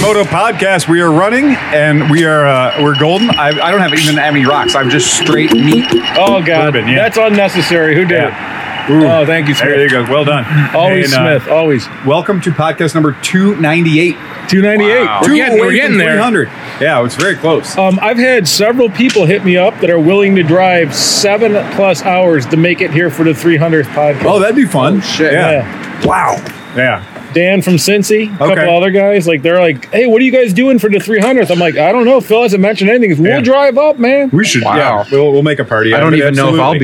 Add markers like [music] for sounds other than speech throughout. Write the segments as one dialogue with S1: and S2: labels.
S1: Moto podcast. We are running and we are uh, we're golden. I, I don't have even have any rocks. I'm just straight meat.
S2: Oh God,
S1: Bourbon, yeah.
S2: that's unnecessary. Who did it? Oh, thank you,
S1: There you
S2: Smith.
S1: go. Well done.
S2: Always
S1: And, uh,
S2: Smith. Always
S1: welcome to podcast number 298.
S2: two ninety eight.
S1: Wow.
S2: We're
S1: Two
S2: getting, we're
S1: away
S2: getting
S1: from
S2: there.
S1: 300. Yeah, it's very close.
S2: Um, I've had several people hit me up that are willing to drive seven plus hours to make it here for the 300th podcast.
S1: oh, that'd be fun.
S3: Oh, shit.
S1: Yeah. Wow. Yeah.
S2: Dan from Cincy, a
S1: Okay.
S2: couple other guys, like they're like, "Hey, what are you guys doing for the 300th?" I'm like, "I don't know." Phil hasn't mentioned anything. We'll
S1: Yeah.
S2: drive up, man.
S1: We should.
S3: Wow.
S1: Yeah, we'll, we'll make a party.
S3: I
S1: out
S3: don't
S1: of it,
S3: even know if I'll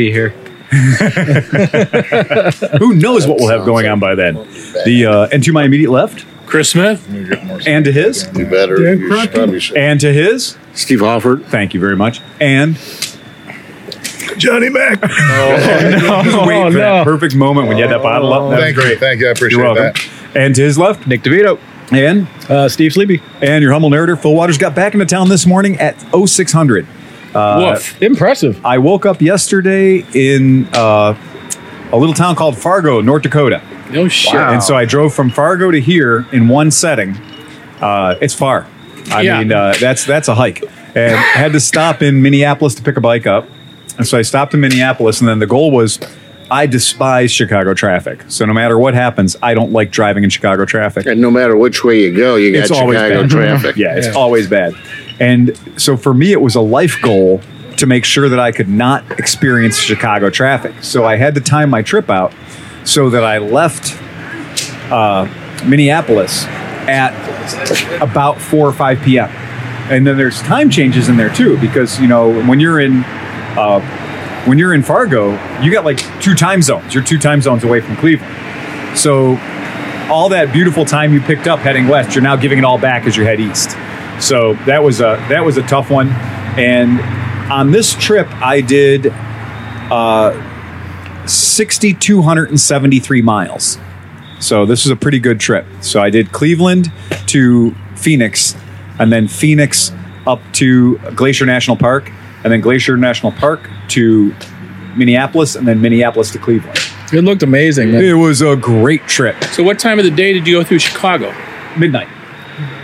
S1: absolutely.
S3: be here.
S1: Who knows what we'll have going on by then? The uh, and to my immediate left,
S4: Chris Smith.
S1: and to his,
S5: You better.
S2: Dan
S5: you should probably should.
S1: and to his.
S4: Steve Hofford.
S1: Thank you very much. And [laughs]
S4: Johnny Mack.
S1: I was waiting for
S2: Oh, no.
S1: that perfect moment when you had that bottle up. That was
S5: thank you.
S1: great.
S5: Thank you. I appreciate
S1: You're welcome.
S5: that.
S1: And to his left,
S3: Nick DeVito.
S1: and
S2: Uh, Steve Sleepy,
S1: and your humble narrator, Phil Waters, got back into town this morning at 0600. Uh,
S4: Woof.
S2: impressive.
S1: I woke up yesterday in uh, a little town called Fargo, North Dakota.
S4: No shit.
S1: And so I drove from Fargo to here in one setting. Uh, it's far. I
S4: Yeah.
S1: mean, uh, that's that's a hike. And had to stop in Minneapolis to pick a bike up. And so I stopped in Minneapolis, and then the goal was I despise Chicago traffic. So no matter what happens, I don't like driving in Chicago traffic.
S5: And no matter which way you go, you got
S1: It's always
S5: Chicago
S1: bad. [laughs]
S5: traffic.
S1: Yeah, it's always bad. And so for me, it was a life goal to make sure that I could not experience Chicago traffic. So I had to time my trip out so that I left uh, Minneapolis at about 4 or 5 p.m. And then there's time changes in there too, because, you know, when you're in. Uh, when you're in Fargo, you got like two time zones. You're two time zones away from Cleveland. So all that beautiful time you picked up heading west, you're now giving it all back as you head east. So that was a that was a tough one. And on this trip, I did uh, 6,273 miles. So this was a pretty good trip. So I did Cleveland to Phoenix, and then Phoenix up to Glacier National Park, and then Glacier National Park to Minneapolis, and then Minneapolis to Cleveland.
S2: It looked amazing. man.
S1: It was a great trip.
S4: So what time of the day did you go through Chicago?
S1: midnight.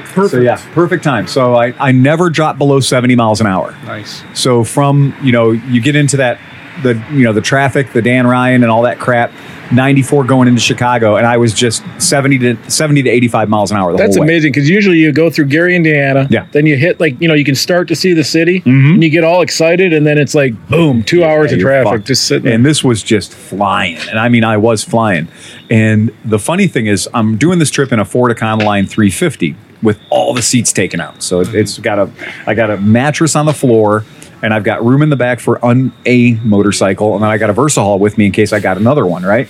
S1: Perfect. So yeah, perfect time. So I, I never drop below 70 miles an hour.
S4: Nice.
S1: So from, you know, you get into that the you know, the traffic, the Dan Ryan and all that crap, 94 going into Chicago and I was just 70 to 70 to 85 miles an hour the
S2: That's
S1: whole way.
S2: amazing because usually you go through Gary, Indiana.
S1: Yeah. Mm-hmm.
S2: Then you hit like you know you can start to see the city and you get all excited and then it's like boom, two hours
S1: Yeah,
S2: of
S1: you're
S2: traffic
S1: fucked.
S2: just sitting.
S1: And this was just flying. And I mean, I was flying. And the funny thing is, I'm doing this trip in a Ford Econoline 350 with all the seats taken out. So it- it's got a, I got a mattress on the floor, and I've got room in the back for an a motorcycle, and then I got a VersaHaul with me in case I got another one, right?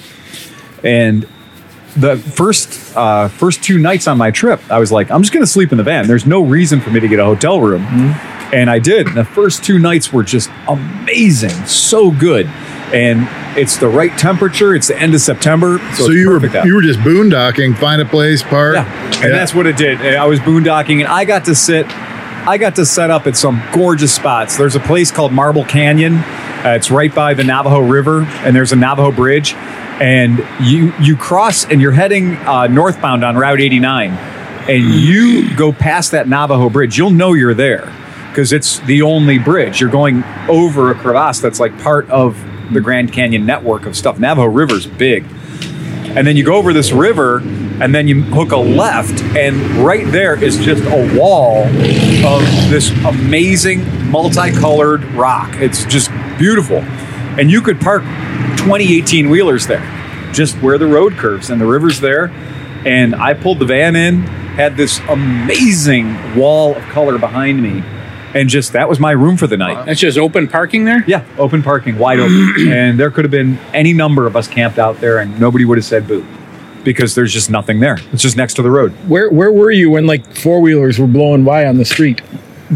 S1: And the first uh, first two nights on my trip, I was like, I'm just going to sleep in the van. There's no reason for me to get a hotel room,
S5: Mm-hmm.
S1: and I did. And the first two nights were just amazing, so good. And it's the right temperature. It's the end of September, so,
S5: So
S1: it's
S5: you were
S1: perfect out.
S5: you were just boondocking, find a place, park.
S1: yeah, and that's what it did. And I was boondocking, and I got to sit. I got to set up at some gorgeous spots. There's a place called Marble Canyon. Uh, it's right by the Navajo River, and there's a Navajo Bridge. And you you cross, and you're heading uh, northbound on Route 89, and you go past that Navajo Bridge. You'll know you're there because it's the only bridge. You're going over a crevasse that's like part of the Grand Canyon network of stuff. Navajo River's big and then you go over this river and then you hook a left and right there is just a wall of this amazing multicolored rock it's just beautiful and you could park 20 18 wheelers there just where the road curves and the river's there and i pulled the van in had this amazing wall of color behind me and just that was my room for the night
S4: That's just open parking there?
S1: yeah, open parking, wide open. and there could have been any number of us camped out there and nobody would have said boo because there's just nothing there. It's just next to the road.
S2: where where were you when like four wheelers were blowing by on the street?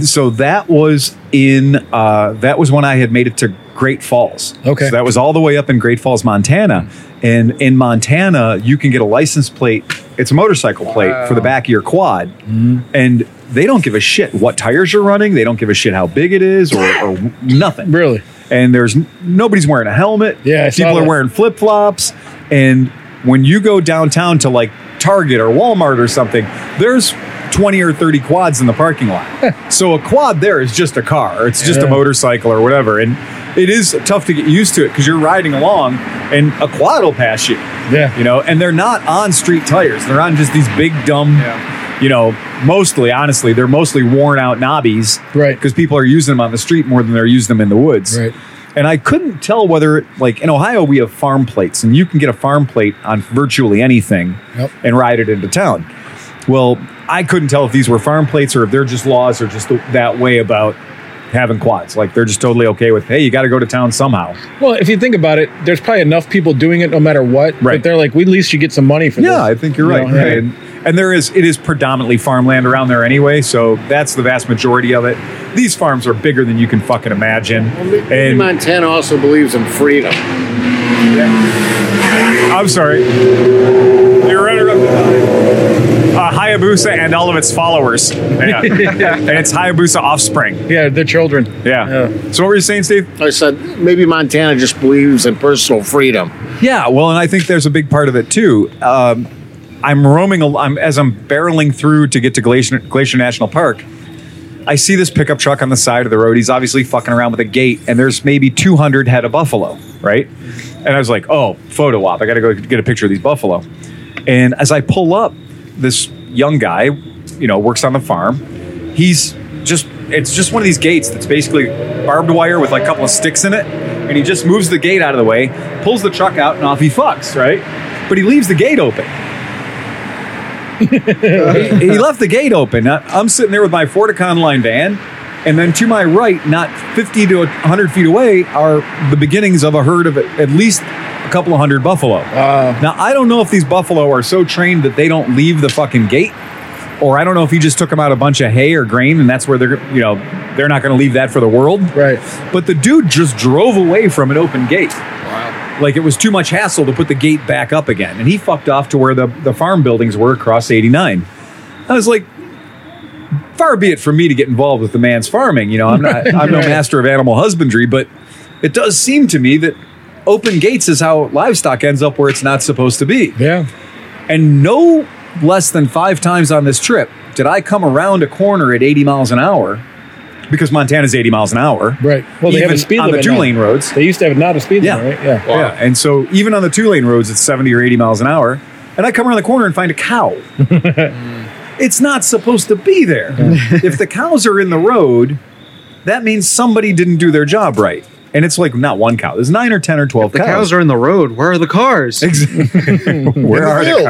S1: So that was in, uh, that was when I had made it to Great Falls.
S2: Okay.
S1: So that was all the way up in Great Falls, Montana. And in Montana, you can get a license plate. It's a motorcycle plate for the back of your quad. And they don't give a shit what tires you're running. They don't give a shit how big it is or, or nothing.
S2: Really?
S1: and there's n- nobody's wearing a helmet.
S2: Yeah, I saw
S1: people are
S2: that.
S1: wearing flip flops, and when you go downtown to like Target or Walmart or something, there's 20 or 30 quads in the parking lot. so a quad there is just a car, or it's just a
S2: Yeah.
S1: motorcycle or whatever. And it is tough to get used to it because you're riding along and a quad will pass you.
S2: Yeah.
S1: You know, and they're not on street tires. They're on just these big dumb,
S4: Yeah.
S1: you know, mostly honestly, they're mostly worn out knobbies.
S2: Right.
S1: Because people are using them on the street more than they're using them in the woods.
S2: Right.
S1: And I couldn't tell whether, like in Ohio, we have farm plates, and you can get a farm plate on virtually anything
S2: Yep.
S1: and ride it into town. Well, I couldn't tell if these were farm plates or if they're just laws or just th- that way about having quads. Like they're just totally okay with, hey, you got to go to town somehow.
S2: Well, if you think about it, there's probably enough people doing it no matter what.
S1: Right.
S2: That they're like, we at least you get some money for this.
S1: Yeah, I think you're
S2: You
S1: right.
S2: know, yeah.
S1: And, and there is, it is predominantly farmland around there anyway, so that's the vast majority of it. These farms are bigger than you can fucking imagine.
S5: And
S1: And
S5: Montana also believes in freedom.
S1: I'm sorry, you're interrupted. Uh, Hayabusa and all of its followers, yeah. and it's Hayabusa offspring.
S2: [laughs] Yeah, the children.
S1: Yeah.
S2: Yeah.
S1: So what were you saying, Steve?
S5: I said maybe Montana just believes in personal freedom.
S1: Yeah, well, and I think there's a big part of it too. Um, I'm roaming, al- I'm as I'm barreling through to get to Glacier, Glacier National Park. I see this pickup truck on the side of the road. He's obviously fucking around with a gate, and there's maybe 200 head of buffalo, right? And I was like, oh, photo op. I got to go get a picture of these buffalo. And as I pull up, this young guy, you know, works on the farm. He's just, it's just one of these gates that's basically barbed wire with like a couple of sticks in it. And he just moves the gate out of the way, pulls the truck out, and off he fucks, right? But he leaves the gate open [laughs] he he left the gate open. I- I'm sitting there with my Ford Econoline van, and then to my right, not 50 to 100 feet away, are the beginnings of a herd of at least a couple of hundred buffalo. Now, I don't know if these buffalo are so trained that they don't leave the fucking gate, or I don't know if he just took them out a bunch of hay or grain, and that's where they're, you know, they're not going to leave that for the world.
S2: Right.
S1: But the dude just drove away from an open gate. Like it was too much hassle to put the gate back up again. And he fucked off to where the, the farm buildings were across 89. I was like, far be it from me to get involved with the man's farming. You know, I'm not, I'm no master of animal husbandry, but it does seem to me that open gates is how livestock ends up where it's not supposed to be.
S2: Yeah.
S1: And no less than five times on this trip did I come around a corner at 80 miles an hour because Montana's 80 miles an hour.
S2: Right. Well, they have
S1: Even
S2: a speed
S1: on the
S2: limit.
S1: two
S2: now.
S1: lane roads.
S2: They used to have not a speed
S1: Yeah.
S2: limit, right? Yeah.
S1: Yeah, and so even on the two lane roads, it's 70 or 80 miles an hour. And I come around the corner and find a
S2: [laughs]
S1: cow. it's not supposed to be there. if the cows are in the road, that means somebody didn't do their job right. And it's like not one cow, there's nine or 10 or 12
S3: The
S1: cows.
S3: cows are in the road. Where are the cars?
S1: Where
S5: the
S1: are the
S5: field.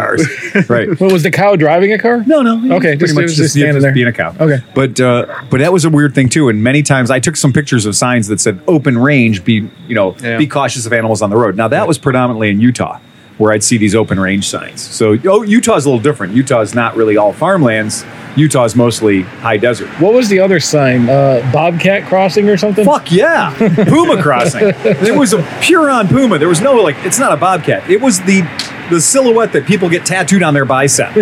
S1: cars? right.
S2: Well, was the cow driving a car?
S1: No, no. pretty
S2: Okay, just- it
S1: much
S2: was
S1: just,
S2: just
S1: yeah,
S2: standing
S1: just
S2: there.
S1: being a cow.
S2: Okay.
S1: but uh, but that was a weird thing too. And many times I took some pictures of signs that said "open range." Be you know,
S3: Yeah.
S1: be cautious of animals on the road. Now that was predominantly in Utah, where I'd see these open range signs. So oh, Utah's a little different. Utah's not really all farmlands. Utah's mostly high desert.
S2: What was the other sign? Uh, Bobcat crossing or something?
S1: Fuck yeah, Puma crossing. It was a pure on Puma. There was no like. It's not a bobcat. It was the the silhouette that people get tattooed on their bicep.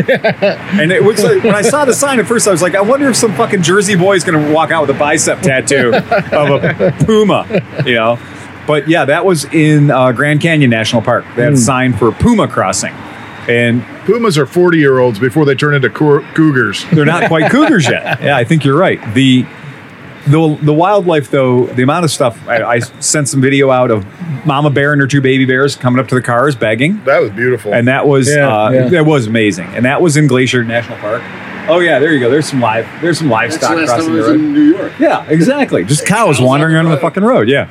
S1: and it was like, when I saw the sign at first, I was like, I wonder if some fucking Jersey boy is going to walk out with a bicep tattoo of a Puma. You know. But yeah, that was in uh, Grand Canyon National Park. They had a sign for Puma crossing, and
S5: Pumas are forty year olds before they turn into cour- cougars.
S1: they're not quite cougars yet. Yeah, I think you're right. The the, the wildlife though the amount of stuff I, I sent some video out of mama bear and her two baby bears coming up to the cars begging
S5: That was beautiful.
S1: and that was
S2: Yeah,
S1: uh,
S2: yeah.
S1: that was amazing and that was in glacier national park oh yeah there you go there's some live there's some livestock crossing the road
S5: New York.
S1: yeah, exactly. Just cows wandering around on the fucking road. Yeah.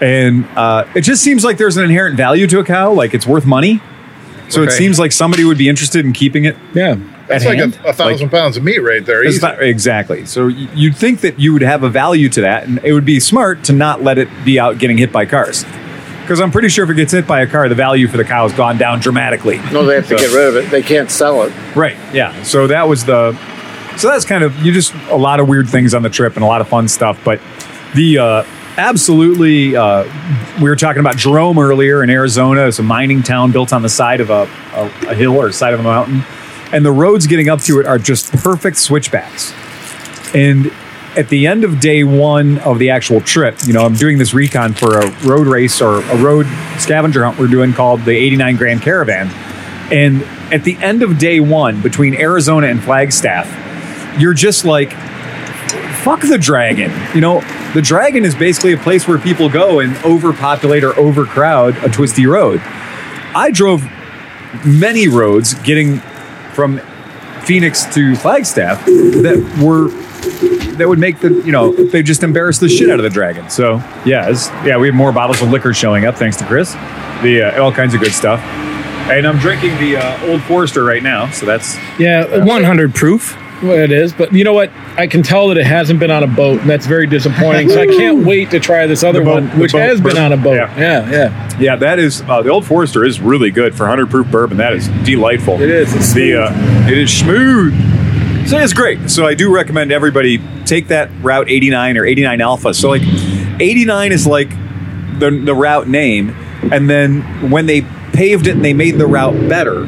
S1: And uh, it just seems like there's an inherent value to a cow. Like it's worth money. So it
S3: Okay.
S1: seems like somebody would be interested in keeping it.
S2: Yeah.
S5: That's
S1: at
S5: like
S1: hand.
S5: a, a thousand pounds of meat right there.
S1: It's
S5: easy.
S1: not- exactly. So y- you'd think that you would have a value to that, and it would be smart to not let it be out getting hit by cars. Because I'm pretty sure if it gets hit by a car, the value for the cow has gone down dramatically.
S5: no, they have to
S1: So-
S5: get rid of it. They can't sell it.
S1: Right. Yeah. So that was the. So that's kind of you just a lot of weird things on the trip and a lot of fun stuff, but the uh, absolutely uh, we were talking about Jerome earlier in Arizona. It's a mining town built on the side of a, a, a hill or side of a mountain, and the roads getting up to it are just perfect switchbacks. And at the end of day one of the actual trip, you know, I'm doing this recon for a road race or a road scavenger hunt we're doing called the 89 Grand Caravan. And at the end of day one, between Arizona and Flagstaff, you're just like, fuck the dragon. You know, the dragon is basically a place where people go and overpopulate or overcrowd a twisty road. I drove many roads getting from Phoenix to Flagstaff that were that would make the you know they just embarrass the shit out of the dragon. So yeah, it's, yeah, we have more bottles of liquor showing up thanks to Chris. The uh, all kinds of good stuff, and I'm drinking the uh, Old Forester right now. So that's
S2: Yeah,
S4: 100 proof.
S2: what it is. But you know what? I can tell that it hasn't been on a boat, and that's very disappointing. so I can't wait to try this other
S1: The boat-
S2: one,
S1: the
S2: which
S1: boat
S2: has been
S1: bourbon.
S2: on a boat.
S1: Yeah.
S2: Yeah, yeah.
S1: yeah, that is uh, the Old Forester is really good for 100 proof bourbon. That is delightful.
S2: It is. It's
S1: the uh, it is smooth. So it's great. So I do recommend everybody take that route 89 or 89 Alpha. So like 89 is like the the route name, and then when they paved it and they made the route better,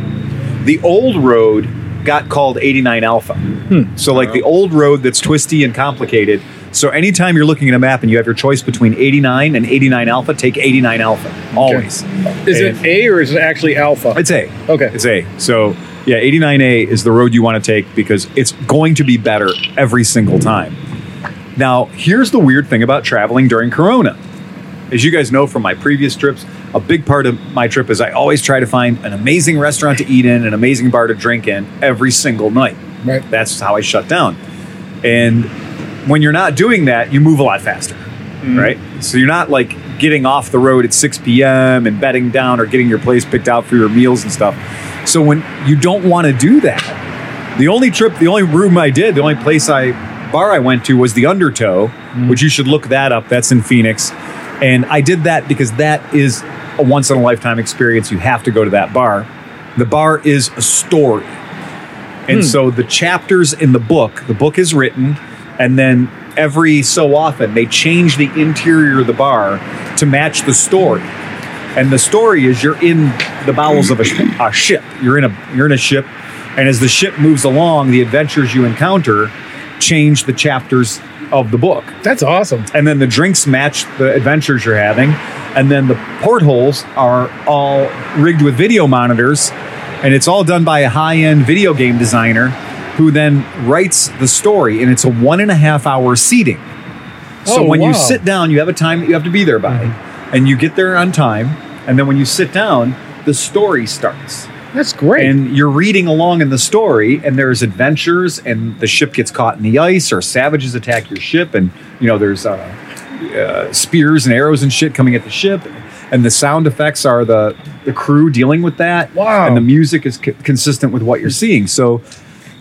S1: the old road got called 89 Alpha.
S2: Hmm.
S1: So like the old road that's twisty and complicated. So anytime you're looking at a map and you have your choice between 89 and 89 Alpha, take 89 Alpha always.
S2: Is it A or is it actually Alpha?
S1: It's A.
S2: Okay.
S1: It's A. So yeah, 89A is the road you want to take because it's going to be better every single time. Now, here's the weird thing about traveling during Corona. As you guys know from my previous trips, a big part of my trip is I always try to find an amazing restaurant to eat in, an amazing bar to drink in every single night.
S2: Right.
S1: That's how I shut down. And when you're not doing that, you move a lot faster, right? So you're not like getting off the road at 6 p.m. and bedding down or getting your place picked out for your meals and stuff. So when you don't want to do that, the only trip, the only room I did, the only place I bar I went to was the Undertow, which you should look that up. That's in Phoenix. And I did that because that is a once in a lifetime experience. You have to go to that bar. The bar is a story. And so the chapters in the book, the book is written, and then every so often they change the interior of the bar to match the story. And the story is you're in the bowels of a, sh- a ship. You're in a you're in a ship, and as the ship moves along, the adventures you encounter change the chapters of the book
S2: That's awesome.
S1: and then the drinks match the adventures you're having and then the portholes are all rigged with video monitors and it's all done by a high-end video game designer who then writes the story and it's a one and a half hour seating so
S2: Oh,
S1: when
S2: wow. Mm-hmm.
S1: you sit down you have a time that you have to be there by and you get there on time and then when you sit down the story starts
S2: That's great.
S1: and you're reading along in the story, and there's adventures, and the ship gets caught in the ice, or savages attack your ship, and you know there's uh, uh, spears and arrows and shit coming at the ship, and the sound effects are the the crew dealing with that.
S2: Wow.
S1: And the music is co- consistent with what you're seeing, so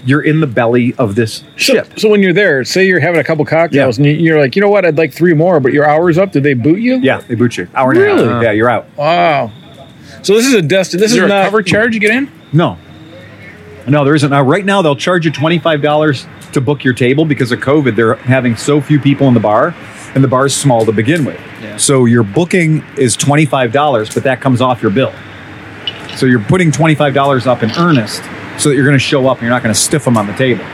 S1: you're in the belly of this
S2: so,
S1: ship.
S2: so when you're there, say you're having a couple cocktails
S1: Yeah.
S2: and you- you're like, you know what, I'd like three more, but your hour's up. Did they boot you?
S1: Yeah, they boot you. Hour and a half.
S2: Really?
S1: Yeah, you're out.
S2: Wow. So this is a destination. This is,
S4: Is there a
S2: not
S4: cover charge to get in?
S1: No. No, there isn't. Now, right now, they'll charge you $25 to book your table because of COVID. They're having so few people in the bar, and the bar is small to begin with. So your booking is $25, but that comes off your bill. So you're putting $25 up in earnest so that you're going to show up and you're not going to stiff them on the table.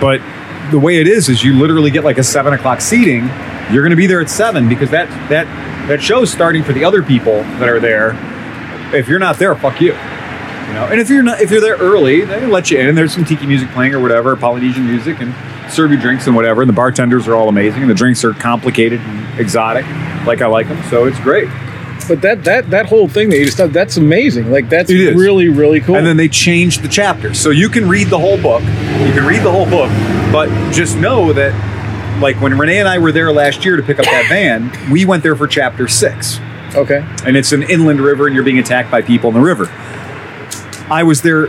S1: But the way it is, is you literally get like a seven o'clock seating. You're going to be there at seven because that, that, that show's starting for the other people that are there. If you're not there, fuck you. You know, and if you're not if you're there early, they let you in. And there's some tiki music playing or whatever, Polynesian music, and serve you drinks and whatever. And the bartenders are all amazing, and the drinks are complicated and exotic, like I like them. So it's great.
S2: But that that that whole thing that you just that's amazing. Like that's
S1: It is.
S2: really really cool.
S1: And then they changed the chapters, so you can read the whole book. You can read the whole book, but just know that, like when Renee and I were there last year to pick up that van, we went there for chapter six.
S2: okay.
S1: and it's an inland river and you're being attacked by people in the river. I was there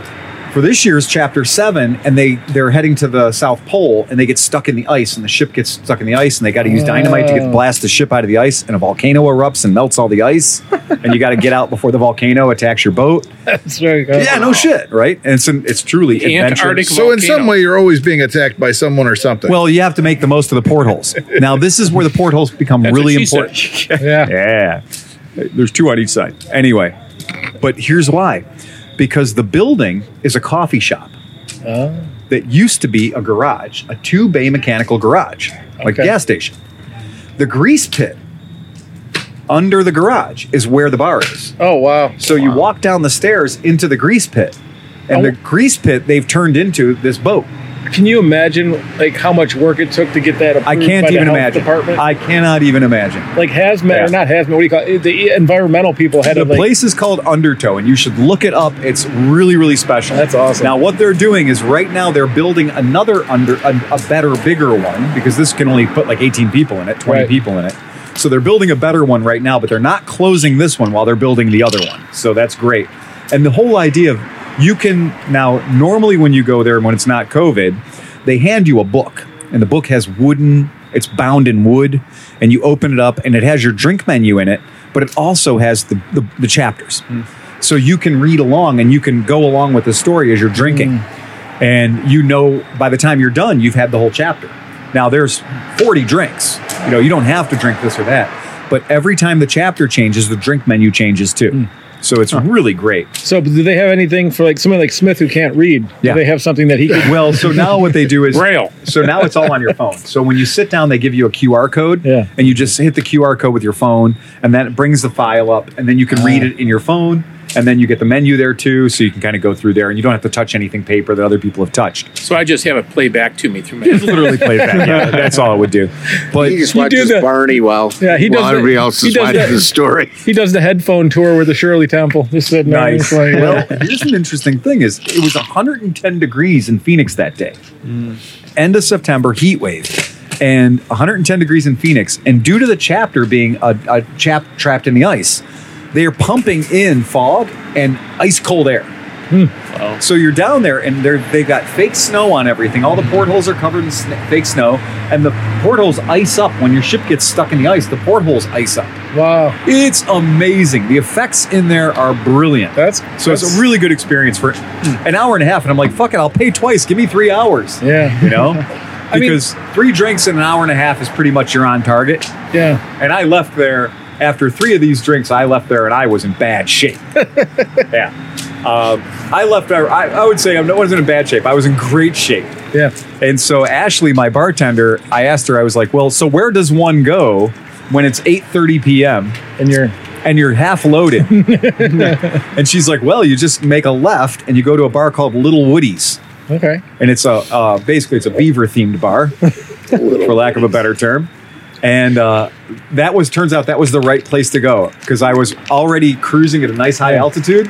S1: for this year's chapter 7 and they they're heading to the south pole and they get stuck in the ice and the ship gets stuck in the ice and they got to use dynamite to get
S2: Oh.
S1: blast the ship out of the ice and a volcano erupts and melts all the ice and you got to get out before the volcano attacks your boat.
S2: That's very good.
S1: Yeah, no shit, right? And it's an, it's truly
S4: The Antarctic
S1: adventurous.
S6: So in some
S4: Volcano.
S6: way, you're always being attacked by someone or something.
S1: Well, you have to make the most of the portholes. Now, this is where the portholes become
S4: That's
S1: really
S4: what she
S1: important.
S4: said.
S2: Yeah.
S1: Yeah. Uh, There's two on each side. Anyway, but here's why because the building is a coffee shop
S2: Oh.
S1: that used to be a garage, a two bay mechanical garage, like
S2: Okay.
S1: a gas station. The grease pit under the garage is where the bar is.
S2: Oh wow.
S1: So you walk down the stairs into the grease pit, and
S2: Oh.
S1: the grease pit they've turned into this boat.
S2: Can you imagine like how much work it took to get that approved
S1: I can't
S2: by the
S1: even
S2: health
S1: imagine.
S2: department?
S1: I cannot even imagine.
S2: like hazmat
S1: Yeah.
S2: or not hazmat? What do you call it? The environmental people had
S1: the
S2: to like
S1: place is called Undertow, and you should look it up. It's really, really special.
S2: That's awesome.
S1: Now, what they're doing is right now they're building another under a, a better, bigger one because this can only put like 18 people in it, 20
S2: Right.
S1: people in it. So they're building a better one right now, but they're not closing this one while they're building the other one. So that's great. And the whole idea of you can now normally when you go there and when it's not COVID, they hand you a book, and the book has wooden. It's bound in wood, and you open it up, and it has your drink menu in it, but it also has the the, the chapters, so you can read along and you can go along with the story as you're drinking, and you know by the time you're done, you've had the whole chapter. Now there's 40 drinks. You know you don't have to drink this or that, but every time the chapter changes, the drink menu changes too. So it's really great.
S2: So, but do they have anything for like somebody like Smith who can't read?
S1: Yeah.
S2: Do they have something that he could?
S1: Well, so now what they do is
S4: Braille.
S1: So now it's all on your phone. So when you sit down, they give you a QR code,
S2: Yeah.
S1: and you just hit the QR code with your phone, and then it brings the file up, and then you can read it in your phone, and then you get the menu there too, so you can kind of go through there, and you don't have to touch anything paper that other people have touched.
S4: So I just have it play back to me through my.
S1: Literally play [laughs] that. Yeah, that's all it would do. But
S5: He just
S2: You do
S5: watches
S2: the-
S5: Barney while,
S2: Yeah, he does
S5: while
S2: the-
S5: everybody else
S2: he
S5: is
S2: does
S5: watching
S2: the-
S5: the
S2: [laughs]
S5: story.
S2: He does the headphone tour with the Shirley Temple. Just sitting there,
S1: nice.
S2: just
S1: [laughs]
S2: like,
S1: well, here's an interesting thing: is it was 110 degrees in Phoenix that day, end of September heat wave, and 110 degrees in Phoenix. And due to the chapter being a, a chap trapped in the ice, they are pumping in fog and ice cold air. So you're down there, and they're, they've got fake snow on everything. All the portholes are covered in sn- fake snow, and the portholes ice up. When your ship gets stuck in the ice, the portholes ice up.
S2: wow,
S1: It's amazing. The effects in there are brilliant.
S2: that's
S1: So it's a really good experience for an hour and a half. And I'm like, fuck it, I'll pay twice. Give me three hours.
S2: yeah,
S1: You
S2: [laughs]
S1: know?
S2: mean-
S1: because three drinks in an hour and a half is pretty much your on target.
S2: yeah.
S1: And I left there after three of these drinks, I left there and I was in bad
S2: [laughs]
S1: shape. yeah. Um, I left there, I, I would say I wasn't in bad shape. I was in great shape.
S2: Yeah,
S1: And so Ashley, my bartender, I asked her, I was like, well, so where does one go when it's 8.30 p.m.?
S2: and you're
S1: and you're half loaded. [laughs] and she's like, "Well, you just make a left and you go to a bar called Little Woody's,
S2: okay.
S1: and it's a uh, basically it's a beaver themed bar, for lack of a better term." And uh, that was turns out that was the right place to go because I was already cruising at a nice high altitude.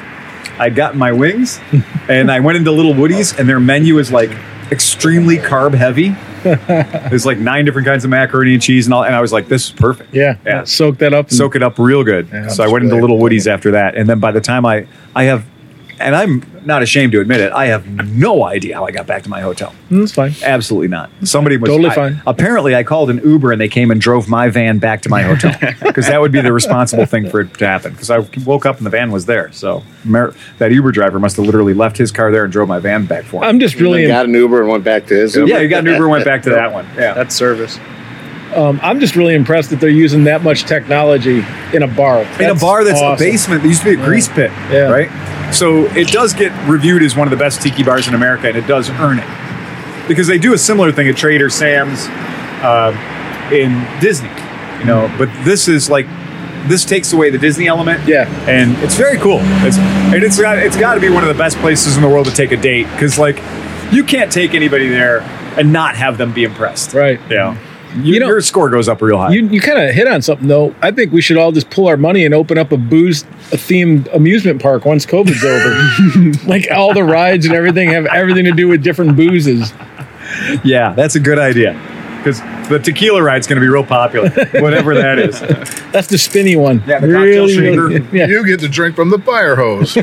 S1: I got my wings, and I went into Little Woody's, and their menu is like extremely carb heavy. There's like nine different kinds of macaroni and cheese and all, and I was like, "This is perfect."
S2: Yeah,
S1: Yeah.
S2: Soak that up. and-
S1: soak it up real good. so I went into Little Woody's after that, and then by the time I, I have, and I'm not ashamed to admit it, I have no idea how I got back to my hotel.
S2: Mm, that's fine.
S1: Absolutely not. Somebody was
S2: Totally
S1: I-
S2: fine.
S1: Apparently, I called an Uber and they came and drove my van back to my
S2: [laughs]
S1: hotel because that would be the responsible thing for it to happen. Because I woke up and the van was there, so Mer- that Uber driver must have literally left his car there and drove my van back for him.
S2: I'm just really
S5: He got an Uber and went back to his. Uber.
S1: yeah, you got an Uber, went back to that one. Yeah,
S3: That's service.
S2: um, I'm just really impressed that they're using that much technology in a bar.
S1: in a bar that's
S2: awesome.
S1: a basement. There used to be a grease pit,
S2: Yeah.
S1: right? So it does get reviewed as one of the best tiki bars in America, and it does earn it because they do a similar thing at Trader Sam's uh, in Disney, you know.
S2: Mm-hmm.
S1: But this is like this takes away the Disney element,
S2: Yeah.
S1: and it's very cool. It's and it's got it's got to be one of the best places in the world to take a date because like you can't take anybody there and not have them be impressed,
S2: Right.
S1: Yeah, you,
S2: know-
S1: your score goes up real high.
S2: You, you kind of hit on something though. I think we should all just pull our money and open up a booze themed amusement park once COVID's
S3: [laughs]
S2: over. like all the rides and everything have everything to do with different boozes.
S1: Yeah, that's a good idea. Because the tequila ride's going to be real
S2: [laughs]
S1: popular, whatever that is.
S2: That's the spinny one.
S1: Yeah, the cocktail
S6: shaker.
S2: [laughs] yeah.
S6: You get to drink from the fire
S2: [laughs]
S6: hose.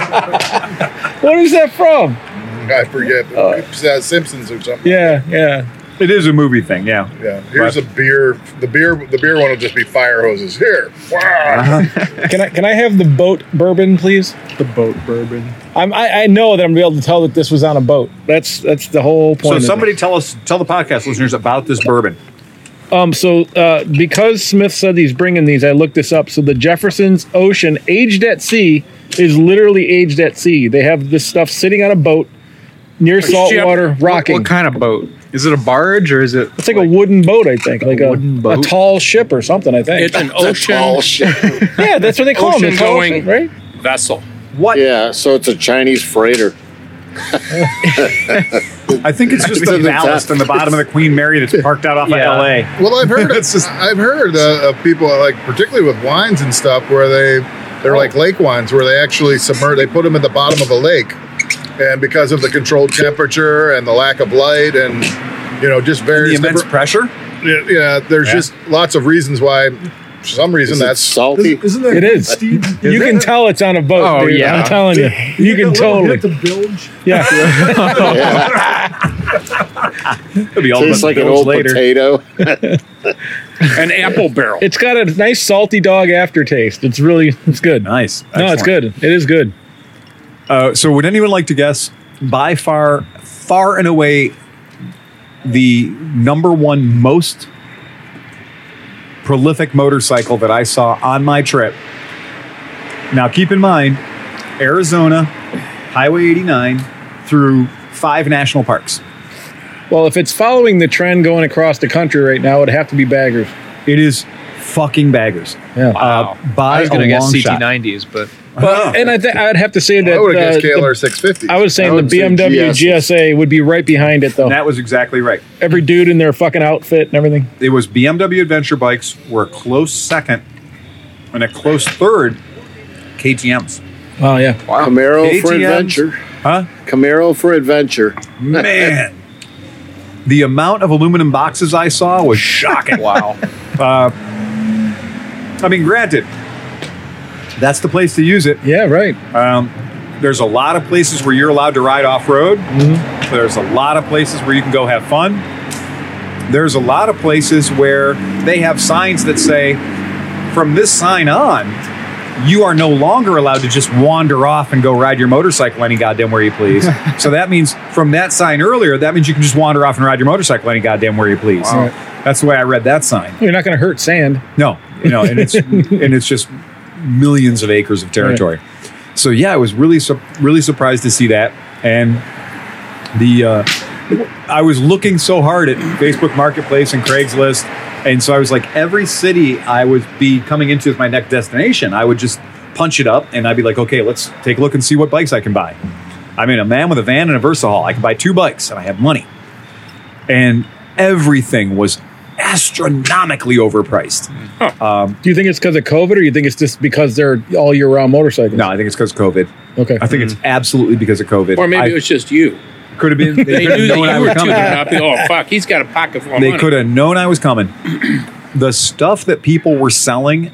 S2: What is that from?
S6: I forget. It's, uh, Simpsons or something.
S2: Yeah, yeah.
S1: It is a movie thing, yeah.
S6: Yeah. Here's a beer. The beer. The beer one will just be fire hoses. Here. Wow.
S2: Can I can I have the boat bourbon, please?
S3: The boat bourbon.
S2: I'm, I I know that I'm gonna be able to tell that this was on a boat. That's that's the whole point.
S1: So
S2: of it.
S1: somebody tell us, tell the podcast listeners about this bourbon.
S2: Um, so uh, because Smith said he's bringing these, I looked this up. So the Jefferson's Ocean, aged at sea, is literally aged at sea. They have this stuff sitting on a boat near salt
S4: ship.
S2: water, rocking.
S3: What kind of boat? Is it a barge or is it?
S2: it's like, a wooden boat, I think, like a,
S3: wooden boat?
S2: a tall ship or something. I think.
S4: It's an
S5: Tall
S4: ocean
S5: shit.
S2: yeah, that's what they call them.
S4: ocean
S2: It's all-
S4: going-
S2: right?
S4: vessel.
S1: What?
S5: Yeah, so it's a Chinese freighter.
S1: I think [laughs] it's just
S5: It's
S1: the
S5: in the
S1: ballast
S5: top.
S1: in the bottom of the Queen Mary that's parked out off
S3: Yeah.
S1: of LA.
S6: Well, I've [laughs] heard
S1: It's just-
S6: I've heard uh, of people like particularly with wines and stuff where they they're like lake wines where they actually submerge they put them in the bottom of a lake, and because of the controlled temperature and the lack of light and you know just
S1: The
S6: various
S1: immense
S6: different-
S1: pressure.
S6: yeah, yeah, there's just lots of reasons why for some reason
S5: Is it
S6: that's
S5: salty?
S7: Isn't that
S2: It is.
S7: Steve,
S2: you
S7: isn't
S2: can
S7: that-
S2: tell it's on a boat.
S4: Oh,
S2: dude.
S4: yeah.
S2: I'm telling you, you can
S7: isn't that little
S2: totally.
S7: hit The bilge.
S2: Yeah,
S1: It'll be all
S5: Tastes
S1: about
S5: like an
S1: those
S5: old
S1: later.
S5: potato.
S4: An apple barrel.
S2: it's got a nice salty dog aftertaste. It's really, it's good.
S1: Nice.
S2: No, it's
S1: Excellent.
S2: good. It is good.
S1: Uh, so, would anyone like to guess by far, far and away, the number one most prolific motorcycle that I saw on my trip? Now, keep in mind, Arizona, Highway 89 through five national parks.
S2: Well, if it's following the trend going across the country right now, it'd have to be baggers.
S1: It is fucking baggers.
S2: Yeah.
S1: Uh, by
S3: I was going
S1: a
S3: to guess
S1: long shot.
S3: CT90s, but
S2: But, and I think I'd have to say that
S6: I would
S2: uh,
S6: have guessed
S2: the-
S6: KLR 650.
S2: I was saying
S5: I
S2: the
S5: would say
S2: BMW
S5: GS.
S2: GSA would be right behind it, though.
S1: That was exactly right.
S2: Every dude in their fucking outfit and everything.
S1: it was BMW adventure bikes were a close second, and a close third, KTM's.
S2: Oh yeah,
S5: Camaro for
S1: ATMs.
S5: adventure.
S1: Huh?
S5: Camaro for adventure.
S1: Man, the amount of aluminum boxes I saw was shocking. Uh,
S3: wow.
S1: I mean, granted, that's the place to use it.
S2: yeah, right.
S1: Um, there's a lot of places where you're allowed to ride off road. There's a lot of places where you can go have fun. There's a lot of places where they have signs that say, from this sign on, you are no longer allowed to just wander off and go ride your motorcycle any goddamn where you please. so that means from that sign earlier, that means you can just wander off and ride your motorcycle any goddamn where you please.
S2: Wow.
S1: That's the way I read that sign.
S2: You're not going to hurt sand.
S1: No, you know, and it's and it's just millions of acres of territory. So yeah, I was really su- really surprised to see that, and the uh, I was looking so hard at Facebook Marketplace and Craigslist, and so I was like, every city I would be coming into as my next destination, I would just punch it up, and I'd be like, okay, let's take a look and see what bikes I can buy. I mean, a man with a van and a VersaHaul, I can buy two bikes, and I have money, and everything was astronomically overpriced.
S2: Do you think it's because of COVID, or you think it's just because they're all year round motorcycles?
S1: No, I think it's because of COVID.
S2: Okay.
S1: I think it's absolutely because of COVID.
S4: Mm. Or maybe
S1: I-
S4: it was just you.
S1: could have been.
S4: [laughs]
S1: They
S4: They
S1: could
S4: knew
S1: have known
S4: that
S1: I
S4: you
S1: was
S4: were tuning
S1: coming.
S4: up. Oh, fuck. He's got a pocket full of
S1: They
S4: money.
S1: could have known I was
S4: [clears throat]
S1: coming. The stuff that people were selling,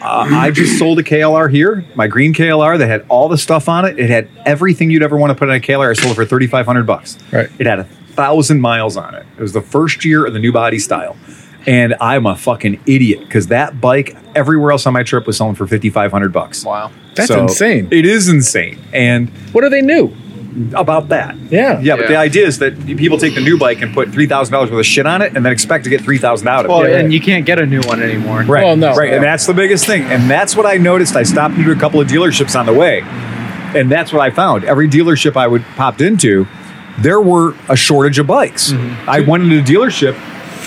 S1: uh, I just sold a KLR here, my green KLR that had all the stuff on it. It had everything you'd ever want to put in a KLR. I sold it for thirty five hundred bucks.
S2: Right.
S1: It had a thousand miles on it. It was the first year of the new body style. And I'm a fucking idiot because that bike everywhere else on my trip was selling for fifty five hundred bucks.
S3: Wow.
S2: That's insane.
S1: It is insane. And
S2: What are they new?
S1: about that.
S2: Yeah.
S1: Yeah, but
S3: Yeah.
S1: the idea is that people take the new bike and put three thousand dollars worth of shit on it, and then expect to get three thousand out of
S3: Well,
S1: it.
S2: Yeah.
S3: and you can't get a new one anymore.
S1: Right.
S2: Well, no.
S1: Right. And that's the biggest thing. And that's what I noticed. I stopped into a couple of dealerships on the way, and that's what I found. Every dealership I would popped into, there were a shortage of bikes.
S2: Mm-hmm.
S1: I went into a dealership,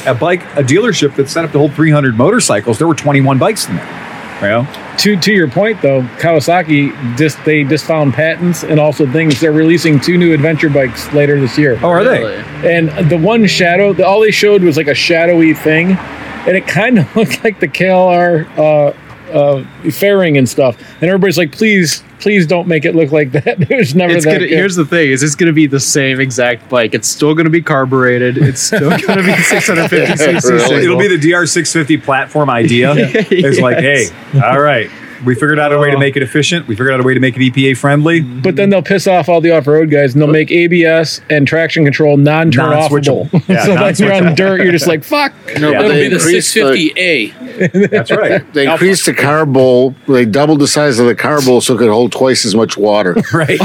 S1: a bike, a dealership that's set up to hold three hundred motorcycles. There were twenty one bikes in there. You know?
S2: To to your point though, Kawasaki just they just found patents and also things. They're releasing two new adventure bikes later this year.
S1: Oh, are
S3: Really?
S1: they?
S2: And the one shadow, the, all they showed was like a shadowy thing, and it kind of [laughs] looked like the KLR uh, uh, fairing and stuff. And everybody's like, "Please, please don't make it look like that." [laughs] It was never
S3: It's
S2: that.
S3: gonna,
S2: good.
S3: here's the thing: is it's going to be the same exact bike. It's still going to be carbureted.
S1: [laughs]
S3: It's still going to be 650 cc.
S5: Really?
S3: single.
S1: It'll be the DR650 platform idea. It's like, hey, all right, we figured out a way to make it efficient. We figured out a way to make it EPA friendly.
S2: but then they'll piss off all the off-road guys, and they'll make ABS and traction control non-turn
S1: Non-switchable.
S2: offable. [laughs]
S1: Yeah,
S2: so like you're on dirt, you're just like, "Fuck."
S5: No,
S4: It'll
S5: they
S4: be the
S5: increased the-
S4: 650A.
S1: That's
S4: [laughs]
S1: right.
S5: They increased the car bowl. They doubled the size of the car bowl so it could hold twice as much [laughs] water.
S1: Right.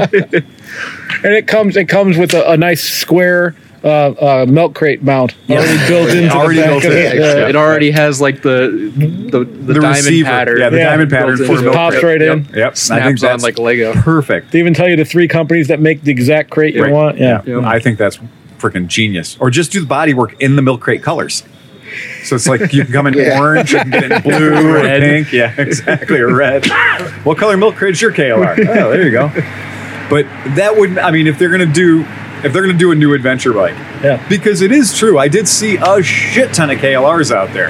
S2: and it comes it comes with a, a nice square uh, uh, milk crate mount already built into
S1: Already
S2: the back
S1: built
S2: of
S1: in,
S2: it.
S1: yeah.
S2: Yeah.
S3: It already has like the the, the,
S1: The
S3: diamond
S1: receiver.
S3: pattern.
S1: Yeah, the
S2: Yeah.
S1: diamond pattern
S3: Built
S1: for
S3: into
S1: milk
S3: it.
S2: Pops
S1: crate.
S2: right
S1: Yep,
S2: in.
S1: Yep. And I think
S3: Snaps on
S1: that's
S3: like Lego.
S1: perfect.
S2: They even tell you the three companies that make the exact crate you
S1: Right.
S2: want. Yeah.
S1: I think that's freaking genius. Or just do the body work in the milk crate colors. So it's like you can come in
S5: Yeah.
S1: orange, you can get in [laughs] blue, or pink. Yeah, exactly. Or [laughs] red. what color milk crate's your KLR? Oh, there you go. But that would, I mean, if they're gonna do, if they're gonna do a new adventure bike,
S2: Yeah.
S1: because it is true. I did see a shit ton of KLRs out there,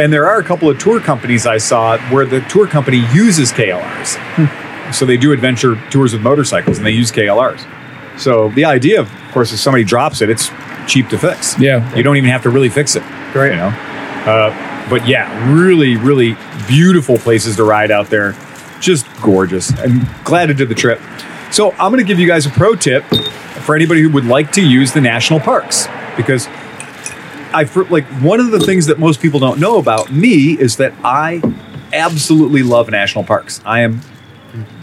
S1: and there are a couple of tour companies I saw where the tour company uses KLRs. So they do adventure tours with motorcycles, and they use KLRs. So the idea, of course, if somebody drops it, it's cheap to fix.
S2: Yeah.
S1: you don't even have to really fix it. Right. You know. Uh, but yeah, really, really beautiful places to ride out there. Just gorgeous. I'm glad I did the trip. So I'm going to give you guys a pro tip for anybody who would like to use the national parks because I fr- like one of the things that most people don't know about me is that I absolutely love national parks. I am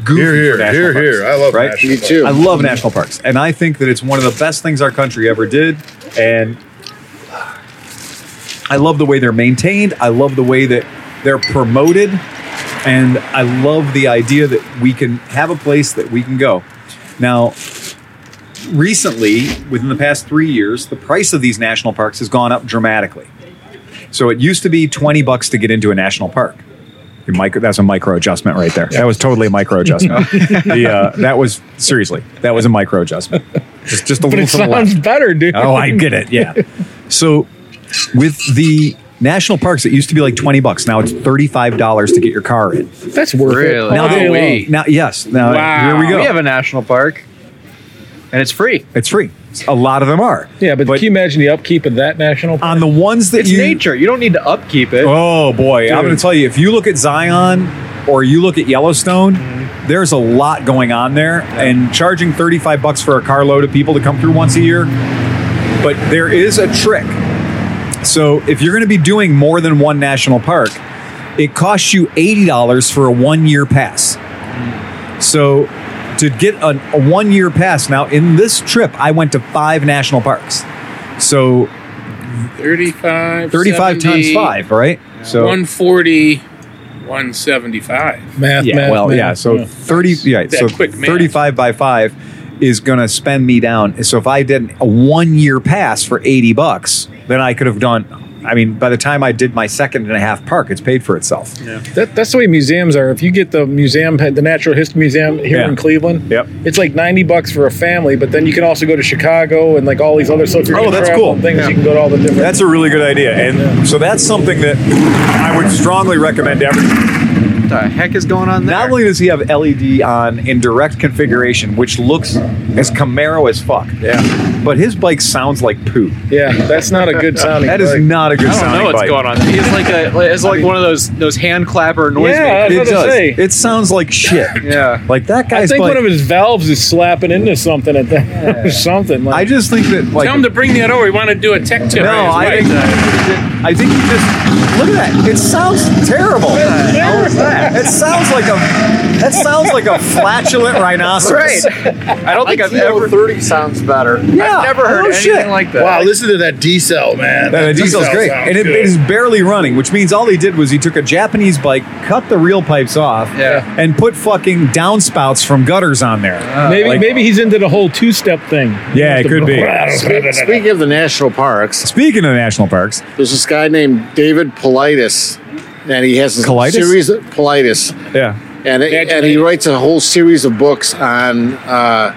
S1: goofy
S6: Here,
S1: for
S6: here,
S1: national
S6: here,
S1: parks,
S6: here. I love
S1: right?
S6: national
S5: You
S6: parks.
S5: too.
S1: I love national parks, and I think that it's one of the best things our country ever did. And I love the way they're maintained. I love the way that they're promoted, and I love the idea that we can have a place that we can go. Now, recently, within the past three years, the price of these national parks has gone up dramatically. So it used to be twenty bucks to get into a national park. Your micro, that's a micro adjustment right there. That was totally a micro
S2: [laughs]
S1: adjustment. the, uh, that was seriously, that was a micro adjustment. Just, just a
S2: But
S1: little
S2: it
S1: to the left.
S2: sounds better, dude.
S1: Oh, I get it. Yeah. So with the national parks, it used to be like 20 bucks. Now it's $35 to get your car in.
S2: That's worth
S3: Really?
S2: it.
S1: Now,
S2: All day long.
S4: wait.
S1: Now, yes. Now,
S4: Wow.
S1: here we go.
S3: We have a national park, and it's free.
S1: it's free. A lot of them are.
S2: Yeah, but, can you imagine the upkeep of that national?
S1: on the ones that
S3: It's
S1: you.
S3: nature. You don't need to upkeep it.
S1: Oh, boy. I'm
S2: Dude.
S1: going to tell you, if you look at Zion or you look at Yellowstone,
S3: Mm-hmm.
S1: there's a lot going on there. And charging 35 bucks for a carload of people to come through once a year. But there is a trick. So if you're going to be doing more than one national park, it costs you $80 for a one year pass.
S3: Mm-hmm.
S1: So to get an, a one year pass, now in this trip, I went to five national parks. So
S4: 35,
S1: 35 times
S4: 70,
S1: five, right? So
S4: 140, 175.
S2: math,
S1: yeah,
S2: math,
S1: well,
S2: math.
S1: yeah. So thirty, yeah.
S4: That
S1: so
S4: quick math.
S1: thirty-five by five is going to spend me down. So if I did a one-year pass for eighty bucks, then I could have done. I mean, by the time I did my second and a half park, it's paid for itself.
S2: That, that's the way museums are. If you get the museum, the Natural History Museum here
S1: Yeah.
S2: in Cleveland,
S1: Yep.
S2: it's like ninety bucks for a family. But then you can also go to Chicago and like all these other stuff. You're
S1: Oh,
S2: gonna
S1: that's
S2: travel
S1: cool.
S2: and Things you can go to all the different.
S1: That's a really good idea, and so that's something that I would strongly recommend to everyone.
S3: What the heck is going on there?
S1: Not only does he have LED on in direct configuration, which looks as Camaro as fuck,
S2: yeah,
S1: but his bike sounds like poo.
S2: yeah. That's not a good sounding.
S1: That is
S2: bike.
S1: not a good
S3: I don't
S1: sounding
S3: know what's
S1: bike.
S3: going on. It's like a, like- it's like one of those those hand clapper noise.
S2: Yeah,
S3: makers.
S2: I
S1: It
S2: was gonna
S1: does.
S2: say.
S1: It sounds like shit.
S3: yeah.
S1: Like that
S2: I
S1: guy's
S2: think
S1: bike.
S2: one of his valves is slapping into something at that [laughs] something.
S1: I
S2: Like,
S1: just think that like
S4: Tell him to bring that over. We want to do a tech tip.
S1: no, I think I think you just look at that. It sounds terrible. How is that? It sounds like a that sounds like a flatulent rhinoceros.
S3: I don't think I've ever.
S5: thirty sounds better.
S1: [laughs] Yeah,
S3: I've never heard
S1: no
S3: anything
S1: shit.
S3: like that.
S6: Wow, listen to that D cell, man.
S1: Yeah, the diesel's
S6: D-cell
S1: great,
S6: sounds
S1: and it,
S6: good.
S1: it is barely running, which means all he did was he took a Japanese bike, cut the real pipes off,
S3: Yeah.
S1: and put fucking downspouts from gutters on there.
S2: maybe
S1: like-
S2: maybe he's into the whole two step thing.
S1: Yeah, it could be.
S5: Speaking of the national parks,
S1: Speaking of national parks,
S5: there's this guy named David Politis, and he has a
S1: Colitis?
S5: series of Politis,
S1: yeah,
S5: and it, and he
S4: Congratulations.
S5: writes a whole series of books on uh,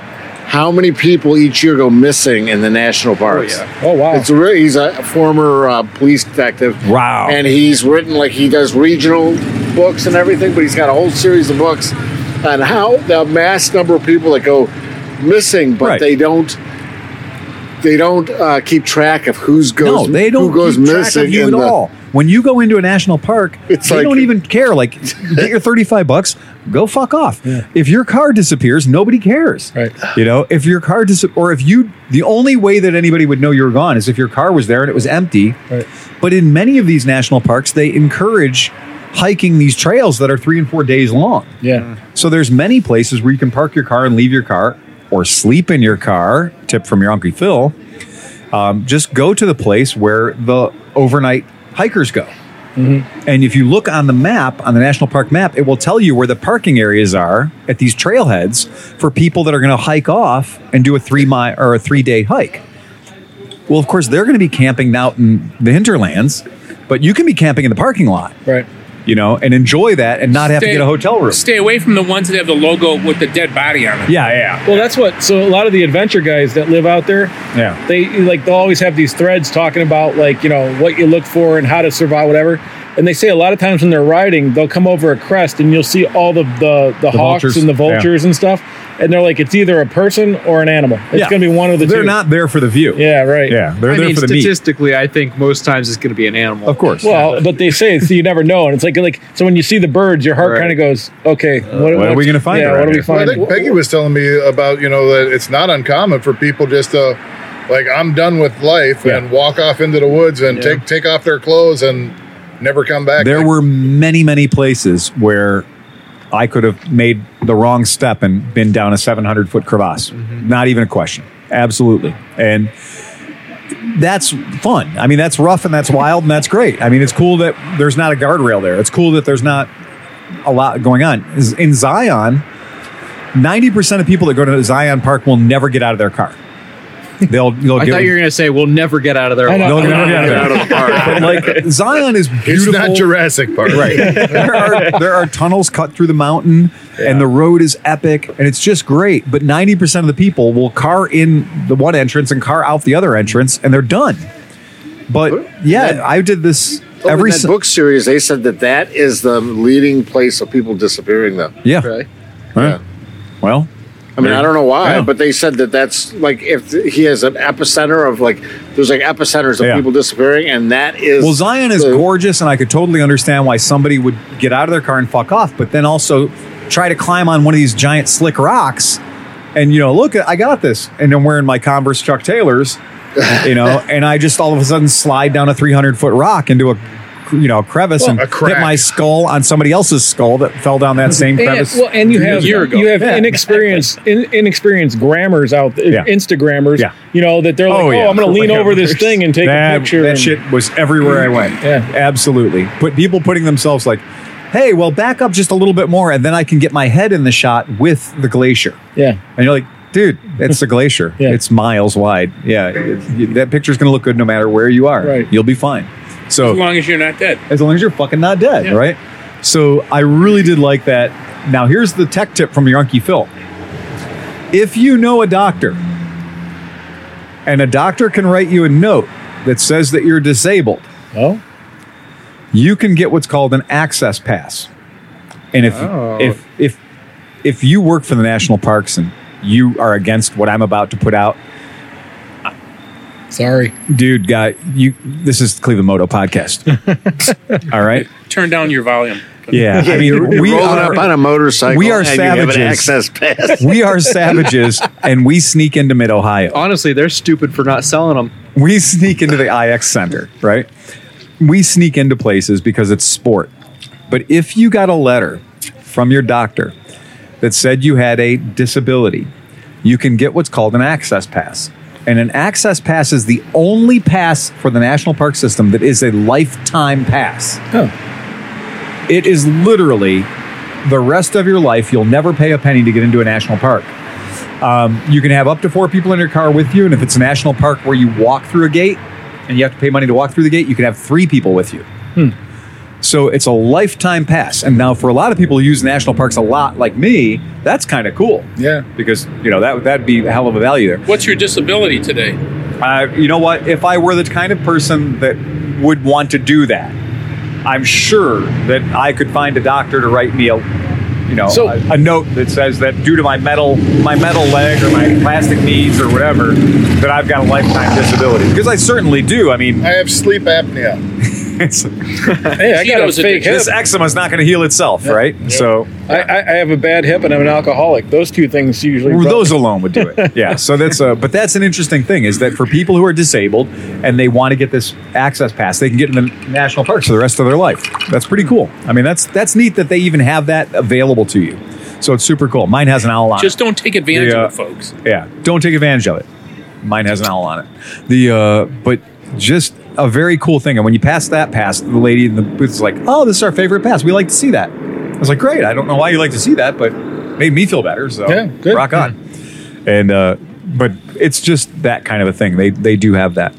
S5: how many people each year go missing in the national parks.
S2: Oh wow.
S5: It's a re- he's a former uh, police detective.
S1: Wow.
S5: And he's written like he does regional books and everything, but he's got a whole series of books on how the mass number of people that go missing, but
S1: Right.
S5: they don't. They don't uh, keep track of who's goes.
S1: no, they don't
S5: who goes
S1: keep track
S5: missing
S1: of you
S5: in
S1: at
S5: the-
S1: all. When you go into a national park,
S5: It's
S1: they
S5: like-
S1: don't even care.
S5: [laughs]
S1: Like, get your thirty-five bucks, go fuck off. If your car disappears, nobody cares.
S2: Right.
S1: You know, if your car dis- or if you, the only way that anybody would know you were gone is if your car was there and it was empty.
S2: Right.
S1: But in many of these national parks, they encourage hiking these trails that are three and four days long.
S2: Yeah.
S1: So there's many places where you can park your car and leave your car or sleep in your car. Tip from your Uncle Phil. Um, just go to the place where the overnight hikers go.
S4: Mm-hmm.
S1: And if you look on the map, on the national park map, it will tell you where the parking areas are at these trailheads for people that are going to hike off and do a three mile or a three day hike. Well, of course, they're going to be camping out in the hinterlands, but you can be camping in the parking lot,
S2: Right.
S1: you know, and enjoy that and not have to get a hotel room.
S4: Stay away from the ones that have the logo with the dead body on it.
S1: Yeah, yeah,
S2: Well, that's what. So a lot of the adventure guys that live out there,
S1: yeah.
S2: they like they'll always have these threads talking about like you know what you look for and how to survive whatever. And they say a lot of times when they're riding, they'll come over a crest and you'll see all the the, the, hawks
S1: vultures,
S2: and the
S1: yeah.
S2: vultures and stuff. And they're like, it's either a person or an animal. It's
S1: Yeah.
S2: going to be one of the
S1: They're
S2: two.
S1: not there for the view.
S2: Yeah. Right.
S1: Yeah, they're
S3: I
S1: there
S3: mean,
S1: for the meat.
S3: statistically, I think most times it's going to be an animal.
S1: Of course.
S2: Well, but they say so you never know, and it's like like so when you see the birds, your heart
S3: Right.
S2: kind of goes, okay,
S1: what are we
S2: what's-
S1: gonna find
S2: Yeah,
S1: around
S2: what are we
S1: here?
S6: Well, I
S2: finding?
S6: think Peggy was telling me about you know that it's not uncommon for people just to like I'm done with life and walk off into the woods and take take off their clothes and never come back.
S1: there
S6: Like,
S1: were many, many places where I could have made the wrong step and been down a 700 foot crevasse.
S3: Mm-hmm.
S1: Not even a question. Absolutely. And that's fun. I mean, that's rough and that's wild and that's great. I mean, it's cool that there's not a guardrail there. It's cool that there's not a lot going on. In Zion, 90% of people that go to Zion Park will never get out of their car. They'll, they'll
S3: I
S1: get,
S3: thought you were going to say we'll never get out of there.
S2: I know.
S1: they'll
S2: No,
S1: never get
S2: no,
S1: out of their car. But like Zion is beautiful.
S6: it's not Jurassic Park,
S1: Right. there are there are tunnels cut through the mountain, and the road is epic, and it's just great. But ninety percent of the people will car in the one entrance and car out the other entrance, and they're done. But yeah, I did this
S5: Well,
S1: every
S5: in that
S1: si-
S5: book series, they said that that is the leading place of people disappearing. Them.
S1: yeah.
S3: Right.
S1: Huh. Well,
S5: I mean, I don't know why,
S1: Yeah.
S5: but they said that that's like if he has an epicenter of like there's like epicenters of
S1: Yeah.
S5: people disappearing, and that is
S1: well, Zion is
S5: the-
S1: gorgeous, and I could totally understand why somebody would get out of their car and fuck off, but then also try to climb on one of these giant slick rocks. And you know, look, I got this, and I'm wearing my Converse Chuck Taylors, you
S6: [laughs]
S1: know, and I just all of a sudden slide down a 300 foot rock into a, you know, crevice and
S6: A
S1: hit
S6: crack.
S1: my skull on somebody else's skull that fell down
S6: [laughs]
S1: that same
S2: And,
S1: crevice.
S2: well, and you have
S4: year ago.
S2: you have
S1: Yeah. [laughs]
S2: inexperienced in, inexperienced grammars out there,
S1: Yeah.
S2: Instagrammers.
S1: Yeah.
S2: You know that they're like, oh,
S1: yeah.
S2: I'm going to lean
S1: Like,
S2: over this
S1: there's-
S2: thing and take
S1: that,
S2: a picture.
S1: That
S2: and-
S1: shit was everywhere I went.
S2: Yeah.
S1: absolutely. But people putting themselves like, hey, well, back up just a little bit more, and then I can get my head in the shot with the glacier.
S2: Yeah.
S1: And you're like, dude, it's
S2: [laughs]
S1: a glacier.
S2: Yeah.
S1: It's miles wide. Yeah, it's- you- that picture's gonna look good no matter where you are.
S2: Right.
S1: you'll be fine. So
S4: As long as you're not dead.
S1: as long as you're fucking not dead,
S4: Yeah.
S1: right? So I really did like that. Now here's the tech tip from your Unky Phil. If you know a doctor and a doctor can write you a note that says that you're disabled,
S2: Oh.
S1: you can get what's called an access pass. And if
S3: Oh.
S1: if if if you work for the national parks and you are against what I'm about to put out,
S2: Sorry.
S1: dude, guy, you this is the Cleveland Moto podcast. All right?
S4: Turn down your volume.
S5: [laughs]
S1: Yeah. I mean, we
S5: rolling
S1: are
S5: up on a motorcycle.
S1: we are
S5: and you have an
S1: savages.
S5: access
S1: [laughs]
S5: pass.
S1: we are savages and we sneak into mid Ohio.
S3: Honestly, they're stupid for not selling them.
S1: We sneak into the IX Center, right? We sneak into places because it's sport. But if you got a letter from your doctor that said you had a disability, you can get what's called an access pass. And an access pass is the only pass for the national park system that is a lifetime pass. It is literally the rest of your life, you'll never pay a penny to get into a national park. Um, you can have up to four people in your car with you. And if it's a national park where you walk through a gate and you have to pay money to walk through the gate, you can have three people with you. So it's a lifetime pass. And now for a lot of people who use national parks a lot, like me, that's kind of cool.
S6: [laughs] Yeah.
S1: Because, you know, that, that'd be a hell of a value there.
S4: What's your disability today?
S1: Uh, you know what? If I were the kind of person that would want to do that, I'm sure that I could find a doctor to write me a, you know,
S2: So-
S1: a, a note that says that due to my metal, my metal leg or my plastic knees or whatever, that I've got a lifetime disability. Because I certainly do. I mean, [laughs]
S6: I have sleep apnea.
S1: it's,
S2: Hey, I got a
S4: Cheetos
S2: fake
S4: addiction.
S2: hip.
S1: this eczema is not going to heal itself, right? So
S2: I, I, I have a bad hip and I'm an alcoholic. Those two things usually.
S1: Well, those alone would do it. Yeah. So that's a, but that's an interesting thing is that for people who are disabled and they want to get this access pass, they can get in the national parks for the rest of their life. That's pretty cool. I mean, that's that's neat that they even have that available to you. So it's super cool. Mine has an owl on
S4: Just don't take advantage
S1: Yeah.
S4: of it, folks. [laughs]
S1: it. Yeah. Don't take advantage of it. Mine has an owl on it. The uh, but just a very cool thing. And when you pass that pass, the lady in the booth is like, "Oh, this is our favorite pass. We like to see that." I was like, "Great. I don't know why you like to see that, but made me feel better." So
S2: Yeah, good.
S1: rock on. And uh, but it's just that kind of a thing. They they do have that.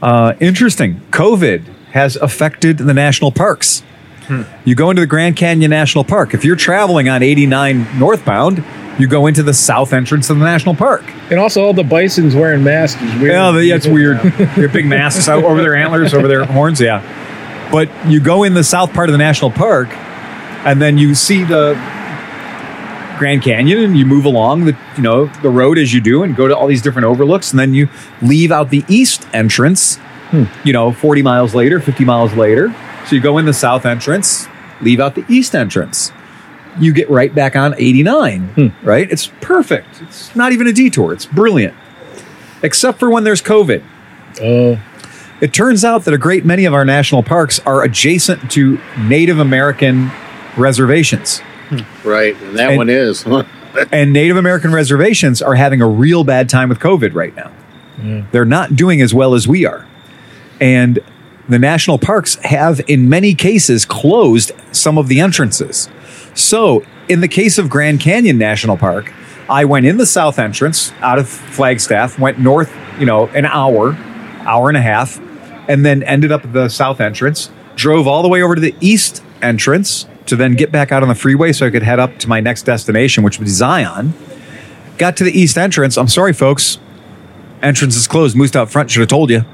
S1: Uh, interesting. COVID has affected the national parks. You go into the Grand Canyon National Park. If you're traveling on 89 northbound, you go into the south entrance of the national park.
S2: And also, all the bison's wearing masks is weird.
S1: Yeah, the, yeah it's weird. They're big masks out over their antlers, over their horns. Yeah, but you go in the south part of the national park, and then you see the Grand Canyon, and you move along the you know the road as you do, and go to all these different overlooks, and then you leave out the east entrance. You know, forty miles later, fifty miles later, so you go in the south entrance, leave out the east entrance. You get right back on 89, right? It's perfect. It's not even a detour. It's brilliant except for when there's COVID.
S2: Oh,
S1: It turns out that a great many of our national parks are adjacent to Native American reservations.
S5: Right. And that
S1: And-
S5: one is.
S1: And Native American reservations are having a real bad time with COVID right now. They're not doing as well as we are. And the national parks have, in many cases, closed some of the entrances. So, in the case of Grand Canyon National Park, I went in the south entrance out of Flagstaff, went north, you know, an hour, hour and a half, and then ended up at the south entrance, drove all the way over to the east entrance to then get back out on the freeway so I could head up to my next destination, which was Zion. Got to the east entrance. I'm sorry, folks. Entrance is closed. Moose out front should have told you.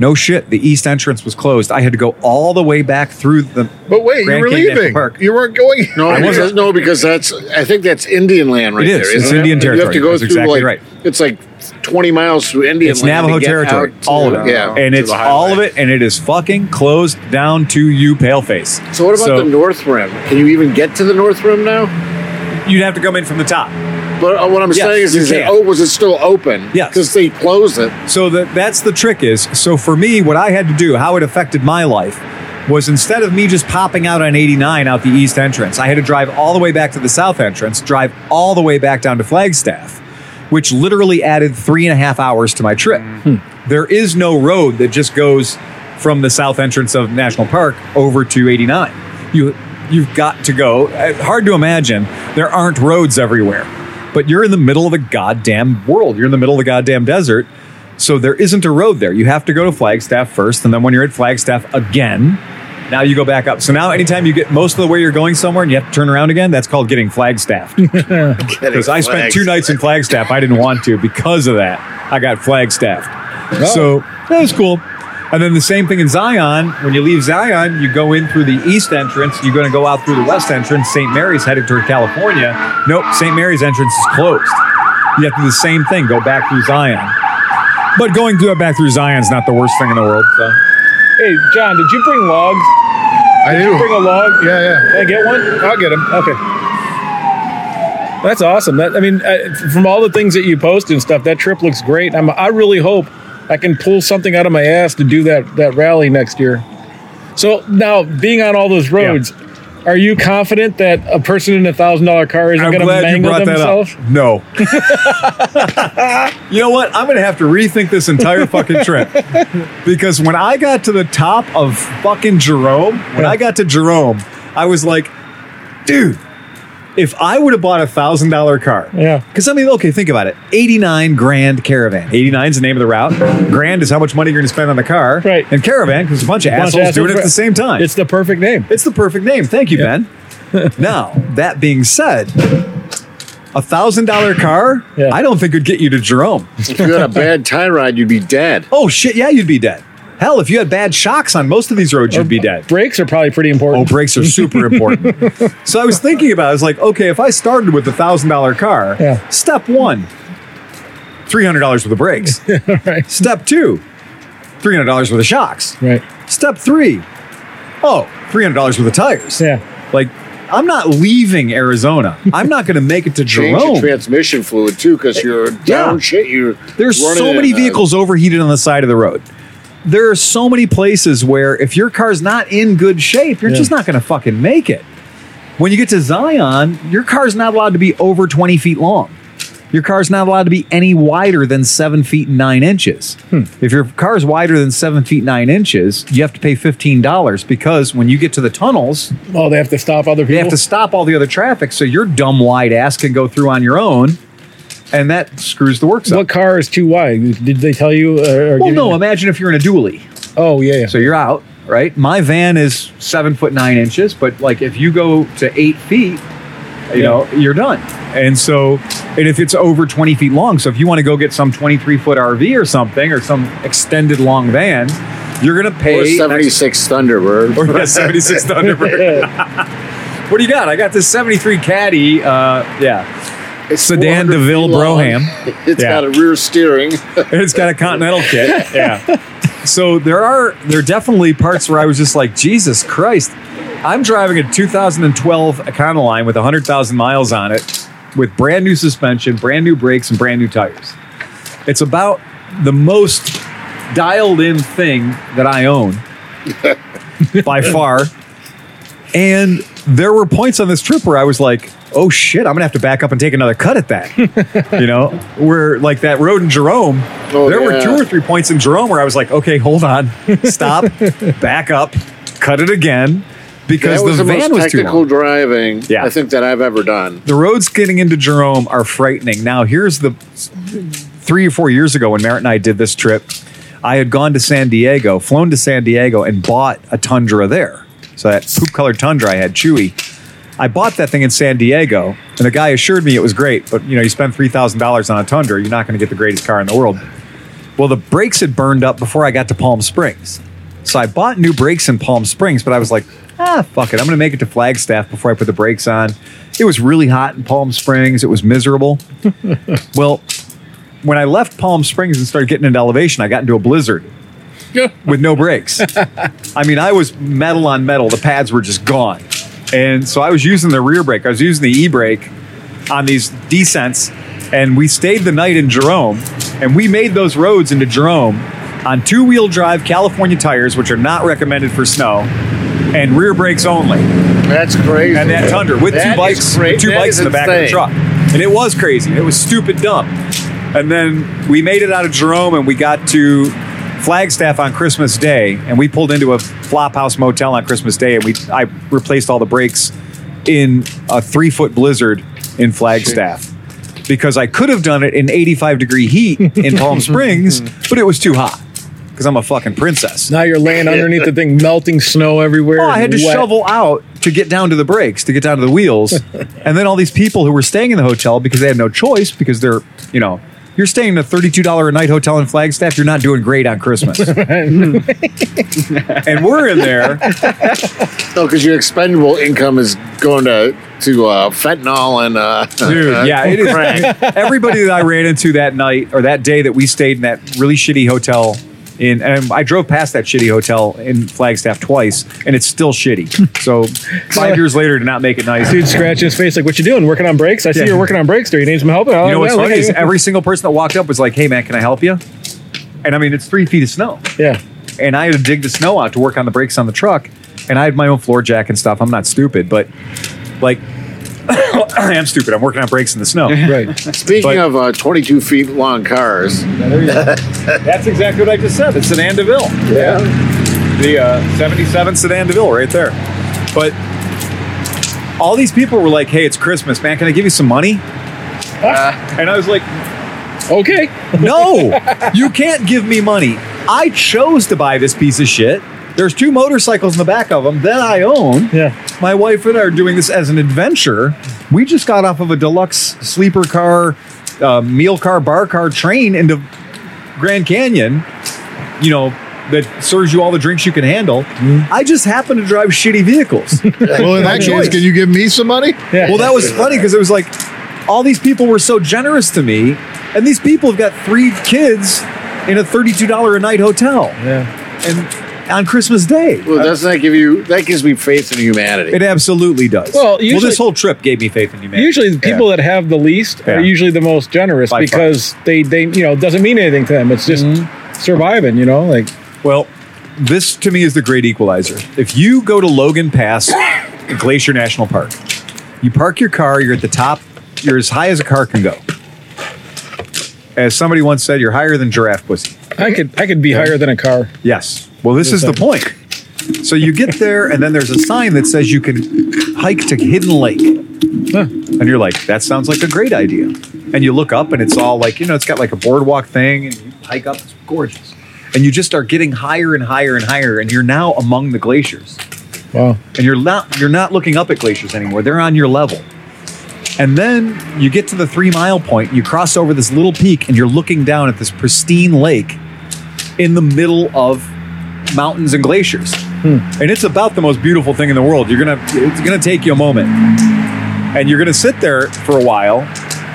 S1: No shit. The east entrance was closed. I had to go all the way back through the.
S6: But wait,
S1: Grand Canyon
S6: you were
S1: National
S6: leaving.
S1: Park.
S6: You weren't going. [laughs]
S5: No,
S1: I
S5: because,
S1: wasn't-
S5: no, because that's I think that's Indian land right
S1: It is.
S5: there.
S1: It's
S5: isn't it?
S1: Indian
S5: You have
S1: territory.
S5: to go
S1: That's
S5: through
S1: exactly right.
S5: like it's like twenty miles through Indian
S1: It's
S5: land. to
S1: Navajo
S5: get
S1: territory,
S5: out to-
S1: all of it,
S5: Yeah.
S1: and
S6: to
S1: it's
S6: the
S1: all of
S6: highway.
S1: it, and it is fucking closed down to you, paleface.
S5: So what about the North Rim? Can you even get to the North Rim now?
S1: You'd have to come in from the top.
S5: But uh, what I'm
S1: Yes,
S5: saying is,
S1: you
S5: is that,
S1: can.
S5: oh, was it still open?
S1: Yes.
S5: Because they closed it.
S1: So that that's the trick is. So for me, what I had to do, how it affected my life, was instead of me just popping out on 89 out the east entrance, I had to drive all the way back to the south entrance, drive all the way back down to Flagstaff, which literally added three and a half hours to my trip. There is no road that just goes from the south entrance of National Park over to 89. You you've got to go. uh, Hard to imagine. There aren't roads everywhere. But you're in the middle of the goddamn world. You're in the middle of the goddamn desert. So there isn't a road there. You have to go to Flagstaff first, and then when you're at Flagstaff again, now you go back up. So now, anytime you get most of the way you're going somewhere and you have to turn around again, that's called getting Flagstaffed. Because I spent two nights in Flagstaff. I didn't want to because of that. I got Flagstaffed. So that was cool. And then the same thing in Zion. When you leave Zion, you go in through the east entrance. You're going to go out through the west entrance. St. Mary's headed toward California. Nope, St. Mary's entrance is closed. You have to do the same thing. Go back through Zion. But going through back through Zion's not the worst thing in the world. So
S2: hey, John, did you bring logs?
S6: I
S2: Did you bring
S6: do.
S2: a log?
S6: Yeah, yeah.
S2: Can I get one?
S6: I'll get him.
S2: Okay. That's awesome. That I mean, I, from all the things that you post and stuff, that trip looks great. I'm, I really hope I can pull something out of my ass to do that that rally next year. So now, being on all those roads, are you confident that a person in a thousand dollar car isn't going to mangle themselves?
S1: up. No.
S2: [laughs]
S1: you know what? I'm going to have to rethink this entire fucking trip because when I got to the top of fucking Jerome, when I got to Jerome, I was like, dude, if I would have bought a thousand dollar car,
S2: Yeah.
S1: because I mean, okay, think about it. 89 grand caravan. 89 is the name of the route. Grand is how much money you're going to spend on the car.
S2: Right.
S1: And caravan, because a bunch of
S2: Bunch of
S1: assholes do it
S2: assholes-
S1: at the same time.
S2: It's the perfect name.
S1: It's the perfect name. Thank you,
S2: [laughs]
S1: Ben. now, that being said, a thousand dollar car,
S2: Yeah.
S1: I don't think would get you to Jerome.
S5: If you had a bad tie ride, you'd be dead.
S1: Oh shit, yeah, you'd be dead. Hell, if you had bad shocks on most of these roads, you'd be
S2: [laughs]
S1: dead.
S2: Brakes are probably pretty
S1: Oh,
S2: important.
S1: brakes are super important.
S2: [laughs]
S1: so I was thinking about it. I was like, okay, if I started with a thousand dollar car,
S2: Yeah.
S1: step one, three hundred dollars worth of brakes.
S2: [laughs] Right.
S1: Step two, three hundred dollars worth of shocks.
S2: Right.
S1: Step three, oh, $300 worth of tires.
S2: Yeah.
S1: Like, I'm not leaving Arizona. I'm not going to make it to
S5: [laughs] Change your
S1: Jerome.
S5: transmission fluid too, because you're down shit. You're
S1: There's so
S5: running uh,
S1: many
S5: in a-
S1: vehicles overheated on the side of the road. There are so many places where if your car's not in good shape, you're
S2: Yeah.
S1: just not going to fucking make it. When you get to Zion, your car's not allowed to be over 20 feet long. Your car's not allowed to be any wider than seven feet and nine inches. If your car's wider than seven feet nine inches, you have to pay fifteen dollars because when you get to the tunnels,
S2: Oh, they have to stop other people.
S1: they have to stop all the other traffic, so your dumb wide ass can go through on your own. and that screws the works up.
S2: What car is too wide? Did they tell you? uh, Or, or
S1: well,
S2: give
S1: no,
S2: you-
S1: imagine if you're in a dually.
S2: Oh yeah. yeah.
S1: So you're out, right? My van is seven foot nine inches, but like if you go to eight feet, you know, you're done. And so, and if it's over 20 feet long, so if you want to go get some 23 foot RV or something or some extended long van, you're going to pay an
S5: Or
S1: extra-
S5: 76
S1: [laughs]
S5: Thunderbird.
S1: or yeah,
S5: [laughs]
S1: 76 Thunderbird. what do you got? I got this 73 Caddy. Uh, yeah.
S5: It's
S1: Sedan
S5: 400 feet
S1: DeVille
S5: long.
S1: Brougham.
S5: It's
S1: Yeah.
S5: got a rear steering.
S1: It's
S5: [laughs]
S1: got a Continental kit. Yeah. So there are, there are definitely parts where I was just like, Jesus Christ. I'm driving a 2012 Econoline with 100,000 miles on it with brand new suspension, brand new brakes, and brand new tires. It's about the most dialed in thing that I
S5: [laughs]
S1: own by far. And there were points on this trip where I was like, oh shit, I'm gonna have to back up and take another cut at that.
S5: [laughs]
S1: you know, where like that road in Jerome,
S5: Oh,
S1: there were
S5: yeah.
S1: two or three points in Jerome where I was like, okay, hold on,
S5: [laughs]
S1: stop, back up, cut it again because
S5: That
S1: the,
S5: was the,
S1: van
S5: most
S1: was too long
S5: technical driving
S1: Yeah.
S5: I think that I've ever done.
S1: the roads getting into Jerome are frightening. Now, here's the three or four years ago when Merritt and I did this trip, I had gone to San Diego, flown to San Diego, and bought a Tundra there. So that poop colored Tundra I had, Chewy. I bought that thing in San Diego, and the guy assured me it was great. But you know, you spend three thousand dollars on a Tundra, you're not going to get the greatest car in the world. Well, the brakes had burned up before I got to Palm Springs. So I bought new brakes in Palm Springs, but I was like, ah, fuck it. I'm going to make it to Flagstaff before I put the brakes on. It was really hot in Palm Springs. It was miserable. well, when I left Palm Springs and started getting into elevation, I got into a blizzard with no brakes. I mean, I was metal on metal. The pads were just gone. And so I was using the rear brake, I was using the e brake on these descents. And we stayed the night in Jerome and we made those roads into Jerome on two wheel drive California tires, which are not recommended for snow, and rear brakes only.
S5: That's crazy.
S1: And that Tundra with
S5: That
S1: two
S5: is
S1: bikes,
S5: cra-
S1: with two
S5: that
S1: bikes
S5: is
S1: in the back of the
S5: insane.
S1: truck. And it was crazy. It was stupid dumb. And then we made it out of Jerome and we got to Flagstaff on Christmas Day and we pulled into a flophouse motel on Christmas Day and we I replaced all the brakes in a three foot blizzard in Flagstaff. Because I could have done it in 85 degree heat in
S5: [laughs]
S1: Palm Springs, but it was too hot because I'm a fucking princess.
S2: Now
S1: [laughs]
S2: you're laying underneath the thing, melting snow everywhere.
S1: Oh, I had to
S2: and wet.
S1: shovel out to get down to the brakes, to get down to the
S2: [laughs]
S1: wheels. and then all these people who were staying in the hotel because they had no choice because they're, you know, you're staying in a $32 a night hotel in Flagstaff, you're not doing great on
S2: [laughs]
S1: Christmas. and we're in there.
S5: No, because your expendable income is going to to uh, fentanyl and uh,
S1: Dude, yeah, it is.
S5: crack.
S1: Everybody that I ran into that night or that day that we stayed in that really shitty hotel in, and I drove past that shitty hotel in Flagstaff twice, and it's still shitty. So
S2: [laughs]
S1: five years later, to not make it nice.
S2: Dude scratching his face like, "What you doing? Working on brakes? I see
S1: Yeah.
S2: you're working on brakes. There, you need some help." Oh,
S1: You know what's funny is every single person that walked up was like, "Hey man, can I help you?" And I mean, it's three feet of snow,
S2: yeah.
S1: and I had to dig the snow out to work on the brakes on the truck, and I had my own floor jack and stuff. I'm not stupid, but like, [coughs] I am stupid. I'm working on brakes in the snow.
S2: Right.
S5: [laughs] Speaking
S1: But-
S5: of uh, 22 feet long cars,
S1: That's exactly what I just said. It's Sedan Deville. Yeah, the uh, '77 Sedan Deville right there. But all these people were like, "Hey, it's Christmas, man. Can I give you some money?" Uh, and I was like,
S2: Okay.
S1: No, you can't give me money. I chose to buy this piece of shit. There's two motorcycles in the back of them that I own.
S2: Yeah.
S1: My wife and I are doing this as an adventure. We just got off of a deluxe sleeper car, uh, meal car, bar car train into Grand Canyon, you know, that serves you all the drinks you can handle.
S2: Mm-hmm.
S1: I just happen to drive shitty
S2: [laughs]
S1: vehicles.
S6: well, in that case,
S1: choice.
S6: can you give me some money?
S2: Yeah.
S1: Well, that was funny because it was like all these people were so generous to me, and these people have got three kids in a thirty-two dollar a night hotel,
S2: yeah.
S1: and on Christmas Day,
S5: well, doesn't that give you? That gives me faith in humanity.
S1: it absolutely does.
S2: Well,
S1: well,
S2: usually-
S1: this whole trip gave me faith in humanity.
S2: Usually, the people that have the least
S1: Yeah.
S2: are usually the most generous
S1: By far.
S2: because they they you know it doesn't mean anything to them. It's just
S1: Mm-hmm.
S2: surviving. You know, like
S1: Well, this to me is the great equalizer. If you go to Logan Pass, Glacier National Park, you park your car, you're at the top, you're as high as a car can go. As somebody once said, you're higher than giraffe pussy.
S2: I could I could be higher than a car.
S1: Yes. Well, this is the point. So you get there, and then there's a sign that says you can hike to Hidden Lake. And you're like, that sounds like a great idea. And you look up and it's all like, you know, it's got like a boardwalk thing and you hike up, it's gorgeous. And you just start getting higher and higher and higher, and you're now among the glaciers.
S2: Wow.
S1: And you're not you're not looking up at glaciers anymore. They're on your level. And then you get to the three mile point, you cross over this little peak, and you're looking down at this pristine lake in the middle of mountains and glaciers. And it's about the most beautiful thing in the world. You're gonna it's gonna take you a moment. And you're gonna sit there for a while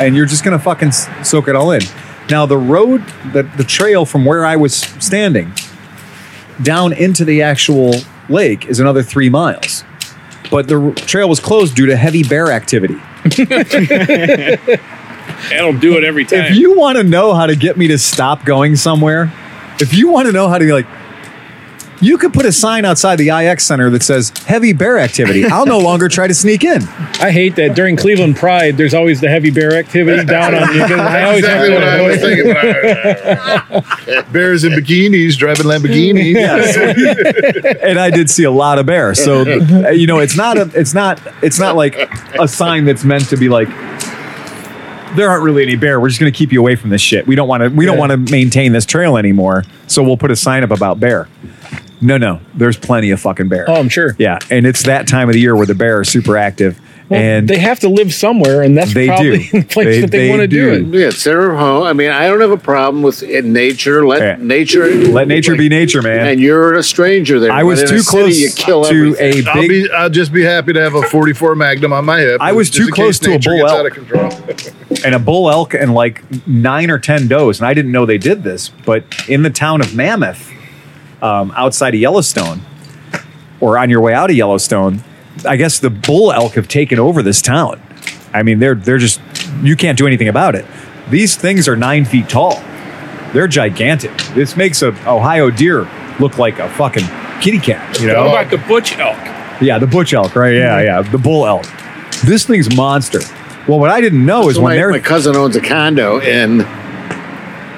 S1: and you're just gonna fucking s- soak it all in. Now the road, the, the trail from where I was standing down into the actual lake is another three miles. But the r- trail was closed due to heavy bear activity.
S4: That'll do it every time.
S1: If you want to know how to get me to stop going somewhere, if you want to know how to like, you could put a sign outside the IX Center that says "heavy bear activity." I'll no longer try to sneak in.
S2: [laughs] I hate that during Cleveland Pride, there's always the heavy bear
S1: [laughs]
S2: activity down on you. 'cause I always have
S6: exactly
S2: to
S6: what I was
S2: avoid-
S6: thinking. [laughs] Bears in bikinis driving Lamborghinis.
S1: And I did see a lot of bears, so uh, you know it's not a, it's not, it's not like a sign that's meant to be like. There aren't really any bear. We're just going to keep you away from this shit. We don't want to. We don't
S2: Yeah.
S1: want to maintain this trail anymore. So we'll put a sign up about bear. No, no. There's plenty of fucking bear.
S2: Oh, I'm sure.
S1: Yeah, and it's that time of the year where the bear are super active,
S2: Well,
S1: and
S2: they have to live somewhere, and that's
S1: They
S2: probably [laughs]
S1: do.
S2: the place
S1: They-
S2: that they,
S1: they
S2: want to do.
S1: do.
S2: it.
S5: Yeah, it's their home. I mean, I don't have a problem with it, nature. Let
S1: Yeah.
S5: nature
S1: let nature be nature, man.
S5: And you're a stranger there.
S1: I was
S5: But in
S1: too
S5: a city,
S1: close
S5: you kill
S1: to
S5: everything.
S1: a
S6: I'll
S1: big.
S6: be. I'll just be happy to have a 44 Magnum on my hip.
S1: I was
S6: just
S1: too
S6: in
S1: close
S6: case
S1: to a
S6: nature
S1: bull
S6: gets
S1: elk.
S6: Out of control.
S1: and a bull elk and like nine or ten does, and I didn't know they did this. But in the town of Mammoth, um, outside of Yellowstone, or on your way out of Yellowstone, I guess the bull elk have taken over this town. I mean, they're they're just you can't do anything about it. These things are nine feet tall. They're gigantic. This makes a Ohio deer look like a fucking kitty cat. You know,
S4: what about the butch elk?
S1: yeah, the butch elk, right? Yeah, yeah, the bull elk. This thing's monster. Well, what I didn't know is
S5: So
S1: when
S5: my,
S1: they're
S5: my cousin owns a condo in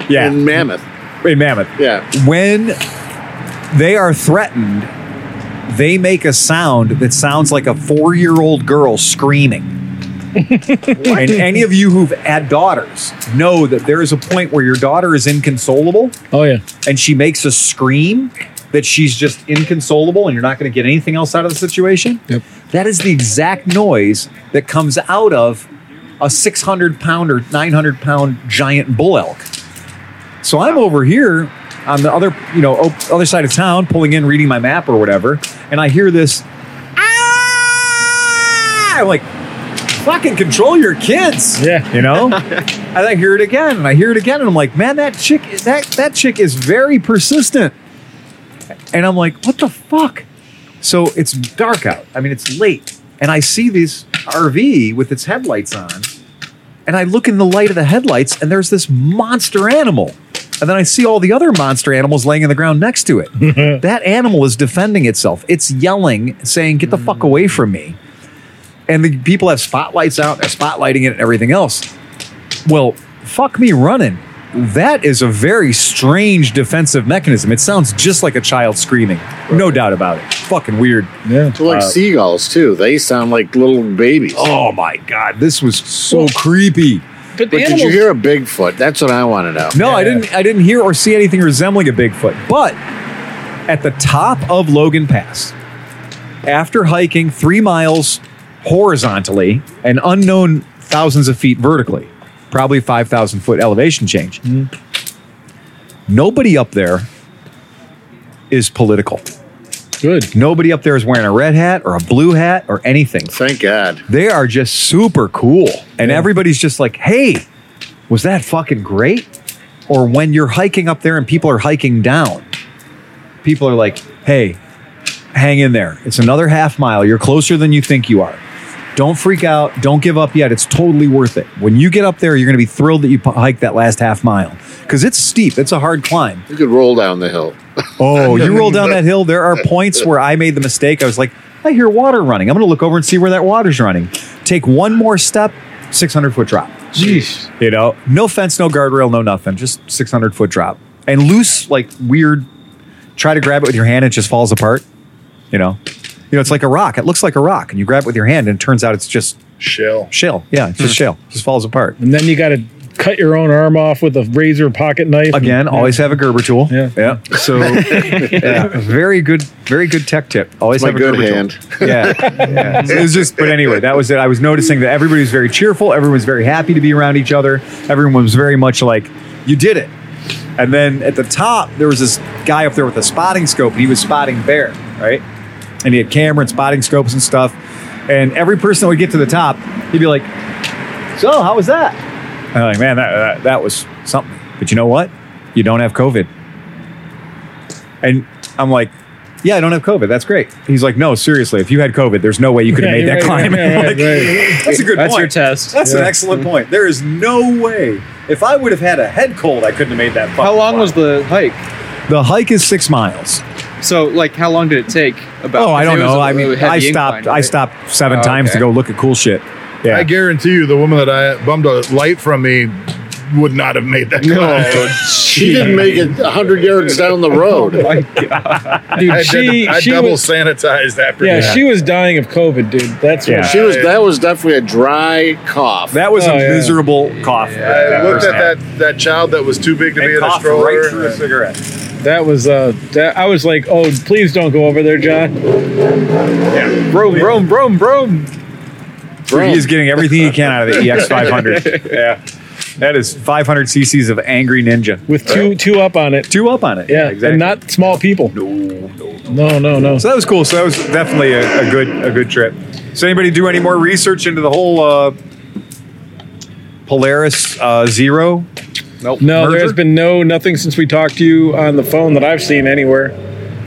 S1: yeah
S5: in Mammoth.
S1: in Mammoth.
S5: Yeah.
S1: When they are threatened, they make a sound that sounds like a four-year-old girl screaming. [laughs] and any of you who've had daughters know that there is a point where your daughter is inconsolable
S2: Oh yeah,
S1: and she makes a scream that she's just inconsolable and you're not going to get anything else out of the situation.
S2: Yep.
S1: That is the exact noise that comes out of a 600 pound or 900 pound giant bull elk. So I'm over here on the other, you know, op- other side of town, pulling in, reading my map or whatever, and I hear this. "Ah!" I'm like, fucking control your kids.
S2: Yeah.
S1: you know. and I hear it again, and I hear it again, and I'm like, man, that chick, that that chick is very persistent. And I'm like, what the fuck? So it's dark out. I mean, it's late, and I see this RV with its headlights on and I look in the light of the headlights, and there's this monster animal. And then I see all the other monster animals laying in the ground next to it. that animal is defending itself. It's yelling, saying, Get the fuck away from me. And the people have spotlights out, they're spotlighting it and everything else. Well, fuck me running. That is a very strange defensive mechanism. It sounds just like a child screaming. No doubt about it. Fucking weird.
S2: yeah.
S1: Uh,
S5: Well, like seagulls too. They sound like little babies.
S1: Oh my God. This was so creepy.
S2: But the
S5: but did
S2: animals,
S5: you hear a Bigfoot? That's what I want to know.
S1: No, I
S2: Yeah.
S1: didn't. I didn't hear or see anything resembling a Bigfoot. But at the top of Logan Pass, after hiking three miles horizontally and unknown thousands of feet vertically, probably five thousand foot elevation change, nobody up there is political.
S2: good.
S1: Nobody up there is wearing a red hat or a blue hat or anything
S5: Thank God.
S1: they are just super cool. And everybody's just like, hey, was that fucking great? Or when you're hiking up there and people are hiking down, people are like, hey, hang in there. It's another half mile. You're closer than you think you are. Don't freak out. Don't give up yet. It's totally worth it. When you get up there, you're going to be thrilled that you p- hiked that last half mile because it's steep. It's a hard climb.
S5: You could roll down the hill.
S1: Oh, you roll down that hill. There are points where I made the mistake. I was like, I hear water running. I'm going to look over and see where that water's running. Take one more step, 600 foot drop.
S2: Jeez.
S1: You know, no fence, no guardrail, no nothing, just 600 foot drop. And loose, like weird, try to grab it with your hand, it just falls apart. You know, you know, it's like a rock. It looks like a rock, and you grab it with your hand, and it turns out it's just
S6: Shell.
S1: Shale. Yeah, it's just shale. Just falls apart.
S2: and then you got to cut your own arm off with a razor pocket knife.
S1: Again, always have a Gerber tool.
S2: Yeah.
S1: Yeah. So, [laughs] yeah, very good, very good tech tip. Always
S5: my
S1: have a
S5: good
S1: Gerber tool.
S5: hand.
S1: Yeah. yeah. It was just, but anyway, that was it. I was noticing that everybody was very cheerful. Everyone was very happy to be around each other. Everyone was very much like, you did it. And then at the top, there was this guy up there with a spotting scope, and he was spotting bear, right? And he had camera and spotting scopes and stuff. And every person that would get to the top, he'd be like, so how was that? And I'm like, man, that, that, that was something. But you know what? You don't have COVID. And I'm like, yeah, I don't have COVID. That's great. He's like, no, seriously, if you had COVID, there's no way you could have
S2: Yeah,
S1: made
S2: you're
S1: that
S2: right,
S1: climb.
S2: yeah, yeah,
S1: I'm
S2: right,
S1: [laughs] like, That's a good
S3: That's
S1: point.
S3: your test.
S1: That's an excellent point. There is no way. If I would have had a head cold, I couldn't have made that.
S3: How
S1: fucking
S3: long
S1: climb.
S3: was the hike?
S1: the hike? Is six miles.
S3: So, like, how long did it take? About.
S1: oh, I don't
S3: it was
S1: know.
S3: a
S1: I mean,
S3: heavy
S1: I
S3: incline,
S1: stopped. I
S3: right?
S1: stopped seven
S3: Oh,
S1: times
S3: okay.
S1: to go look at cool shit. Yeah,
S6: I guarantee you, the woman that I bummed a light from me would not have made
S1: [laughs]
S6: that. climb.
S5: She didn't make it 100 yards down the
S1: [laughs]
S5: road.
S2: dude,
S6: I,
S2: she,
S6: did, I
S2: she
S6: double
S2: was,
S6: sanitized after
S2: yeah,
S6: that.
S2: she was dying of COVID, dude. That's
S1: Yeah.
S2: what
S5: She was. That was definitely a dry cough.
S1: that was
S2: Oh,
S1: a
S2: yeah.
S1: miserable cough.
S6: I looked at that, that child that was too big to be
S1: and
S6: in a
S1: coughed
S6: stroller.
S1: right through a cigarette.
S2: that was. Uh, that I was like, oh, please don't go over there, John.
S3: Broom, broom, broom, broom.
S1: Dude, He is getting everything he can out of the E EX 500. yeah. That is 500 cc's of angry ninja.
S2: With two two up on it.
S1: Two up on it.
S2: Yeah, and not small people. No, no, no, no.
S1: so that was cool. So that was definitely a, a good a good trip. Does anybody do any more research into the whole uh, Polaris uh, Zero? Nope.
S2: No,
S1: merger?
S2: there has been no nothing since we talked to you on the phone that I've seen anywhere.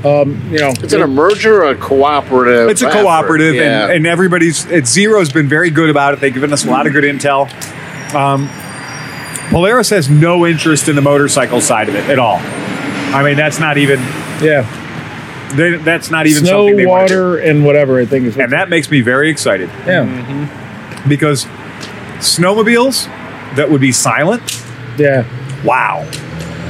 S2: Um, you know,
S5: Is it a merger or a cooperative?
S1: It's a
S5: effort?
S1: cooperative,
S5: Yeah.
S1: and, and everybody's at Zero's been very good about it. They've given us a lot of good intel. Um, Polaris has no interest in the motorcycle side of it at all. I mean, that's not even
S2: yeah,
S1: they, that's not even
S2: snow,
S1: something they want to do.
S2: water, and whatever. I think is what,
S1: And that makes me very excited
S2: yeah,
S1: because snowmobiles that would be silent,
S2: yeah.
S1: wow.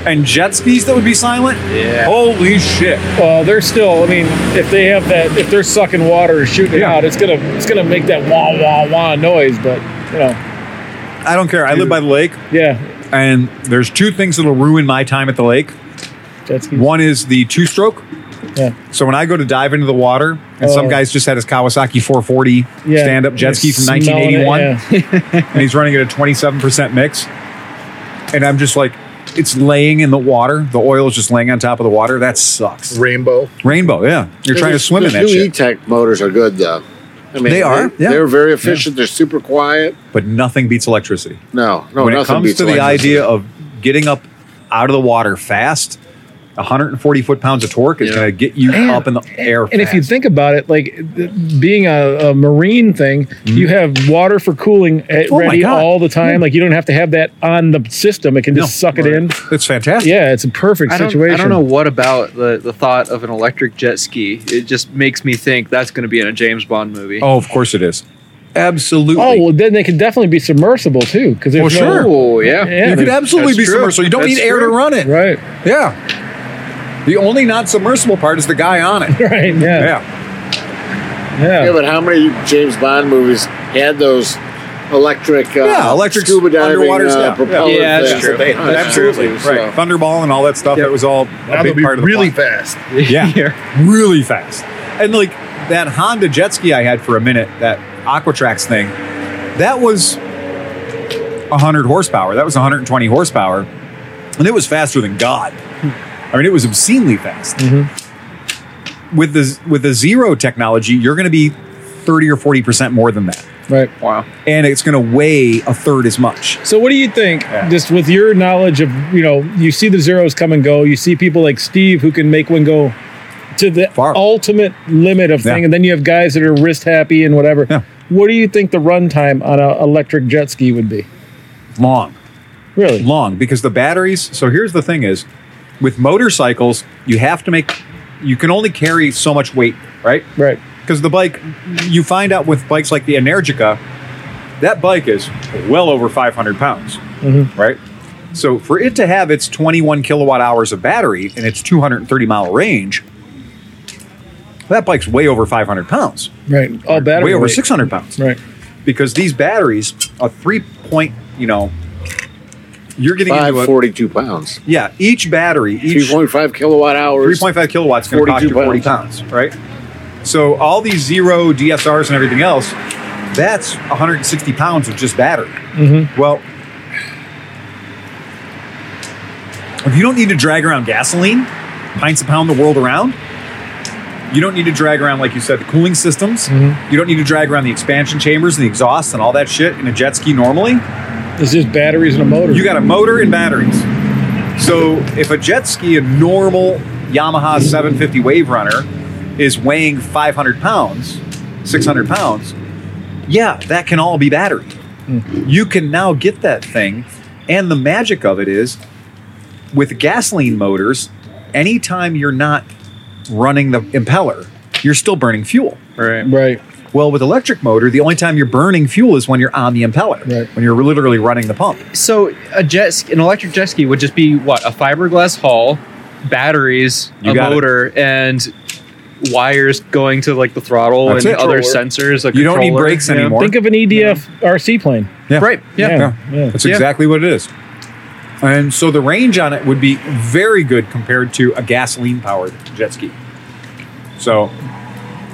S1: And jet skis that would be silent,
S3: Yeah.
S1: holy shit.
S2: Well, they're still. I mean, if they have that, if they're sucking water or shooting it
S1: Yeah.
S2: out, it's gonna it's gonna make that wah wah wah noise. But you know,
S1: I don't care. I live by the lake,
S2: yeah,
S1: and there's two things that'll ruin my time at the lake.
S2: jet skis.
S1: One is the two stroke.
S2: Yeah.
S1: So when I go to dive into the water, and some
S2: Oh.
S1: guy's just had his Kawasaki 440
S2: Yeah,
S1: stand up
S2: you're
S1: jet ski from
S2: smelling it, [laughs]
S1: 1981,
S2: yeah.
S1: and he's running at a 27% mix. And I'm just like, it's laying in the water. The oil is just laying on top of the water. That sucks.
S6: Rainbow.
S1: Rainbow, yeah. You're trying to swim in
S5: Those
S1: that
S5: new
S1: shit.
S5: E-Tech motors are good though. I mean,
S1: They are,
S5: They're,
S1: yeah.
S5: they're very efficient. They're super quiet.
S1: But nothing beats electricity.
S5: No, no,
S1: when it
S5: Oh, nothing
S1: comes
S5: beats
S1: to the
S5: electricity.
S1: idea of getting up out of the water fast, 140 foot pounds of torque is
S5: Yeah.
S1: going to get you up in the air.
S2: And if you
S1: fast.
S2: think about it, like th- being a, a marine thing, you have water for cooling at
S1: Oh my
S2: ready
S1: God.
S2: all the time. Like you don't have to have that on the system; it can just
S1: No.
S2: suck it in.
S1: That's fantastic.
S2: Yeah, it's a perfect
S3: I don't,
S2: situation.
S3: I don't know what about the, the thought of an electric jet ski. It just makes me think that's going to be in a James Bond movie.
S1: Oh, of course it is. Absolutely.
S2: Oh well, then they could definitely be submersible too, because there's
S1: Well,
S2: no,
S1: sure.
S3: Oh,
S2: Yeah.
S3: yeah.
S1: you could
S2: that's-
S1: absolutely
S3: that's
S1: be
S3: true.
S1: submersible. You don't
S3: That's
S1: need air to
S3: true.
S1: run it.
S2: right, [laughs]
S1: Yeah. The only not submersible part is the guy on it.
S2: right, yeah,
S1: Yeah.
S5: Yeah,
S2: yeah,
S5: but how many James Bond movies had those electric, uh,
S1: Yeah, electric
S5: scuba diving
S1: underwater
S5: uh,
S1: stuff.
S5: propeller
S3: Yeah, that's
S5: things.
S3: true.
S5: That's
S1: Absolutely.
S5: true,
S1: Right. Thunderball and all that stuff. That was all a
S6: Now they'll
S1: big
S6: be
S1: part of the
S6: really
S1: plot.
S6: fast.
S1: Yeah. Really fast. And like that Honda jet ski I had for a minute, that Aquatrax thing, that was 100 horsepower. That was 120 horsepower. And it was faster than God. I mean, it was obscenely fast. With the with the zero technology, you're going to be 30 or 40% more than that.
S2: right.
S3: Wow.
S1: And it's going to weigh a third as much.
S2: So what do you think?
S1: Yeah.
S2: Just with your knowledge of you know, you see the zeros come and go. You see people like Steve who can make one go to the
S1: Far.
S2: ultimate limit of
S1: Yeah.
S2: thing, and then you have guys that are wrist happy and whatever.
S1: Yeah.
S2: What do you think the runtime on an electric jet ski would be?
S1: Long.
S2: Really?
S1: long because the batteries so here's the thing is with motorcycles you have to make you can only carry so much weight right
S2: Right.
S1: because the bike you find out with bikes like the energica that bike is well over 500 pounds
S2: Mm-hmm.
S1: right so for it to have its 21 kilowatt hours of battery and its 230 mile range that bike's way over 500 pounds
S2: Right. All battery.
S1: way over
S2: weight.
S1: 600 pounds
S2: Right.
S1: because these batteries are three point, you know, you're getting into
S5: Five
S1: a,
S5: forty-two pounds,
S1: yeah, each battery,
S5: three
S1: each
S5: point five kilowatt hours.
S1: 3.5 kilowatts going to cost you 40
S5: 42
S1: pounds, right? So all these zero DSRs and everything else, that's 160 pounds of just battery. Well, if you don't need to drag around gasoline, pints a pound the world around, you don't need to drag around, like you said, the cooling systems. You don't need to drag around the expansion chambers and the exhaust and all that shit in a jet ski normally.
S2: It's just batteries and a motor.
S1: You got a motor and batteries. So if a jet ski, a normal Yamaha 750 Wave Runner, is weighing 500 pounds, 600 pounds, yeah, that can all be battery. You can now get that thing. And the magic of it is with gasoline motors, anytime you're not running the impeller, you're still burning fuel.
S3: Right.
S2: right.
S1: Well, with electric motor, the only time you're burning fuel is when you're on the impeller,
S2: Right.
S1: when you're literally running the pump.
S3: So a jet, ski, an electric jet ski would just be what a fiberglass hull, batteries,
S1: You
S3: a
S1: got it.
S3: motor, and wires going to like the throttle
S1: That's
S3: and
S1: it.
S3: other
S1: Controller.
S3: sensors. A
S1: You don't need
S3: controller,
S1: brakes
S3: you know?
S1: anymore.
S2: Think of an E EDF RC plane.
S1: Yeah.
S3: Right. Yeah.
S2: Yeah. yeah.
S1: That's
S3: Yeah.
S1: exactly what it is. And so the range on it would be very good compared to a gasoline powered jet ski. So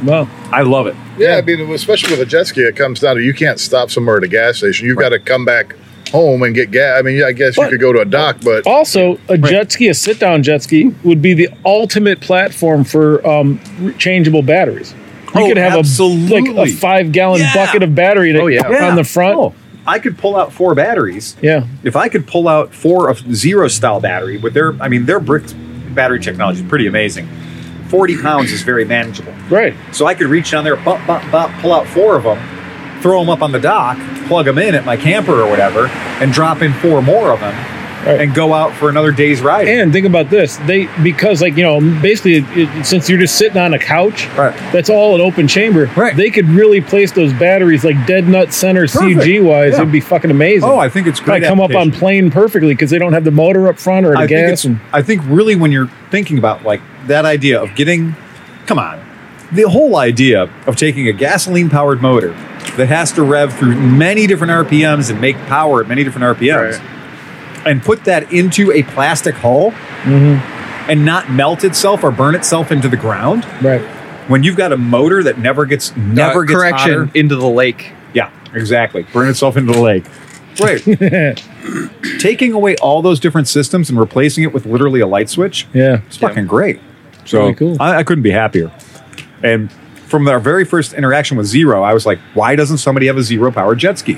S2: Well,
S1: I love it.
S6: Yeah, I mean, especially with a jet ski, it comes down to you can't stop somewhere at a gas station. You've got to come back home and get gas. I mean, yeah, I guess
S2: But-
S6: you could go to a dock, but
S2: also a jet ski, a sit down jet ski, would be the ultimate platform for um, re- changeable batteries. You
S1: Oh,
S2: could have a like
S1: absolutely.
S2: a five gallon
S1: Yeah.
S2: bucket of battery to,
S3: Oh, yeah.
S2: on the front.
S1: Oh, I could pull out four batteries.
S2: Yeah.
S1: If I could pull out four of zero style battery with their, I mean, their brick battery technology is pretty amazing. 40 pounds is very manageable.
S2: Right.
S1: So I could reach down there, bop, bop, bop, pull out four of them, throw them up on the dock, plug them in at my camper or whatever, and drop in four more of them
S2: Right.
S1: and go out for another day's ride.
S2: And think about this. They because like you know basically it, it- since you're just sitting on a couch,
S1: Right.
S2: that's all an open chamber.
S1: Right.
S2: They could really place those batteries like dead nut center
S1: Perfect.
S2: CG wise.
S1: Yeah.
S2: It'd be fucking amazing.
S1: oh, I think it's great.
S2: Probably come up on
S1: application.
S2: plane perfectly because they don't have the motor up front or the
S1: I think,
S2: gas.
S1: it's,
S2: And,
S1: I think really when you're thinking about like that idea of getting, come on, the whole idea of taking a gasoline powered motor that has to rev through many different RPMs and make power at many different RPMs and put that into a plastic hull
S3: Mm-hmm.
S1: and not melt itself or burn itself into the ground.
S2: right.
S1: when you've got a motor that never gets never
S3: Uh,
S1: gets
S3: correction
S1: hotter-
S3: into the lake.
S1: Yeah, exactly. Burn itself into the lake. Right.
S2: [laughs]
S1: Taking away all those different systems and replacing it with literally a light switch.
S2: Yeah.
S1: It's fucking great. So
S2: really cool.
S1: I, I couldn't be happier. And from our very first interaction with Zero, I was like, why doesn't somebody have a zero powered jet ski?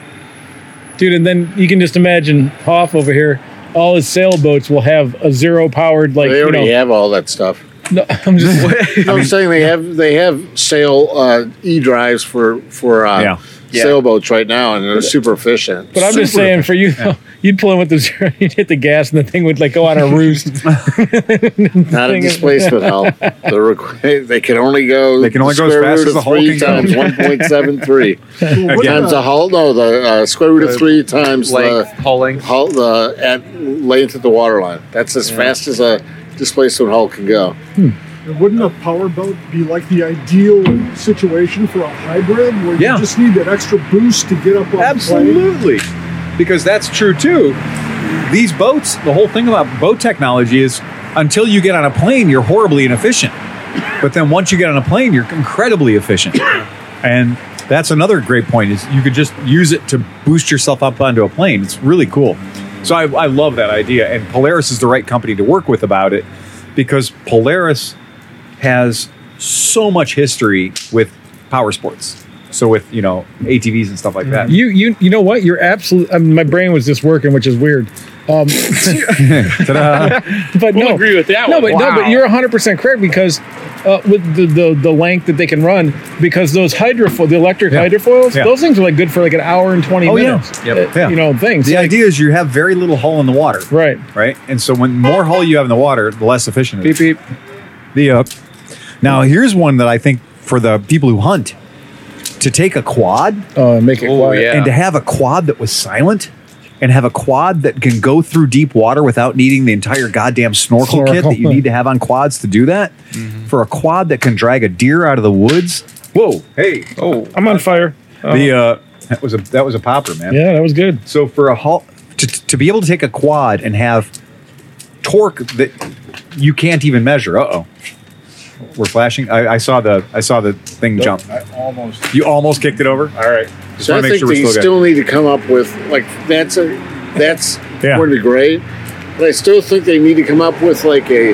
S2: dude. And then you can just imagine Hoff over here. All his sailboats will have a zero powered like
S5: They
S2: you
S5: already
S2: know.
S5: have all that stuff.
S2: No, I'm just
S5: No, I'm saying they have they have sail uh, e drives for for uh,
S1: Yeah.
S3: Yeah.
S5: sailboats right now, and they're super efficient.
S2: but I'm just
S1: Super
S2: saying for you, [laughs] you'd pull in with the zero, [laughs] you'd hit the gas, and the thing would like go on a roost.
S5: Not a
S2: saying-
S5: displacement hull. They're requ- they can only go.
S1: They can only go as
S5: square
S1: fast
S5: root
S1: as
S5: of
S1: the hull
S5: three
S1: can go.
S5: times one point
S1: [laughs]
S5: seven three times the hull. No, the uh, square root of
S3: The
S5: three times
S3: Lake
S5: the
S3: hauling.
S5: hull. The at length of the waterline. That's as fast as a displacement hull can go.
S7: Wouldn't a power boat be like the ideal situation for a hybrid where
S3: Yeah.
S7: you just need that extra boost to get up on the plane?
S1: Absolutely. Because that's true too. These boats, the whole thing about boat technology is until you get on a plane, you're horribly inefficient. But then once you get on a plane, you're incredibly efficient. and that's another great point is you could just use it to boost yourself up onto a plane. It's really cool. So I, I love that idea. And Polaris is the right company to work with about it because Polaris has so much history with power sports. So with, you know, ATVs and stuff like that.
S2: You you you know what? You're absolutely. I mean, my brain was just working, which is weird. Um, [laughs]
S3: [laughs]
S2: but
S4: We'll
S2: no,
S4: agree with that
S2: no,
S4: one.
S2: but no, but
S4: Wow.
S2: you're 100 percent correct because uh, with the, the the length that they can run, because those hydrofoil, the electric
S1: Yeah.
S2: hydrofoils,
S1: Yeah.
S2: those things are like good for like an hour and 20
S1: Oh, yeah.
S2: minutes.
S3: Yep.
S2: Uh,
S1: Yeah.
S2: You know things.
S1: The
S2: like-
S1: idea is you have very little hull in the water,
S2: right.
S1: right? And so when more hull you have in the water, the less efficient it
S3: Beep
S1: is.
S3: beep.
S1: The uh, now here's one that I think for the people who hunt to take a quad
S2: Uh, make it
S3: Oh,
S2: quiet.
S3: yeah.
S1: and to have a quad that was silent and have a quad that can go through deep water without needing the entire goddamn snorkel, kit
S2: Snorkel.
S1: that you need to have on quads to do that.
S3: Mm-hmm.
S1: For a quad that can drag a deer out of the woods. Whoa! Hey,
S3: Oh,
S2: I'm on fire. Um,
S1: the uh, That was a that was a popper, man.
S2: Yeah, that was good.
S1: So for a halt to, to be able to take a quad and have torque that you can't even measure. Uh oh, we're flashing. I, I saw the I saw the thing jump.
S8: I almost.
S1: You almost kicked it over.
S8: All right.
S1: Just
S5: So I
S1: want to
S5: think
S1: make sure
S5: that
S1: we're
S5: you
S1: still,
S5: still need to come up with like that's a that's
S1: Yeah.
S5: going to be great, but I still think they need to come up with like a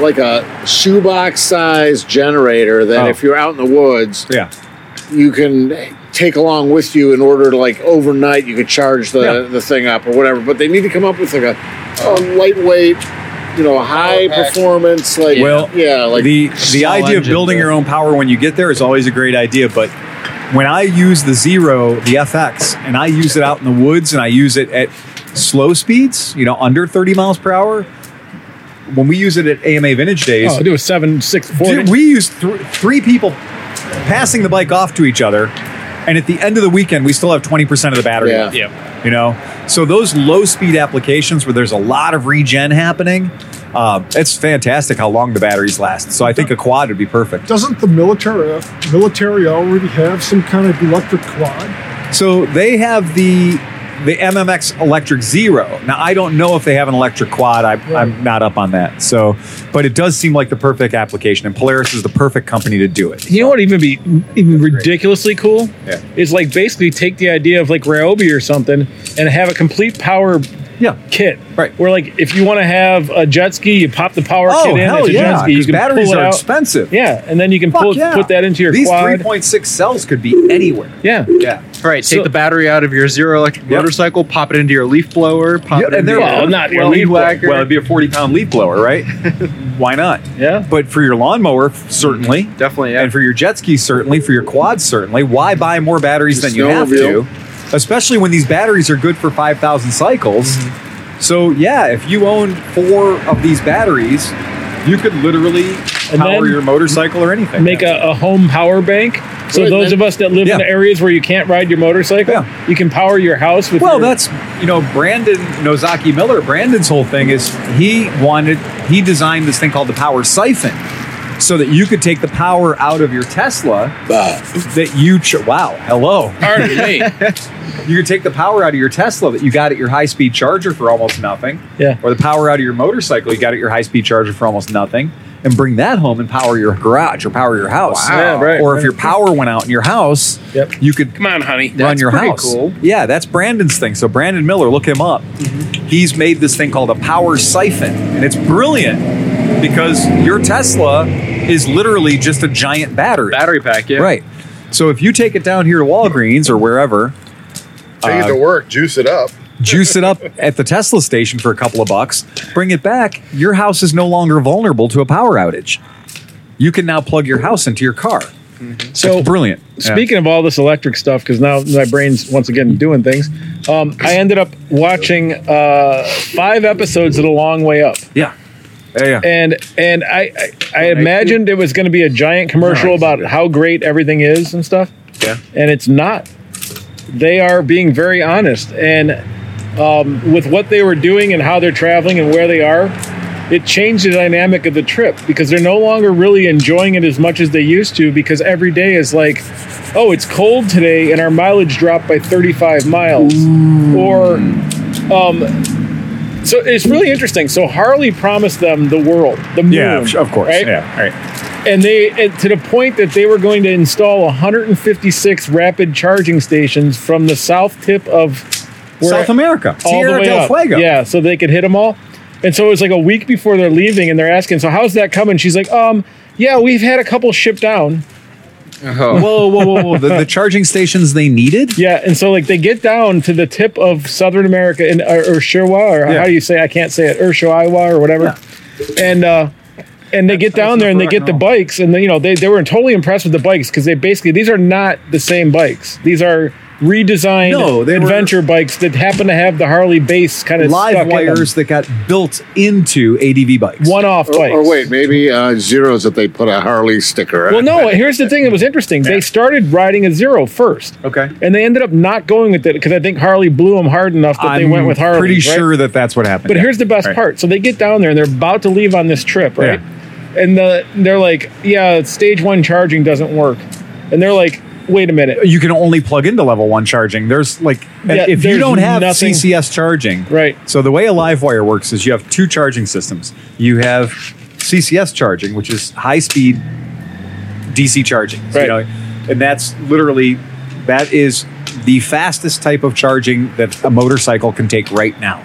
S5: like a shoebox size generator that
S1: Oh.
S5: if you're out in the woods
S1: good. Yeah.
S5: you can take along with you in order to like overnight you could charge the
S1: Yeah.
S5: the thing up or whatever. But they need to come up with like a, a lightweight, you know, high performance like
S1: Well,
S5: yeah like
S1: the the
S3: small
S1: idea of
S3: engine,
S1: building
S3: though.
S1: your own power when you get there is always a great idea, but when I use the zero, the FX, and I use it out in the woods and I use it at slow speeds, you know, under 30 miles per hour, when we use it at AMA Vintage Days,
S2: Oh, I do a seven, six, four.
S1: Dude, we used th- three people passing the bike off to each other, and at the end of the weekend, we still have twenty percent of the battery.
S5: Yeah.
S1: left,
S4: Yeah.
S1: You know, so those low speed applications where there's a lot of regen happening, um, it's fantastic how long the batteries last. So I think a quad would be perfect.
S7: Doesn't the military military already have some kind of electric quad?
S1: So they have the the MMX Electric Zero. Now I don't know if they have an electric quad. I, I'm not up on that. So, but it does seem like the perfect application, and Polaris is the perfect company to do it.
S2: You know what would even be even ridiculously cool?
S1: Yeah.
S2: Is like basically take the idea of like Ryobi or something and have a complete power
S1: Yeah.
S2: kit.
S1: Right.
S2: Where like if you want to have a jet ski, you pop the power
S1: Oh
S2: kit in.
S1: hell
S2: it's a jet
S1: yeah!
S2: ski, you
S1: Because
S2: can
S1: batteries
S2: pull it
S1: are
S2: out.
S1: expensive.
S2: Yeah, and then you can
S1: Fuck
S2: pull
S1: yeah.
S2: put that into your
S1: These
S2: quad.
S1: 3.6 cells could be anywhere.
S2: yeah.
S1: Yeah.
S3: All right, take
S2: So-
S3: the battery out of your zero electric
S1: Yep.
S3: motorcycle, pop it into your leaf blower, pop
S1: Yeah,
S3: it
S1: and
S3: into
S1: they're
S3: your
S2: Well, not your
S3: weed
S2: leaf blower.
S3: whacker.
S1: Well, it'd be a 40 pound leaf blower, right? [laughs] Why not?
S2: Yeah. Mm-hmm.
S1: But for your lawnmower, certainly.
S3: Definitely, yeah.
S1: And for your jet ski, certainly. For your quad, certainly. Why buy more batteries
S5: The
S1: than you have
S5: snowmobile.
S1: to? Especially when these batteries are good for 5,000 cycles.
S2: Mm-hmm.
S1: So, yeah, if you own four of these batteries, you could literally
S2: And
S1: power
S2: then
S1: your motorcycle or anything.
S2: Make a, a home power bank. So
S5: Right,
S2: those
S5: then-
S2: of us that live
S1: Yeah.
S2: in the areas where you can't ride your motorcycle,
S1: Yeah.
S2: you can power your house with
S1: Well,
S2: your,
S1: that's you know Brandon Nozaki Miller. Brandon's whole thing is he wanted he designed this thing called the power siphon, so that you could take the power out of your Tesla
S5: uh,
S1: that you ch- wow hello
S4: Pardon me.
S1: you could take the power out of your Tesla that you got at your high speed charger for almost nothing,
S2: Yeah.
S1: or the power out of your motorcycle you got at your high speed charger for almost nothing, and bring that home and power your garage or power your house.
S2: Wow. Yeah, right,
S1: or if
S2: right.
S1: your power went out in your house,
S2: Yep.
S1: you could
S4: Come on, honey.
S1: run your house. Yeah, that's Brandon's thing. So Brandon Miller, look him up. He's made this thing called a power siphon, and it's brilliant because your Tesla is literally just a giant battery.
S3: battery pack, yeah.
S1: Right. So if you take it down here to Walgreens or wherever,
S6: Take it
S2: Uh,
S6: to work, juice it up.
S1: juice it up [laughs] at the Tesla station for a couple of bucks, bring it back, your house is no longer vulnerable to a power outage. You can now plug your house into your car. So
S2: So-
S1: brilliant. Yeah.
S2: Speaking of all this electric stuff, because now my brain's once again doing things, um, I ended up watching uh, five episodes of The Long Way Up,
S1: Yeah. Yeah. yeah.
S2: and and I I, I imagined it was going to be a giant commercial about how great everything is and stuff.
S3: Yeah.
S2: and it's not. They are being very honest, and um, with what they were doing and how they're traveling and where they are, it changed the dynamic of the trip because they're no longer really enjoying it as much as they used to because every day is like oh it's cold today and our mileage dropped by 35 miles or um, so it's really interesting so harley promised them the world the moon
S1: Yeah, of course.
S2: right?
S1: Yeah, right.
S2: and they and to the point that they were going to install 156 rapid charging stations from the south tip of
S1: South America, Tierra del Fuego.
S2: yeah, so they could hit them all. And so it was like a week before they're leaving, and they're asking, "So how's that coming?" She's like, "Um, yeah, we've had a couple shipped down."
S3: Oh,
S1: Whoa, whoa, whoa, whoa! the, the charging stations they needed.
S2: Yeah, and so like they get down to the tip of Southern America in or, or Sherwa, or
S1: Yeah.
S2: how do you say? I can't say it, Urshoiwa or whatever. And uh, and they get down there and they get the bikes, and they, you know they they were totally impressed with the bikes because they basically these are not the same bikes. These are redesigned
S1: No, they were-
S2: adventure bikes that happen to have the Harley base kind of
S1: Live wires that got built into ADV bikes.
S2: one off
S5: or,
S2: bikes.
S5: or wait, maybe uh, zeros that they put a Harley sticker.
S2: Well,
S5: on.
S2: no. Here's the thing that was interesting. They started riding a zero first,
S1: Okay.
S2: and they ended up not going with it because I think Harley blew them hard enough that they
S1: I'm
S2: went with Harley.
S1: Pretty
S2: right?
S1: sure that that's what happened.
S2: But
S1: yeah.
S2: here's the best
S1: Right.
S2: part. So they get down there and they're about to leave on this trip, right?
S1: Yeah.
S2: And the, they're like, yeah, stage one charging doesn't work. And they're like, wait a minute.
S1: you can only plug into level one charging. There's like
S2: Yeah,
S1: if you
S2: there's
S1: don't have
S2: nothing-
S1: CCS charging,
S2: Right.
S1: So the way a live wire works is you have two charging systems. You have CCS charging, which is high speed DC charging, you
S2: Right.
S1: know, and that's literally that is the fastest type of charging that a motorcycle can take right now.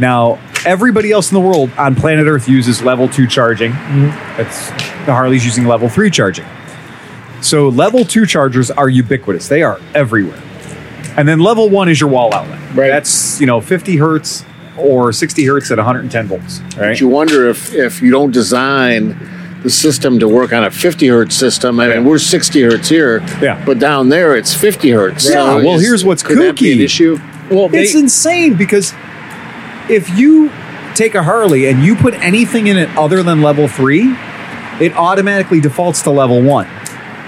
S1: Now, everybody else in the world on planet Earth uses level two charging.
S2: Mm-hmm.
S1: That's the Harley's using level three charging. So level two chargers are ubiquitous. They are everywhere. And then level one is your wall outlet.
S2: Right.
S1: That's you know 50 hertz or 60 hertz at 110 volts. Right.
S5: But you wonder if if you don't design the system to work on a 50 hertz system. I mean, we're 60 hertz here,
S1: Yeah.
S5: but down there it's 50 hertz.
S1: Yeah, well,
S5: is-
S1: here's what's
S5: could that be an
S1: kooky.
S5: issue.
S2: Well, they,
S1: it's insane because if you take a Harley and you put anything in it other than level three, it automatically defaults to level one.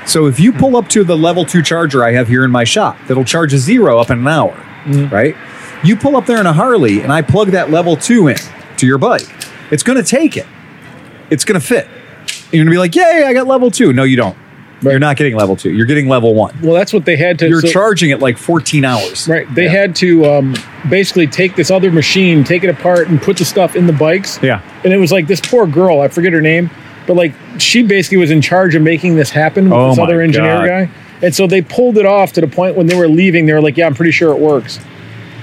S1: So if you pull up to the level two charger I have here in my shop, that'll charge a zero up in an hour,
S2: Mm-hmm.
S1: right? You pull up there in a Harley and I plug that level two in to your bike, it's going to take it. It's going to fit. And you're going to be like, yay, I got level two. No, you don't. You're not getting level two. You're getting level one.
S2: well, that's what they had to.
S1: You're
S2: so-
S1: charging it like 14 hours.
S2: Right. They had to um, basically take this other machine, take it apart, and put the stuff in the bikes.
S1: Yeah.
S2: And it was like this poor girl, I forget her name, but like she basically was in charge of making this happen with
S1: Oh
S2: this
S1: my
S2: other engineer
S1: God.
S2: guy. And so they pulled it off to the point when they were leaving, they were like, yeah, I'm pretty sure it works.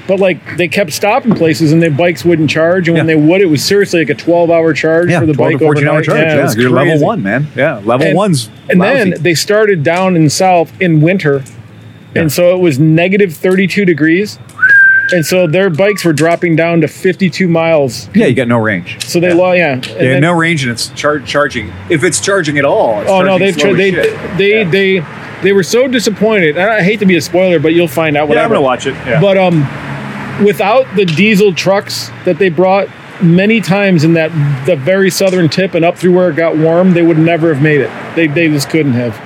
S2: But like they kept stopping places and their bikes wouldn't charge. And when
S1: Yeah.
S2: they would, it was seriously like a 12 hour charge for the
S1: 12
S2: bike.
S1: to 14 hour
S2: overnight.
S1: charge.
S2: Yeah,
S1: Yeah,
S2: it was
S1: you're level
S2: crazy.
S1: one, man. Yeah, level
S2: And-
S1: one's
S2: And
S1: lousy.
S2: then they started down in south in winter.
S1: Yeah.
S2: And so it was negative 32 degrees. And so their bikes were dropping down to 52 miles.
S1: yeah, you got no range.
S2: So they, yeah. yeah. And
S1: Yeah,
S2: then-
S1: no range, and it's char- charging. If it's charging at all, it's
S2: Oh no,
S1: charging
S2: they've
S1: slow
S2: tried.
S1: as
S2: They,
S1: shit.
S2: they, they, they, were so disappointed. And I hate to be a spoiler, but you'll find out.
S1: yeah,
S2: Whatever.
S1: I'm gonna watch it. Yeah.
S2: But um, without the diesel trucks that they brought many times in that the very southern tip and up through where it got warm, they would never have made it. They they just couldn't have.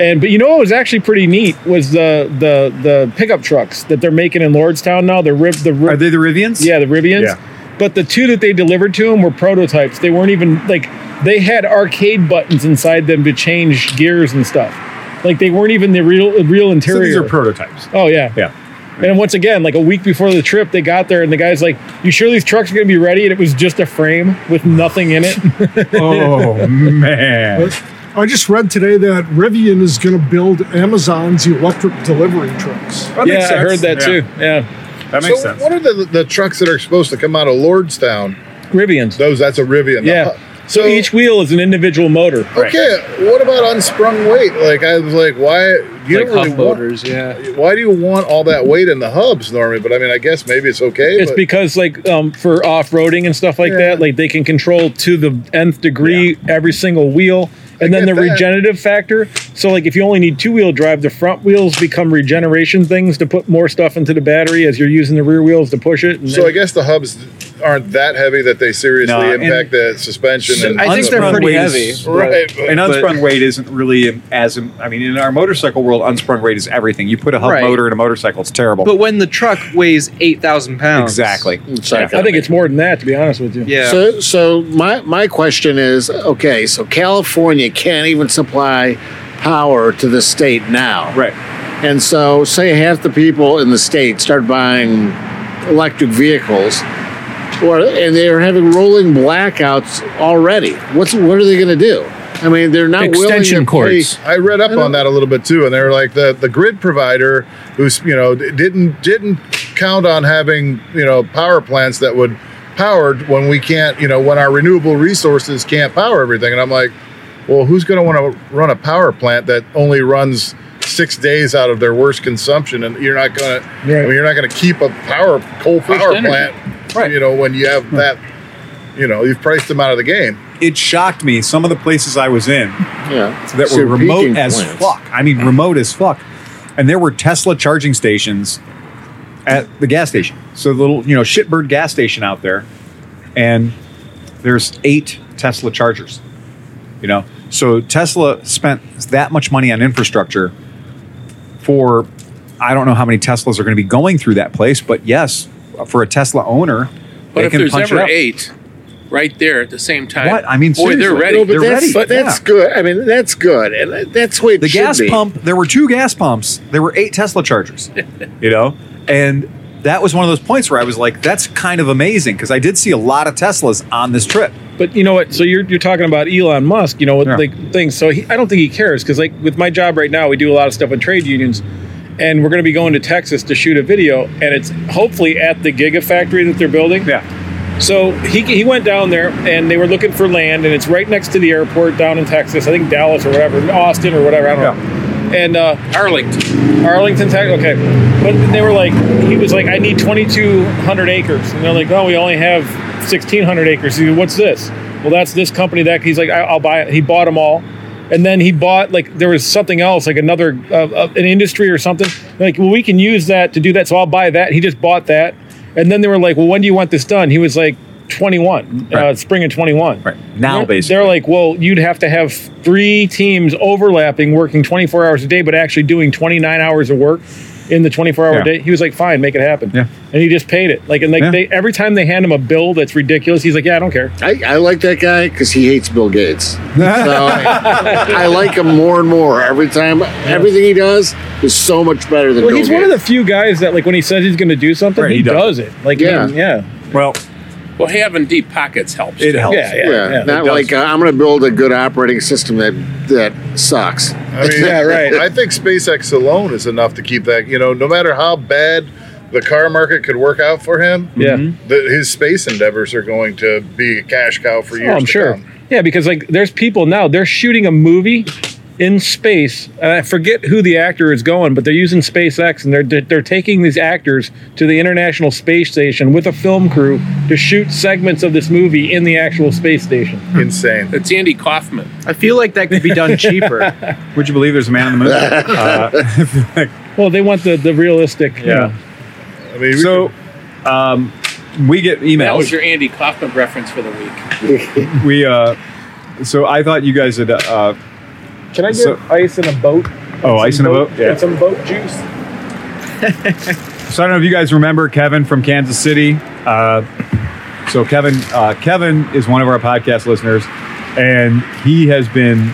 S2: And but you know what was actually pretty neat was the the the pickup trucks that they're making in Lordstown now. The rib the
S1: Are
S2: rib,
S1: they the Rivians?
S2: yeah the Rivians.
S1: Yeah.
S2: But the two that they delivered to him were prototypes. They weren't even like they had arcade buttons inside them to change gears and stuff. Like they weren't even the real real
S1: So
S2: interior.
S1: these are prototypes.
S2: oh yeah.
S1: Yeah.
S2: And then once again, like a week before the trip, they got there and the guy's like, You sure these trucks are going to be ready? And it was just a frame with nothing in it.
S1: Oh man.
S7: I just read today that Rivian is going to build Amazon's electric delivery trucks.
S1: [laughs] That makes sense. Yeah,
S2: Yeah.
S1: That makes
S6: so
S1: sense.
S6: what are the, the trucks that are supposed to come out of Lordstown?
S2: Rivians.
S6: Those that's a Rivian.
S2: Yeah. So,
S6: So-
S2: each wheel is an individual motor.
S6: Okay. What about unsprung weight? Like I was like, why you
S3: like
S6: don't really
S3: hub
S6: want-
S3: motors, yeah.
S6: Why do you want all that weight in the hubs, Normie? But I mean, I guess maybe it's okay.
S2: It's
S6: but
S2: because, like, um, for off roading and stuff like
S6: Yeah.
S2: that, like they can control to the nth degree every single wheel. And then the
S6: get that.
S2: regenerative factor. So, like, if you only need two wheel drive, the front wheels become regeneration things to put more stuff into the battery as you're using the rear wheels to push it. And
S6: so
S2: then-
S6: I guess the hubs aren't that heavy that they seriously
S1: No, and-
S6: impact the suspension. and
S3: I think they're
S1: Unsprung
S3: pretty
S1: weight
S3: heavy.
S1: is-
S6: right. but-
S1: And
S3: but-
S1: unsprung weight isn't really as I mean, in our motorcycle world, unsprung weight is everything. You put a hub
S3: Right.
S1: motor in a motorcycle, it's terrible.
S3: But when the truck weighs eight thousand pounds,
S1: exactly.
S5: Exactly.
S2: I think it's more than that, to be honest with you.
S3: Yeah.
S5: So, so my my question is, okay, so California can't even supply power to the state now,
S1: Right.
S5: And so, say half the people in the state start buying electric vehicles, or and they are having rolling blackouts already. What's what are they going to do? I mean, they're not
S8: Extension
S5: willing to pay-
S8: cords.
S6: I read up
S5: I don't-
S6: on that a little bit too, and they were like the the grid provider who's you know d- didn't didn't count on having you know power plants that would power when we can't you know when our renewable resources can't power everything, and I'm like, well, who's going to want to run a power plant that only runs six days out of their worst consumption, and you're not going to I
S2: Right.
S6: mean, you're not going to keep a power coal power
S3: energy.
S6: plant,
S1: Right.
S6: You know when you have that, you know you've priced them out of the game.
S1: It shocked me. Some of the places I was in,
S5: Yeah,
S1: that
S5: So
S1: were remote
S5: peaking
S1: as
S5: plants.
S1: fuck. I mean, remote as fuck. And there were Tesla charging stations at the gas station. So the little, you know, shitbird gas station out there, and there's eight Tesla chargers. You know, so Tesla spent that much money on infrastructure for I don't know how many Teslas are going to be going through that place, but yes, for a Tesla owner,
S4: But
S1: they
S4: if
S1: can
S4: there's
S1: punch it
S4: ever
S1: up.
S4: eight, right there at the same time.
S1: What? I mean,
S4: boy, they're
S1: seriously.
S4: ready.
S5: No, but
S1: They're
S5: that's,
S1: ready.
S5: but that's
S1: Yeah.
S5: good. I mean, that's good, and that's the way it
S1: the
S5: should
S1: gas
S5: be.
S1: pump there were two gas pumps there were eight tesla chargers you know and that was one of those points where i was like that's kind of amazing because i did see a lot of teslas on this trip
S2: But you know what? So you're you're talking about Elon Musk, you know, with
S1: Yeah.
S2: like things. So he, I don't think he cares because like with my job right now, we do a lot of stuff with trade unions, and we're going to be going to Texas to shoot a video, and it's hopefully at the gigafactory that they're building.
S1: yeah
S2: So he, he went down there and they were looking for land, and it's right next to the airport down in Texas. I think Dallas or whatever, Austin or whatever. I don't know. And uh,
S4: Arlington.
S2: Arlington, Texas. Okay, but they were like, he was like, I need 2,200 acres, and they're like, oh, we only have 1,600 acres. He goes, What's this? Well, that's this company. That he's like, I, I'll buy it. He bought them all, and then he bought like there was something else, like another uh, uh, an industry or something. They're like, well, we can use that to do that, so I'll buy that. He just bought that, and then they were like, well, when do you want this done? He was like, 21, uh,
S1: Right.
S2: spring of 21.
S1: Right. Now,
S2: They're-
S1: basically.
S2: they're like, well, you'd have to have three teams overlapping, working 24 hours a day, but actually doing 29 hours of work in the 24 hour
S1: Yeah.
S2: day. He was like, fine, make it happen.
S1: Yeah.
S2: And he just paid it. Like, and like
S1: Yeah.
S2: they, every time they hand him a bill that's ridiculous, he's like, yeah, I don't care.
S5: I, I like that guy because he hates Bill Gates. So
S1: [laughs]
S5: I like him more and more every time. Everything he does is so much better than.
S2: Well,
S5: Bill
S2: he's
S5: Gates.
S2: one of the few guys that, like, when he says he's going to do something,
S1: Right,
S2: he,
S1: he does
S2: does it. Like,
S5: Yeah.
S2: yeah, yeah,
S1: well
S4: Well, having deep pockets helps.
S1: it
S4: too.
S1: helps
S2: yeah, yeah,
S5: Yeah,
S2: yeah.
S5: not
S1: does.
S5: like uh, I'm going to build a good operating system that that sucks.
S6: I mean,
S2: Yeah, right.
S6: I think SpaceX alone is enough to keep that. You know, no matter how bad the car market could work out for him,
S2: Yeah.
S3: Mm-hmm.
S6: the, his space endeavors are going to be a cash cow for years.
S2: Oh, I'm
S6: to
S2: sure.
S6: come.
S2: Yeah, because like there's people now they're shooting a movie in space, and I forget who the actor is going, but they're using SpaceX and they're they're- they're taking these actors to the International Space Station with a film crew to shoot segments of this movie in the actual space station.
S6: Insane.
S4: It's Andy Kaufman.
S3: I feel like that could be done cheaper.
S1: would you believe there's a man on the moon Uh,
S2: Well, they want the the realistic. you know.
S6: I mean, we
S1: so um, we get
S4: That was
S1: emails
S4: your Andy Kaufman reference for the week.
S1: we uh, so i thought you guys had uh,
S2: Can I get
S1: So-
S2: ice in a boat?
S1: oh ice in a boat
S2: And some boat juice.
S1: [laughs] So I don't know if you guys remember Kevin from Kansas City. Uh, so Kevin, uh, Kevin is one of our podcast listeners, and he has been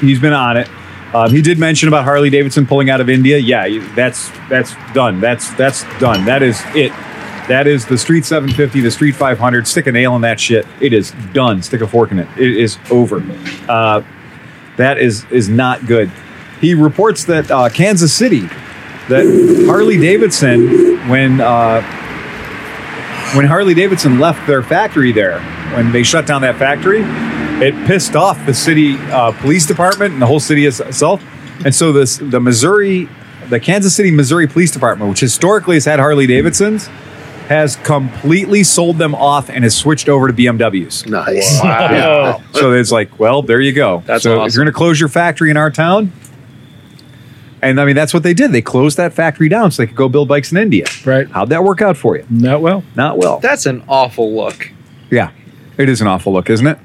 S1: he's been on it. Um, he did mention about Harley Davidson pulling out of India. Yeah, you- that's that's done. That's that's done. That is it. That is the Street 750, the Street 500. Stick a nail in that shit. It is done. Stick a fork in it. It is over. Uh, that is is not good. He reports that uh, Kansas City, that Harley Davidson, when uh, when Harley Davidson left their factory there, when they shut down that factory, it pissed off the city uh, police department and the whole city as- itself. And so this the Missouri, the Kansas City, Missouri Police Department, which historically has had Harley Davidsons, has completely sold them off and has switched over to BMWs.
S5: Nice.
S2: Wow.
S1: So it's like, well, there you go.
S3: That's
S1: so If
S3: awesome.
S1: you're going to close your factory in our town, and I mean that's what they did. They closed that factory down so they could go build bikes in India.
S2: Right.
S1: How'd that work out for you?
S2: Not well.
S1: Not well.
S3: That's an awful look.
S1: yeah. It is an awful look, isn't it?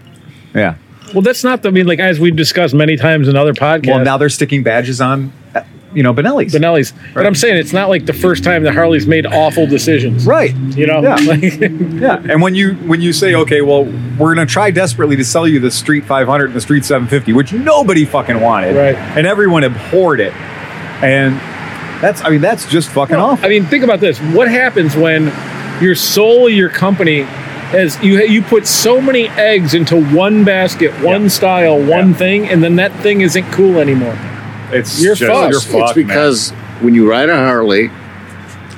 S1: Yeah.
S2: Well, that's not. the- I mean, like as we've discussed many times in other podcasts.
S1: Well, now they're sticking badges on, uh, you know, Benelli's.
S2: Benelli's. But I'm saying it's not like the first time that Harley's made awful decisions.
S1: Right.
S2: You know,
S1: Yeah.
S2: [laughs] like,
S1: Yeah. And when you when you say, okay, well, we're going to try desperately to sell you the Street 500 and the Street 750, which nobody fucking wanted,
S2: Right.
S1: And everyone abhorred it, and that's I mean that's just fucking
S2: Well,
S1: awful.
S2: I mean, think about this. What happens when your soul of your company has you you put so many eggs into one basket, one style, one
S1: Yeah.
S2: thing, and then that thing isn't cool anymore.
S1: It's
S2: You're
S1: just,
S2: fucked.
S1: You're
S5: it's
S1: fucked, man.
S5: because when you ride a Harley,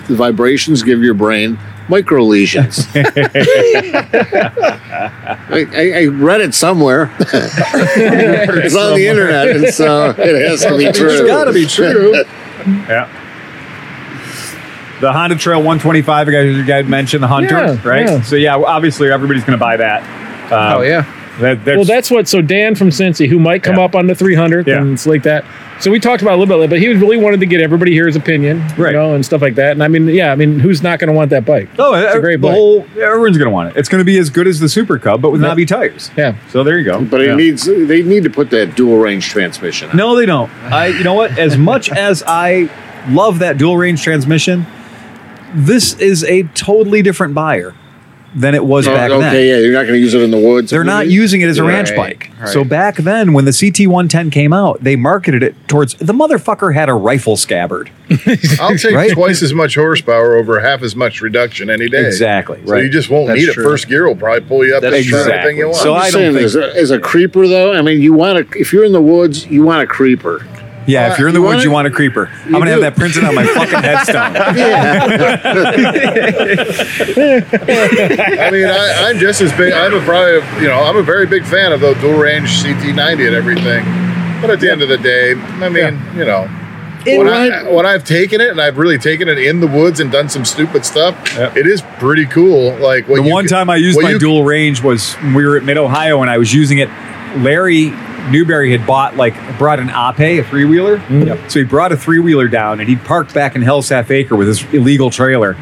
S5: the vibrations give your brain micro lesions. I, I, I read it somewhere. it's on the internet, and so it has to be true.
S1: It's got to be true. yeah. The Honda Trail 125, you guys, you guys mentioned the Hunter,
S2: Yeah,
S1: right?
S2: yeah.
S1: So yeah, well, obviously everybody's going to buy that. Um,
S3: Oh yeah.
S1: that- that's,
S2: Well, that's what. So Dan from Cincy, who might come
S1: Yeah.
S2: up on the 300
S1: Yeah.
S2: and it's like that. So we talked about it a little bit, but he was really wanted to get everybody here his opinion, you
S1: Right.
S2: know, and stuff like that. And I mean, yeah, I mean, who's not going to want that bike?
S1: oh,
S2: it's a great
S1: the
S2: bike.
S1: whole everyone's going to want it. It's going to be as good as the Super Cub, but with
S2: Yeah.
S1: knobby tires.
S2: Yeah.
S1: So there you go.
S5: But it
S1: Yeah.
S5: needs. They need to put that dual range transmission. on.
S1: No, they don't. I, you know what? As
S2: [laughs]
S1: much as I love that dual range transmission, this is a totally different buyer. than it was
S5: Oh,
S1: back
S5: okay,
S1: then.
S5: yeah, you're not going to use it in the woods.
S1: They're not using it as a ranch
S3: Right,
S1: bike.
S3: right.
S1: So back then, when the CT 110 came out, they marketed it towards the motherfucker had a rifle scabbard.
S6: I'll take
S1: Right?
S6: twice as much horsepower over half as much reduction any day.
S1: Exactly.
S6: So you
S1: Right.
S6: just won't
S3: That's
S6: need
S3: true.
S6: it. First gear will probably pull you up
S3: That's
S6: and turn
S1: true.
S6: everything you want.
S1: Exactly. So
S5: I'm
S1: I
S5: just
S1: don't
S5: saying,
S1: think-
S5: as, a, as a creeper though, I mean, you want to if you're in the woods, you want a creeper.
S1: yeah. If you're in the
S5: Uh, You
S1: woods,
S5: want
S1: you
S5: it?
S1: want a creeper. I'm
S5: You
S1: gonna have
S5: do.
S1: that printed on my
S5: [laughs]
S1: fucking headstone.
S6: I mean, I, I'm just as big. I'm a probably, you know, I'm a very big fan of the dual range CT90 and everything. But at the end of the day, I mean, you know, when, I, when I've taken it and I've really taken it in the woods and done some stupid stuff,
S1: Yep.
S6: it is pretty cool. Like what
S1: The
S6: you
S1: one
S6: can-
S1: time I used
S6: what
S1: my
S6: you-
S1: dual range was when we were at Mid Ohio, and I was using it. Larry Newberry had bought like brought an Ape, a three wheeler.
S6: Mm.
S1: Yep. So he brought a three wheeler down, and he parked back in Hell's Half Acre with his illegal trailer,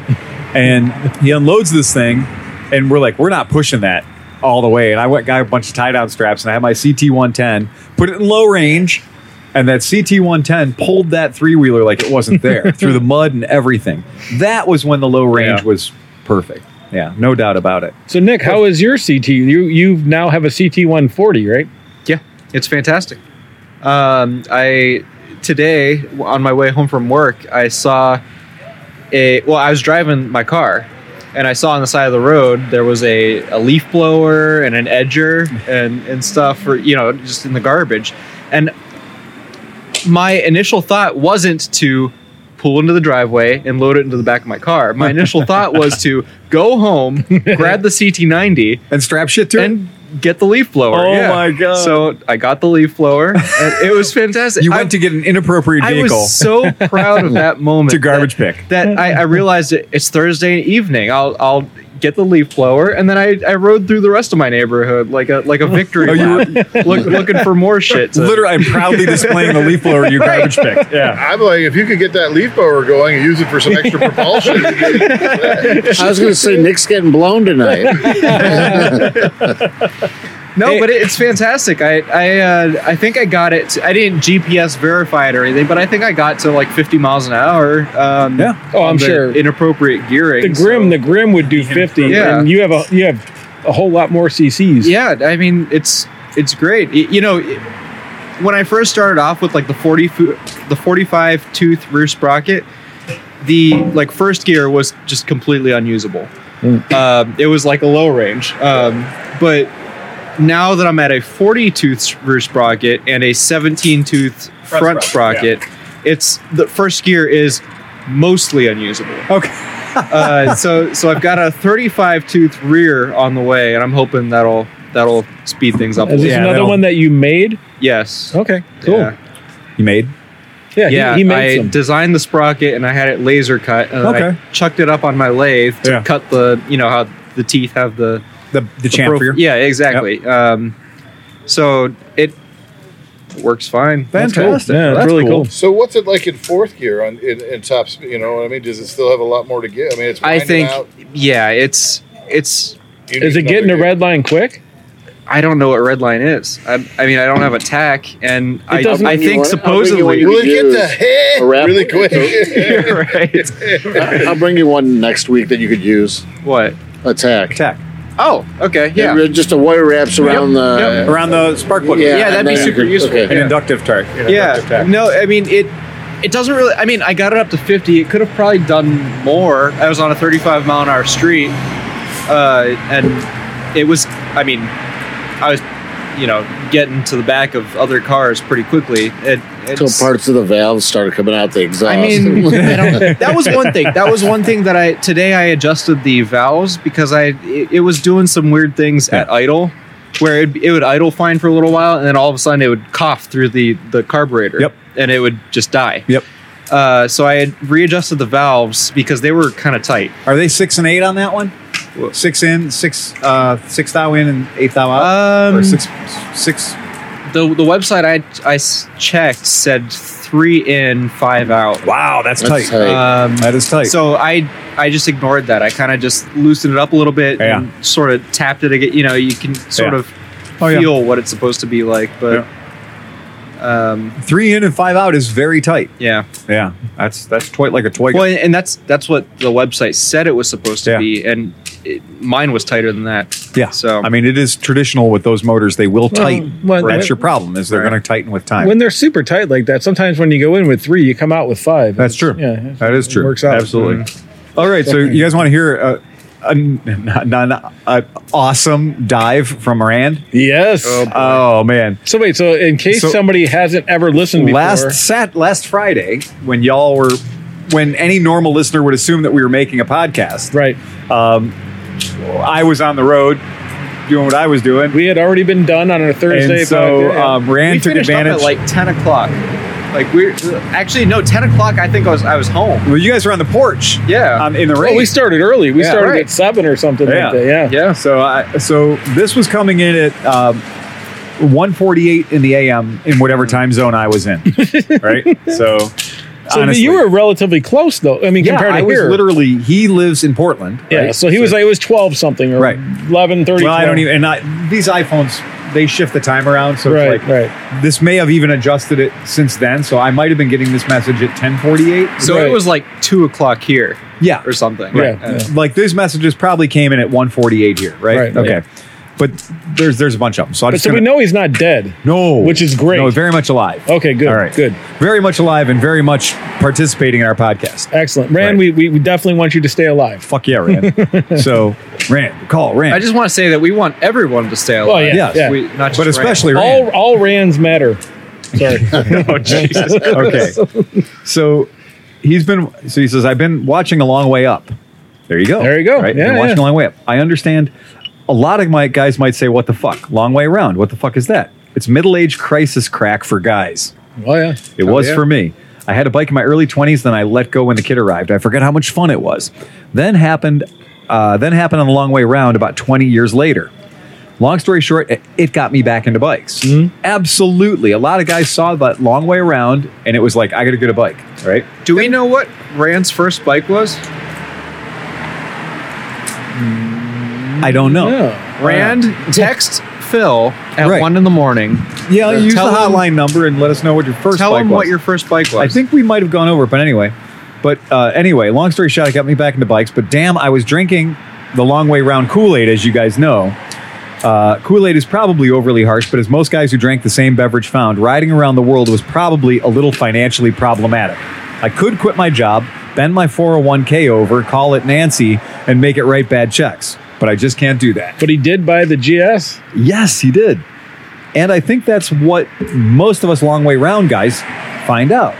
S1: and he unloads this thing, and we're like, we're not pushing that all the way. And I went got a bunch of tie down straps, and I had my CT 110, put it in low range. And that CT 110 pulled that three wheeler like it wasn't [laughs] there through the mud and everything. That was when the low range
S2: Yeah.
S1: was perfect. Yeah, no doubt about it.
S2: So Nick, how is your CT? You you now have a CT 140, right?
S3: Yeah, it's fantastic. Um, I today on my way home from work, I saw a. Well, I was driving my car, and I saw on the side of the road there was a, a leaf blower and an edger and and stuff for you know just in the garbage, and my initial thought wasn't to pull into the driveway and load it into the back of my car. My initial thought was to go home, grab the CT90,
S1: And strap shit to it.
S3: and get the leaf blower.
S1: Oh
S3: yeah.
S1: my God.
S3: So I got the leaf blower, and it was
S1: [laughs]
S3: fantastic.
S1: You
S3: I-
S1: went to get an inappropriate
S3: I
S1: vehicle
S3: was so proud of
S1: [laughs]
S3: that moment.
S1: to garbage
S3: that,
S1: pick.
S3: That I, I realized it, it's Thursday evening. I'll I'll get the leaf blower, and then I, I rode through the rest of my neighborhood like a
S1: [laughs]
S3: like a victory
S1: Oh, you
S3: lap, [laughs] look, looking
S1: [laughs]
S3: for more shit. to-
S1: Literally, I'm [laughs] proudly displaying the leaf blower in your garbage pick. [laughs] Yeah.
S6: I'm like, if you could get that leaf blower going and use it for some
S1: [laughs]
S6: extra propulsion,
S5: I was going to say Nick's getting blown tonight.
S3: No, but it, it's fantastic. I I uh, I think I got it. I didn't GPS verify it or anything, but I think I got to like 50 miles an hour. Um,
S1: Yeah.
S2: Oh, I'm
S3: the
S2: sure.
S3: Inappropriate gearing.
S2: The Grim,
S3: so-
S2: the Grim would do 50,
S3: Yeah.
S2: and you have a you have a whole lot more CCs.
S3: yeah i mean it's it's great Y- you know it- when i first started off with like the 40 fo- the 45 tooth rear sprocket the like first gear was just completely unusable um, it was like a low range um, but now that i'm at a 40 tooth rear sprocket and a 17 tooth front, sprocket,
S4: sprocket,
S3: it's the first gear is mostly unusable
S1: Okay.
S3: uh, so so I've got a 35 tooth rear on the way, and I'm hoping that'll that'll speed things up. a
S2: Is this
S3: little.
S1: Yeah,
S2: another
S1: that'll-
S2: one that you made?
S3: Yes.
S2: Okay, cool.
S3: Yeah,
S2: Yeah,
S1: You made?
S2: he-
S3: Yeah,
S2: he,
S3: I
S2: made some.
S3: designed the sprocket and I had it laser cut, and then
S1: Okay.
S3: I chucked it up on my lathe to
S1: Yeah.
S3: cut the you know how the teeth have the,
S1: The, the
S3: the
S1: chamfer.
S3: prof- yeah exactly. Um, so it works fine.
S1: Fantastic.
S2: Yeah,
S1: Well,
S2: it's
S1: that's
S2: really cool.
S6: So what's it like in fourth gear on in, in top speed? You know what I mean? Does it still have a lot more to get? I mean, it's.
S3: I
S6: winding
S3: think
S6: out.
S3: yeah, it's it's
S6: You need
S2: Is it getting a
S6: another gear.
S2: red line quick?
S3: I don't know what red line is. I, I mean I don't have a tack, and I
S2: doesn't-
S3: I think
S5: I think you
S3: supposedly
S5: want-
S6: Will it get the
S5: Use
S6: head
S5: a wrap-
S6: really quick?
S2: [laughs]
S3: [laughs]
S6: [laughs]
S3: right.
S5: I'll bring you one next week that you could use.
S3: What?
S5: Attack.
S1: Attack.
S3: Oh, okay. Yeah.
S5: It- just a wire wraps around the.
S1: Around the spark plug.
S3: Yeah, that'd
S5: and
S3: be
S5: then-
S3: super useful.
S5: okay.
S1: An inductive tarp. An inductive
S3: yeah.
S1: tack.
S3: No, I mean it. It doesn't really. I mean, I got it up to fifty. It could have probably done more. I was on a thirty-five mile an hour street, uh, and it was. I mean, I was, you know, getting to the back of other cars pretty quickly. It,
S5: Until
S3: it's-
S5: parts of the valves started coming out the exhaust.
S3: I mean, I don't, that was one thing. That was one thing that I today I adjusted the valves because I it, it was doing some weird things at idle, where it, it would idle fine for a little while, and then all of a sudden it would cough through the the carburetor.
S1: Yep.
S3: And it would just die.
S1: Yep.
S3: Uh, so I had readjusted the valves because they were kind of tight.
S1: Are they six and eight on that one? Six in, six, uh, six thou in, and eight thou out? or
S3: Um,
S1: six, six.
S3: The the website I I s- checked said three in, five out.
S1: Wow, that's,
S5: That's
S1: tight.
S5: tight.
S3: Um,
S1: Uh, That is tight.
S3: So I I just ignored that. I kind of just loosened it up a little bit
S1: Yeah.
S3: and sort of tapped it again. You know, you can sort
S1: Yeah.
S3: of
S1: Oh, yeah.
S3: feel what it's supposed to be like, but Um,
S1: Three in and five out is very tight.
S3: yeah.
S1: Yeah, that's that's toy like a toy.
S3: Well, and, and that's that's what the website said it was supposed to
S1: Yeah.
S3: be, and it, mine was tighter than that.
S1: yeah.
S3: So
S1: I mean, it is traditional with those motors. They will tighten.
S2: well,
S1: that's
S2: right.
S1: your problem is they're
S3: Right.
S1: going to tighten with time.
S2: When they're super tight like that, sometimes when you go in with three, you come out with five.
S1: That's true.
S2: Yeah,
S1: that is true.
S2: works out. Mm-hmm.
S1: Absolutely. All right. So you guys want to hear a, a, an- [laughs] an- an awesome dive from Rand?
S2: Yes.
S1: Oh man.
S2: so wait, so in case
S1: So-
S2: somebody hasn't ever listened before,
S1: last sat last Friday when y'all were when any normal listener would assume that we were making a podcast.
S2: right?
S1: I was on the road doing what I was doing.
S2: We had already been done on our Thursday.
S1: and so
S2: podcast.
S1: um,
S3: we
S1: Rand took
S3: finished up
S1: advantage.
S3: at like ten o'clock. Like we're actually no ten o'clock. I think I was I was home.
S1: well, you guys were on the porch.
S3: Yeah.
S1: Um, in the rain.
S2: well, we started early. We
S1: Yeah,
S2: started
S1: right.
S2: at seven or something
S1: Yeah.
S2: like that. Yeah.
S3: Yeah.
S1: So I so this was coming in at um, 1:48 in the a.m. in whatever time zone I was in.
S2: [laughs]
S1: right. So.
S2: So but
S1: honestly.
S2: you were relatively close though. I mean,
S1: yeah,
S2: compared to
S1: I was
S2: here.
S1: literally. He lives in Portland.
S2: yeah.
S1: right?
S2: So he was like it was twelve something or
S1: Right.
S2: eleven thirty.
S1: Well, I don't even. And I, these iPhones, they shift the time around, so
S2: Right,
S1: it's like
S2: right.
S1: this may have even adjusted it since then. So I might have been getting this message at ten forty eight.
S3: So
S2: Right.
S3: it was like two o'clock here
S1: Yeah,
S3: or something.
S2: Yeah,
S3: Uh,
S2: yeah.
S1: like these messages probably came in at one forty eight here, right?
S2: Right,
S1: okay, but there's there's a bunch of them. So I
S2: But
S1: just
S2: so we
S1: gonna-
S2: know he's not dead.
S1: no,
S2: which is great.
S1: No, very much alive.
S2: Okay, good,
S1: All right,
S2: good.
S1: Very much alive and very much participating in our podcast.
S2: [laughs] Excellent, Rand.
S1: Right.
S2: We, we we definitely want you to stay alive.
S1: Fuck yeah, Rand. so Rand, call Rand.
S3: I just want to say that we want everyone to stay alive.
S2: Oh, yeah.
S1: yes,
S2: yeah.
S3: We, not just
S1: but
S3: Rand.
S1: especially Rand. Oh,
S2: All all Rands matter.
S1: [laughs]
S2: Sorry. [laughs]
S1: okay. So he's been. So he says, "I've been watching a long way up." There you go.
S2: There you go.
S1: Right.
S2: Yeah,
S1: Been watching
S2: yeah.
S1: a long way up. I understand. A lot of my guys might say, "What the fuck? Long way around. What the fuck is that?" It's middle-age crisis crack for guys.
S2: oh yeah.
S1: It was for me. I had a bike in my early 20s, then I let go when the kid arrived. I forget how much fun it was. Then happened, uh, then happened on the long way round about 20 years later. Long story short, it, it got me back into bikes. Absolutely. A lot of guys saw that long way around and it was like, I got to get a bike, right?
S3: Do we know what Rand's first bike was?
S1: I don't know.
S2: Yeah.
S3: Rand, text Phil at
S1: Uh, Right.
S3: one in the morning.
S1: Yeah,
S3: Uh,
S1: use the
S3: tell him-
S1: hotline number and let us know what your first
S3: Tell
S1: bike
S3: him
S1: was.
S3: what your first bike was.
S1: I think we might have gone over, it, but anyway. But uh, anyway, long story short, it got me back into bikes. But damn, I was drinking the long way round Kool Aid, as you guys know. Uh, Kool Aid is probably overly harsh, but as most guys who drank the same beverage found, riding around the world was probably a little financially problematic. I could quit my job, bend my 401k over, call it Nancy, and make it write bad checks. But I just can't do that.
S2: But he did buy the GS.
S1: Yes, he did. And I think that's what most of us long way round guys find out.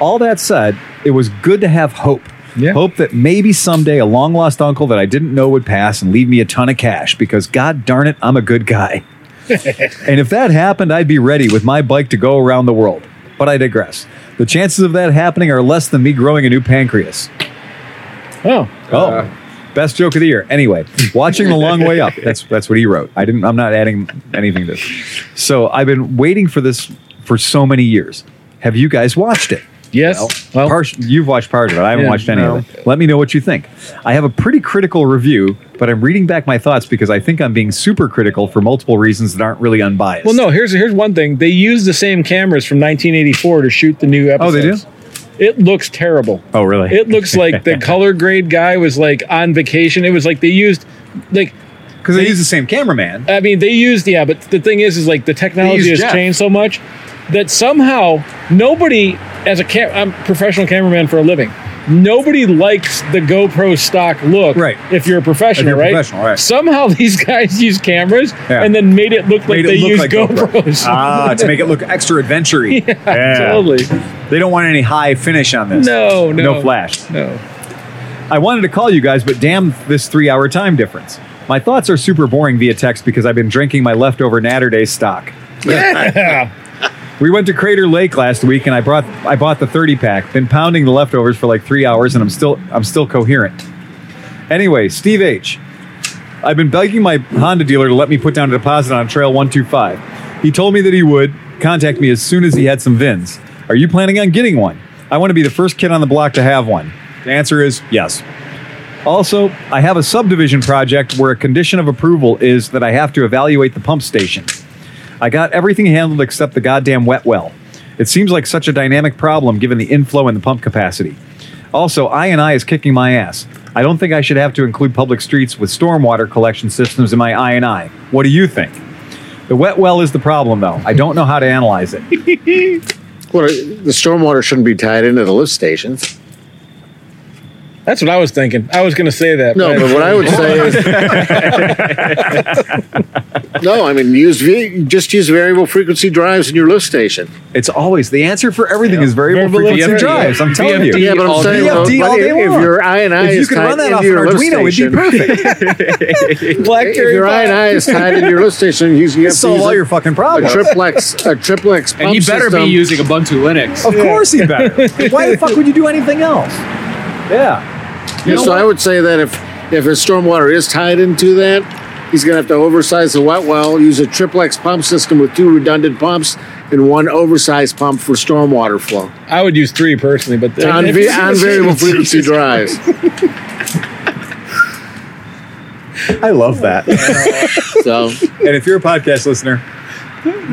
S1: All that said, it was good to have hope.
S2: Yeah.
S1: Hope that maybe someday a long lost uncle that I didn't know would pass and leave me a ton of cash because god darn it, I'm a good
S2: [laughs]
S1: guy. and if that happened, I'd be ready with my bike to go around the world. But I digress. The chances of that happening are less than me growing a new pancreas.
S2: Oh.
S1: Oh, best joke of the year. Anyway, watching the long way
S2: [laughs]
S1: up. That's that's what he wrote. I didn't. I'm not adding anything to this. So I've been waiting for this for so many years. Have you guys watched it?
S2: Yes. Well,
S1: Part- you've watched part of it. I haven't
S2: Yeah,
S1: watched any
S2: no.
S1: of it. Let me know what you think. I have a pretty critical review, but I'm reading back my thoughts because I think I'm being super critical for multiple reasons that aren't really unbiased.
S2: well, no. Here's here's one thing. They use the same cameras from 1984 to shoot the new
S1: Oh,
S2: episodes.
S1: they do?
S2: It looks terrible.
S1: Oh, really?
S2: It looks
S1: [laughs]
S2: like the color grade guy was like on vacation. It was like they used like
S1: Because they use the same cameraman.
S2: I mean, they used yeah, but the thing is, is like the technology
S1: They
S2: has
S1: used Jeff.
S2: changed so much that somehow nobody, as a cam- I'm a professional cameraman for a living, nobody likes the GoPro stock look.
S1: Right.
S2: If you're a professional,
S1: If you're
S2: right?
S1: professional, right.
S2: Somehow [laughs] these guys use cameras
S1: Yeah.
S2: and then made it look like
S1: Made
S2: they
S1: it look
S2: use
S1: like GoPro.
S2: GoPros. [laughs]
S1: ah, to make it look extra adventure yeah,
S2: Totally.
S1: They don't want any high finish on this.
S2: No, no.
S1: No flash.
S2: No.
S1: I wanted to call you guys, but damn this three hour time difference. My thoughts are super boring via text because I've been drinking my leftover Natterday stock.
S2: Yeah.
S1: [laughs] We went to Crater Lake last week and I brought I bought the 30 pack, been pounding the leftovers for like three hours, and I'm still I'm still coherent. Anyway, Steve H. I've been begging my Honda dealer to let me put down a deposit on Trail 125. He told me that he would contact me as soon as he had some VINs. Are you planning on getting one? I want to be the first kid on the block to have one. The answer is yes. Also, I have a subdivision project where a condition of approval is that I have to evaluate the pump station. I got everything handled except the goddamn wet well. It seems like such a dynamic problem given the inflow and the pump capacity. Also, INI is kicking my ass. I don't think I should have to include public streets with stormwater collection systems in my INI. What do you think? The wet well is the problem, though. I don't know how to analyze it.
S5: [laughs] What are, the stormwater shouldn't be tied into the lift stations.
S2: That's what I was thinking. I was going to say that.
S5: No, but what I would say is, [laughs] no, I mean use v, just use variable frequency drives in your lift station.
S1: It's always the answer for everything is variable
S2: Variable
S1: frequency
S2: frequency,
S1: drives. I'm telling you.
S5: Yeah, but I'm
S3: all
S5: saying
S1: day
S5: though,
S1: long.
S5: but
S1: all day
S5: if
S1: long.
S5: your INI
S1: If you
S5: is
S1: could
S5: tied
S1: run that
S5: into
S1: off an
S5: your lift
S1: Arduino, it'd be
S5: station,
S1: perfect.
S5: if
S1: Blackberry
S5: your
S1: Pi.
S5: INI is tied into your lift station, you can
S1: solve all your fucking
S5: a
S1: problems.
S5: triplex,
S1: [laughs]
S5: a triplex pump
S3: And he better
S5: system.
S3: be using Ubuntu Linux.
S1: Of course he better. Why the fuck would you do anything else? Yeah.
S5: Yeah, so I would say that if if his stormwater is tied into that, he's gonna have to oversize the wet well, use a triplex pump system with two redundant pumps and one oversized pump for stormwater flow
S2: I would use three personally, but [laughs]
S5: on,
S2: if-
S5: va- on variable frequency drives.
S1: I love
S2: [laughs]
S1: that.
S5: So
S1: and if you're a podcast listener,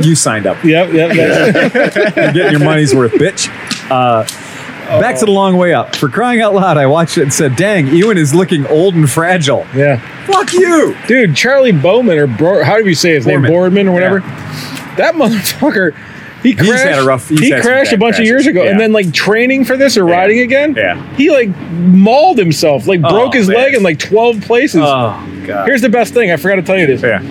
S1: you signed up.
S2: Yep, yep. That's,
S1: You're getting your money's worth, bitch. Uh, Back to the long way up. For crying out loud, I watched it and said, "Dang, Ewan is looking old and fragile."
S2: yeah,
S1: Fuck you.
S2: dude, Charlie Bowman or Bro- how do you say his
S1: Borman.
S2: name? Boardman or whatever. That motherfucker. He crashed.
S1: had a rough- he's
S2: he
S1: had some
S2: crashed a
S1: bad
S2: bunch of years
S1: crashes,
S2: ago,
S1: yeah.
S2: and then like training for this or
S1: Yeah,
S2: riding again.
S1: yeah. Oh,
S2: He like mauled himself, like broke his
S1: man.
S2: leg in like twelve places.
S1: Oh god.
S2: Here's the best thing. I forgot to tell you this.
S1: yeah.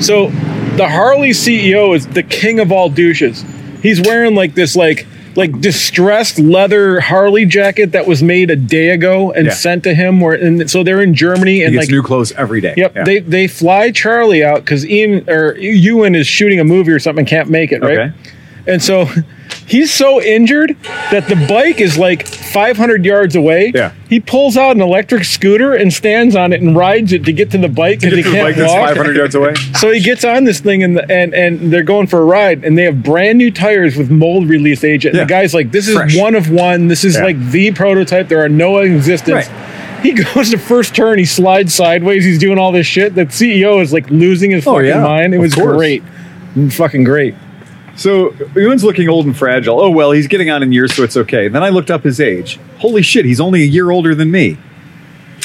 S2: So the Harley CEO is the king of all douches. He's wearing like this like like distressed leather Harley jacket that was made a day ago and
S1: Yeah.
S2: sent to him where and so they're in Germany
S1: He
S2: and
S1: gets
S2: like
S1: new clothes every day.
S2: Yep,
S1: Yeah.
S2: they they fly Charlie out because Ian or Ewan is shooting a movie or something, can't make it, right?
S1: Okay.
S2: And so [laughs] he's so injured that the bike is like 500 yards away.
S1: Yeah.
S2: he pulls out an electric scooter and stands on it and rides it to get to the bike because he
S1: It's
S2: can't
S1: like that's
S2: walk.
S1: 500 yards away.
S2: So he gets on this thing and and and they're going for a ride and they have brand new tires with mold release agent.
S1: Yeah.
S2: And the guy's like, "This is
S1: Fresh.
S2: one of one. This is
S1: Yeah.
S2: like the prototype. There are no in existence." He [laughs] goes to first turn. He slides sideways. He's doing all this shit. The CEO is like losing his
S1: Oh,
S2: fucking
S1: yeah.
S2: mind. It
S1: Of
S2: was
S1: course.
S2: great, fucking great.
S1: So Ewan's looking old and fragile. Oh well, he's getting on in years, so it's okay. Then I looked up his age. Holy shit, he's only a year older than me.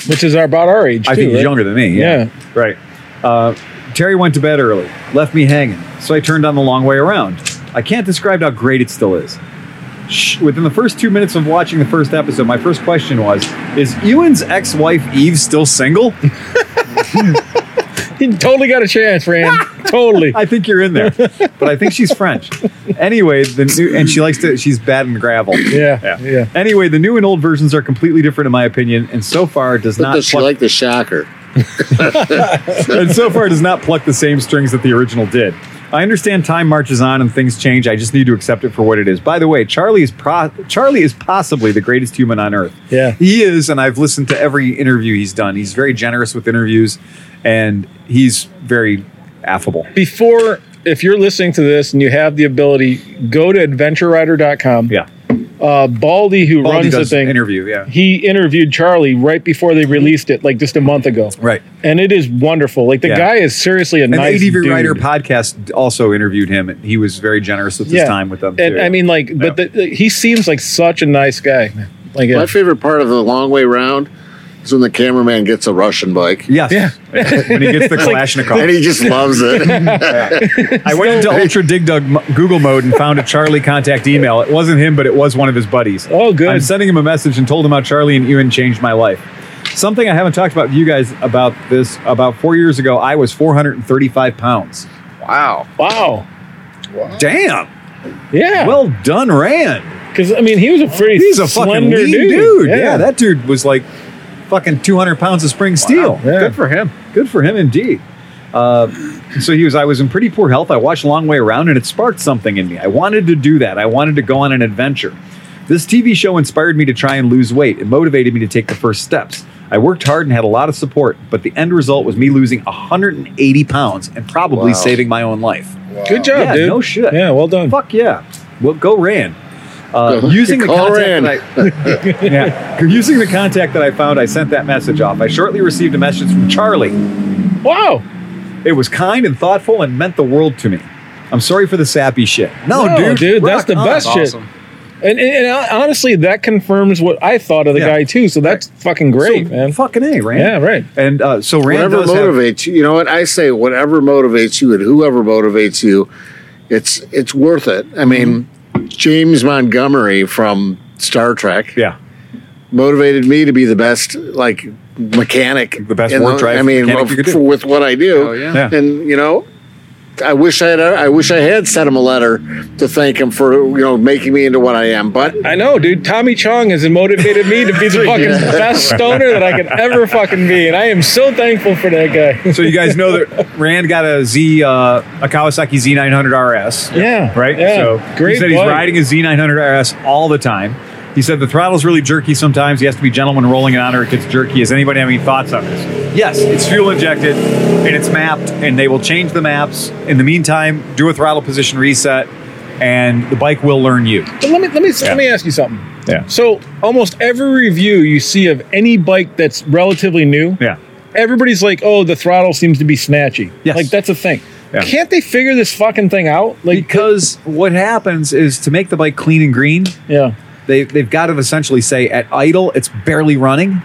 S2: Which is about our age.
S1: I
S2: too,
S1: think he's
S2: right?
S1: younger than me.
S2: Yeah.
S1: Right. Uh, Terry went to bed early, left me hanging, so I turned on the long way around. I can't describe how great it still is. Shh. Within the first two minutes of watching the first episode, my first question was Is Ewan's ex wife Eve still single?
S2: [laughs]
S1: [laughs]
S2: He totally got a
S1: [laughs]
S2: chance, Rand. totally.
S1: I think you're in there, but I think she's French. Anyway, the new and she likes to. She's bad in gravel.
S2: Yeah, yeah.
S1: Anyway, the new and old versions are completely different in my opinion, and so far does
S5: but
S1: not.
S5: does she
S1: pluck-
S5: like the shocker?
S1: and so far does not pluck the same strings that the original did. I understand time marches on and things change. I just need to accept it for what it is. By the way, Charlie is pro- Charlie is possibly the greatest human on earth.
S2: Yeah.
S1: he is, and I've listened to every interview he's done. He's very generous with interviews, and he's very affable.
S2: Before, if you're listening to this and you have the ability, go to AdventureRider.com.
S1: Yeah,
S2: uh, Baldy, who
S1: Baldy
S2: runs the
S1: does
S2: thing,
S1: interview. Yeah,
S2: he interviewed Charlie right before they released it, like just a month ago.
S1: right.
S2: And it is wonderful. Like the
S1: Yeah.
S2: guy is seriously a
S1: And
S2: nice
S1: the ADV
S2: dude.
S1: Writer podcast also interviewed him, and he was very generous with his time with them.
S2: And
S1: too.
S2: I mean, like, but the, the- he seems like such a nice guy. Like,
S5: My favorite part of the long way round is when the cameraman gets a Russian bike.
S1: yes, [laughs] when he gets the Kalashnikov.
S5: And he just loves it.
S1: I went into Ultra Dig Dug mo- Google mode and found a Charlie contact email. It wasn't him, but it was one of his buddies.
S2: Oh, good.
S1: I'm sending him a message and told him how Charlie and Ewan changed my life. Something I haven't talked about with you guys about this. About four years ago, I was 435 pounds.
S3: Wow.
S2: wow.
S1: Damn.
S2: Yeah. Well,
S1: Well done, Rand.
S2: because I mean, he was a pretty
S1: He's a fucking
S2: slender
S1: lean dude.
S2: dude.
S1: Yeah. that dude was like fucking 200 pounds of spring steel.
S2: Yeah.
S1: Good for him. Good for him indeed. Uh, so he was. I was in pretty poor health. I watched Long Way Around, and it sparked something in me. I wanted to do that. I wanted to go on an adventure. This TV show inspired me to try and lose weight. It motivated me to take the first steps. I worked hard and had a lot of support, but the end result was me losing 180 pounds and probably
S5: Wow.
S1: saving my own life.
S6: Wow.
S2: Good job,
S1: Yeah,
S2: dude.
S1: no shit.
S2: Yeah, well done.
S1: Fuck yeah. Well, go Rand. Uh, using the
S5: Call
S1: contact
S5: Rand.
S1: that I,
S5: [laughs]
S1: yeah. Using the contact that I found, I sent that message off. I shortly received a message from Charlie.
S2: Wow.
S1: It was kind and thoughtful and meant the world to me. I'm sorry for the sappy shit. No,
S2: No,
S1: dude,
S2: dude, that's
S1: rock
S2: the
S1: on.
S2: best shit.
S3: awesome.
S2: And, and, and honestly, that confirms what I thought of the
S1: Yeah.
S2: guy too. So that's fucking great,
S1: So,
S2: man.
S1: Fucking a, Rand.
S2: Yeah, right.
S1: And uh, so Rand
S5: whatever
S1: does have-
S5: motivates you, you know what I say. Whatever motivates you and whoever motivates you, it's it's worth it. I mean, James Montgomery from Star Trek
S1: yeah,
S5: motivated me to be the best, like mechanic,
S1: The best
S5: in
S1: warp drive
S5: I mean,
S1: mechanic
S5: of-
S1: you could do.
S5: for- with what I do,
S3: Oh, yeah.
S1: Yeah.
S5: and you know. I wish I had. I wish I had sent him a letter to thank him for you know making me into what I am. But
S2: I know, dude. Tommy Chong has motivated me to be the fucking best stoner that I could ever fucking be, and I am so thankful for that guy. [laughs]
S1: so you guys know that Rand got a Z, uh, a Kawasaki Z900 RS.
S2: Yeah,
S1: Right.
S2: Yeah,
S1: So
S2: great.
S1: he said he's
S2: bike.
S1: riding a Z900 RS all the time. He said the throttle's really jerky sometimes. He has to be gentle when rolling it on, or it gets jerky. Is anybody have any thoughts on this? Yes, it's fuel injected, and it's mapped, and they will change the maps. In the meantime, do a throttle position reset, and the bike will learn you.
S2: But let me let me
S1: Yeah.
S2: let me ask you something.
S1: Yeah.
S2: So almost every review you see of any bike that's relatively new,
S1: Yeah.
S2: everybody's like, "Oh, the throttle seems to be snatchy."
S1: Yes.
S2: Like that's a thing.
S1: Yeah.
S2: Can't they figure this fucking thing out? Like,
S1: Because what happens is to make the bike clean and green,
S2: yeah.
S1: they, they've got to essentially say at idle it's barely running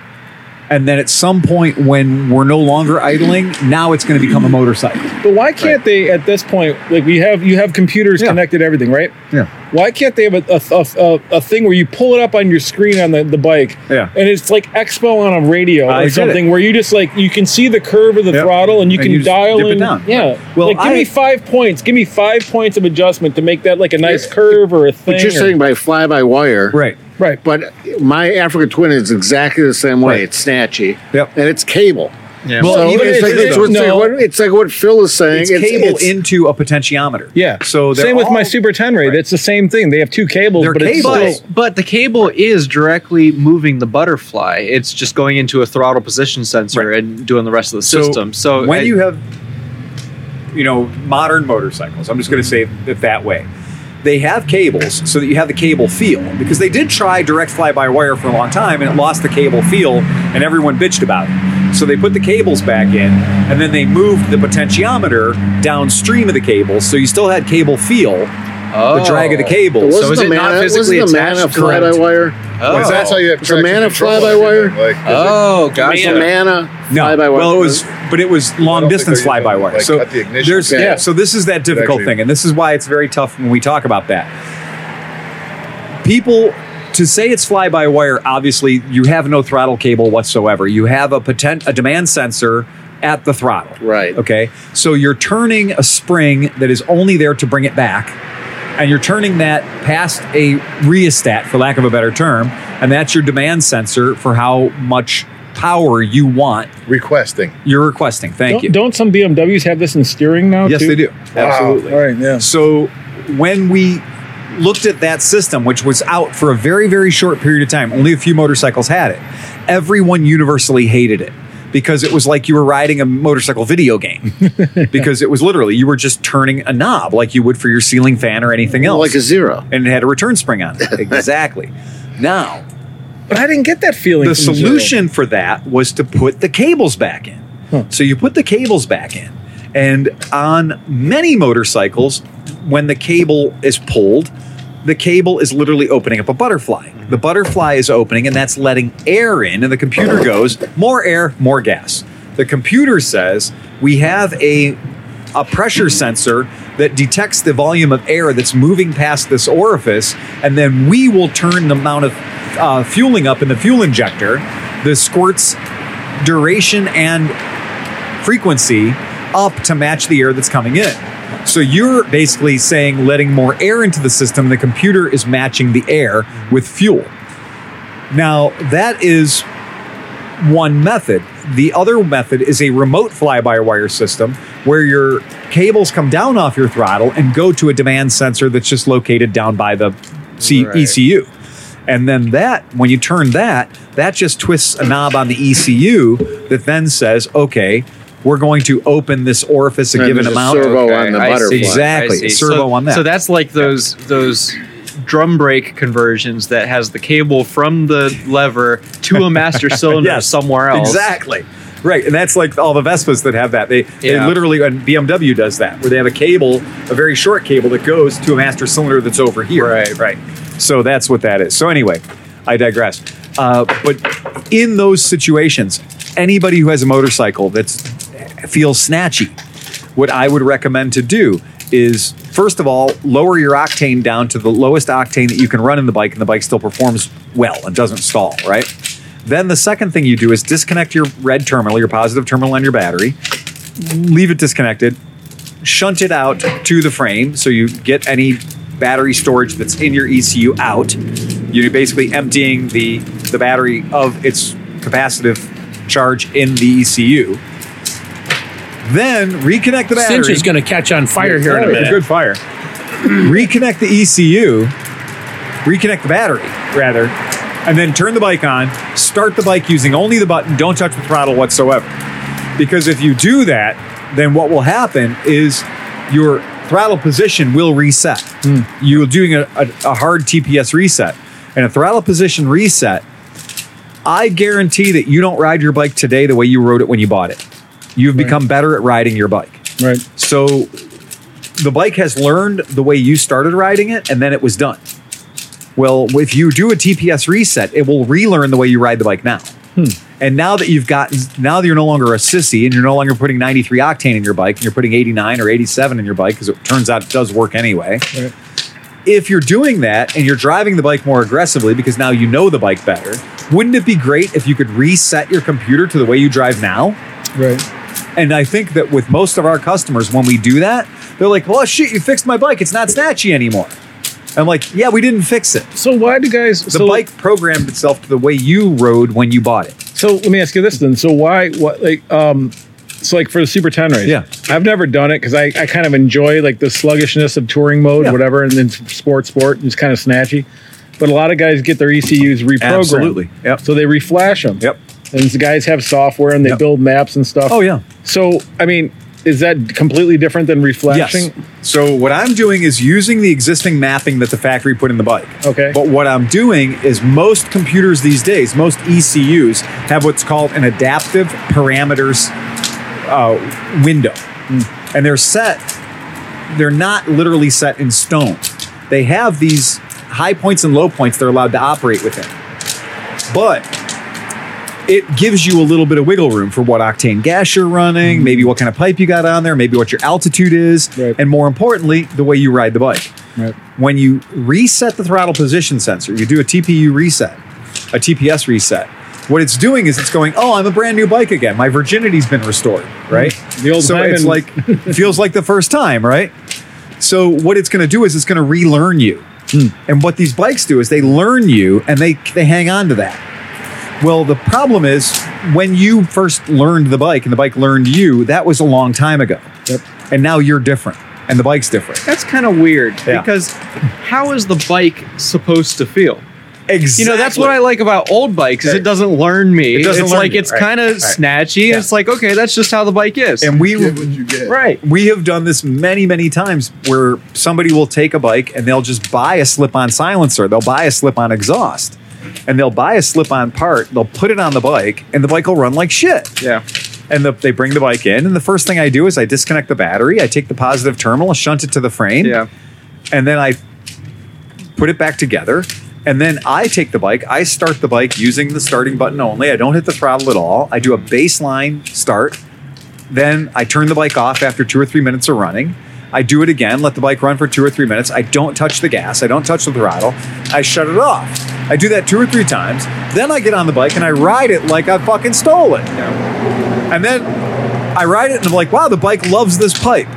S1: and then at some point when we're no longer idling now it's going to become a motorcycle
S2: But why can't they at this point? Like we have you have computers
S1: Yeah.
S2: connected to everything, right?
S1: Yeah.
S2: Why can't they have a, a, a, a- a thing where you pull it up on your screen on the, the bike?
S1: Yeah.
S2: And it's like Expo on a radio
S1: I
S2: or
S1: get
S2: something
S1: it.
S2: where you just like you can see the curve of the
S1: Yep.
S2: throttle and you
S1: And
S2: can
S1: you just
S2: dial
S1: dip it
S2: in.
S1: down.
S2: Yeah.
S1: Well,
S2: like give
S1: I-
S2: me five points. Give me five points of adjustment to make that like a nice curve or a thing.
S5: what you're
S2: or-
S5: saying by fly by wire,
S1: right
S2: right.
S5: But my African twin is exactly the same way.
S1: Right.
S5: It's snatchy.
S1: Yep.
S5: And it's cable.
S3: Yeah.
S1: Well,
S5: So
S1: even
S5: it's,
S1: if
S5: like,
S1: it
S5: it's,
S1: is,
S5: what-
S2: no.
S5: what, it's like what Phil is saying.
S1: it's, cable
S5: it's-
S1: into a potentiometer
S2: Yeah.
S1: so they're
S2: same with my
S1: all-
S2: Super Tenere. That's the same thing. They have two cables,
S1: They're
S2: but
S1: cables.
S2: it's
S3: But,
S2: still,
S3: but the cable is directly moving the butterfly. It's just going into a throttle position sensor
S1: Right.
S3: and doing the rest of the system. So,
S1: when
S3: I-
S1: you have you know modern motorcycles i'm just going to say it that way they have cables so that you have the cable feel because they did try direct fly-by-wire for a long time and it lost the cable feel and everyone bitched about it so they put the cables back in and then they moved the potentiometer downstream of the cables so you still had cable feel
S3: Oh.
S1: the drag of the cables
S5: wasn't
S3: So is
S5: the
S3: it not
S5: mana-
S3: physically
S5: wasn't the mana
S3: attached?
S5: fly by
S3: Correct.
S5: wire?
S3: Oh,
S6: Because that's how you have
S5: It's a
S6: traction
S5: man of
S6: control
S5: fly-by-wire.
S6: everything, Like,
S3: oh,
S5: It's
S3: gotcha.
S5: the mana
S1: No,
S5: fly by wire.
S1: well, it was, but it was
S6: I
S1: long
S6: don't think
S1: distance
S6: they're
S1: fly by
S6: using,
S1: wire.
S6: like,
S1: so
S6: cut the ignition.
S1: there's
S5: Yeah.
S1: yeah. So this is that difficult
S6: Actually-
S1: thing, and this is why it's very tough when we talk about that. People to say it's fly by wire. Obviously, you have no throttle cable whatsoever. You have a potent a demand sensor at the throttle.
S5: Right.
S1: Okay. So you're turning a spring that is only there to bring it back, and you're turning that past a rheostat, for lack of a better term, and that's your demand sensor for how much power you want
S6: requesting.
S1: you're requesting. Thank
S2: don't,
S1: you.
S2: don't some BMWs have this in steering now?
S1: yes,
S2: too?
S1: they do.
S6: Absolutely.
S2: All right. Yeah.
S1: So when we looked at that system, which was out for a very, very short period of time, only a few motorcycles had it, everyone universally hated it because it was like you were riding a motorcycle video
S2: [laughs]
S1: game because it was literally you were just turning a knob like you would for your ceiling fan or anything else
S5: like a zero.
S1: and it had a return spring on
S2: [laughs]
S1: it exactly now
S2: But I didn't get that feeling.
S1: the
S2: from Zero.
S1: solution for that was to put the cables back in. So you put the cables back in, and on many motorcycles, when the cable is pulled, the cable is literally opening up a butterfly. The butterfly is opening, and that's letting air in, and the computer goes, more air, more gas. The computer says, we have a a pressure sensor that detects the volume of air that's moving past this orifice, and then we will turn the amount of uh, fueling up in the fuel injector, the squirt's duration and frequency up to match the air that's coming in. So you're basically saying letting more air into the system, the computer is matching the air with fuel. Now, that is one method. The other method is a remote fly by wire system where your cables come down off your throttle and go to a demand sensor that's just located down by the C-
S3: Right.
S1: ECU. And then that, when you turn that, that just twists a knob on the ECU that then says, okay, we're going to open this orifice a
S5: And
S1: given
S5: there's a
S1: amount.
S5: servo
S3: Okay,
S5: on the
S3: I see,
S5: butterfly.
S1: Exactly,
S3: I see.
S1: servo
S3: so,
S1: on that.
S3: So that's like those those drum brake conversions that has the cable from the lever to a master
S1: [laughs]
S3: cylinder
S1: Yes,
S3: somewhere else.
S1: Exactly. Right, and that's like all the Vespas that have that. They they
S3: Yeah.
S1: literally and BMW does that, where they have a cable, a very short cable that goes to a master cylinder that's over here.
S3: Right.
S1: right. So that's what that is. So anyway, I digress. Uh, but in those situations, anybody who has a motorcycle that feels snatchy, what I would recommend to do is first of all lower your octane down to the lowest octane that you can run in the bike, and the bike still performs well and doesn't stall. Right. Then the second thing you do is disconnect your red terminal, your positive terminal on your battery, leave it disconnected, shunt it out to the frame so you get any battery storage that's in your ECU out. You're basically emptying the, the battery of its capacitive charge in the ECU. Then reconnect the battery.
S4: Cinch is going to catch on fire here in a
S1: Sorry,
S4: minute.
S1: Good fire. [clears throat] reconnect the ECU, reconnect the battery, rather, and then turn the bike on, start the bike using only the button, don't touch the throttle whatsoever. Because if you do that, then what will happen is your throttle position will reset. You're doing a, a, a hard TPS reset. And a throttle position reset, I guarantee that you don't ride your bike today the way you rode it when you bought it. You've become better at riding your bike.
S2: Right.
S1: So the bike has learned the way you started riding it, and then it was done. Well, if you do a TPS reset, it will relearn the way you ride the bike now. And now that you've gotten, now that you're no longer a sissy and you're no longer putting 93 octane in your bike and you're putting 89 or 87 in your bike, because it turns out it does work anyway. If you're doing that and you're driving the bike more aggressively because now you know the bike better, wouldn't it be great if you could reset your computer to the way you drive now?
S2: Right.
S1: And I think that with most of our customers, when we do that, they're like, well, shit, you fixed my bike. It's not snatchy anymore. I'm like, yeah, we didn't fix it.
S2: So why do guys?
S1: The
S2: so,
S1: bike programmed itself to the way you rode when you bought it.
S2: So let me ask you this then. So why? What like? um so like for the Super Ten race,
S1: Yeah.
S2: I've never done it because I, I kind of enjoy like the sluggishness of touring mode,
S1: Yeah.
S2: whatever, and then sport, sport, and it's kind of snatchy. But a lot of guys get their ECUs reprogrammed,
S1: Absolutely. Yep.
S2: So they reflash them,
S1: Yep.
S2: And the guys have software and they
S1: Yep.
S2: build maps and stuff.
S1: Oh, yeah.
S2: So I mean, is that completely different than reflashing?
S1: Yes. So what I'm doing is using the existing mapping that the factory put in the bike.
S2: Okay.
S1: But what I'm doing is most computers these days, most ECUs have what's called an adaptive parameters uh, window, and they're set. They're not literally set in stone. They have these high points and low points they're allowed to operate within. But it gives you a little bit of wiggle room for what octane gas you're running, maybe what kind of pipe you got on there, maybe what your altitude is,
S2: Right.
S1: and more importantly, the way you ride the bike.
S2: Right.
S1: When you reset the throttle position sensor, you do a TPU reset, a TPS reset. What it's doing is it's going, oh, I'm a brand new bike again. My virginity's been restored, right?
S2: The old
S1: so it's
S2: Hyman-
S1: like feels like the first time, right? So what it's going to do is it's going to relearn you.
S3: Hmm.
S1: And what these bikes do is they learn you and they they hang on to that. Well, the problem is when you first learned the bike and the bike learned you, that was a long time ago.
S2: Yep.
S1: And now you're different and the bike's different.
S3: That's kind of weird
S1: Yeah.
S3: because how is the bike supposed to feel?
S1: Exactly.
S3: You know, that's what I like about old bikes is
S1: Right.
S3: it doesn't learn me.
S1: It doesn't
S3: it's
S1: learn
S3: like
S1: you,
S3: it's
S1: right.
S3: kind of
S1: Right.
S3: snatchy.
S1: Yeah.
S3: It's like okay, that's just how the bike is.
S1: And we
S6: Get what you get.
S3: right.
S1: we have done this many many times where somebody will take a bike and they'll just buy a slip-on silencer they'll buy a slip-on exhaust and they'll buy a slip-on part they'll put it on the bike and the bike will run like shit
S3: Yeah.
S1: and the, they bring the bike in and the first thing i do is i disconnect the battery i take the positive terminal shunt it to the frame
S3: Yeah.
S1: and then i put it back together and then i take the bike i start the bike using the starting button only i don't hit the throttle at all i do a baseline start then I turn the bike off after two or three minutes of running. I do it again, let the bike run for two or three minutes. I don't touch the gas, I don't touch the throttle, I shut it off. I do that two or three times. Then I get on the bike and I ride it like I fucking stole it. And then I ride it and I'm like, wow, the bike loves this pipe.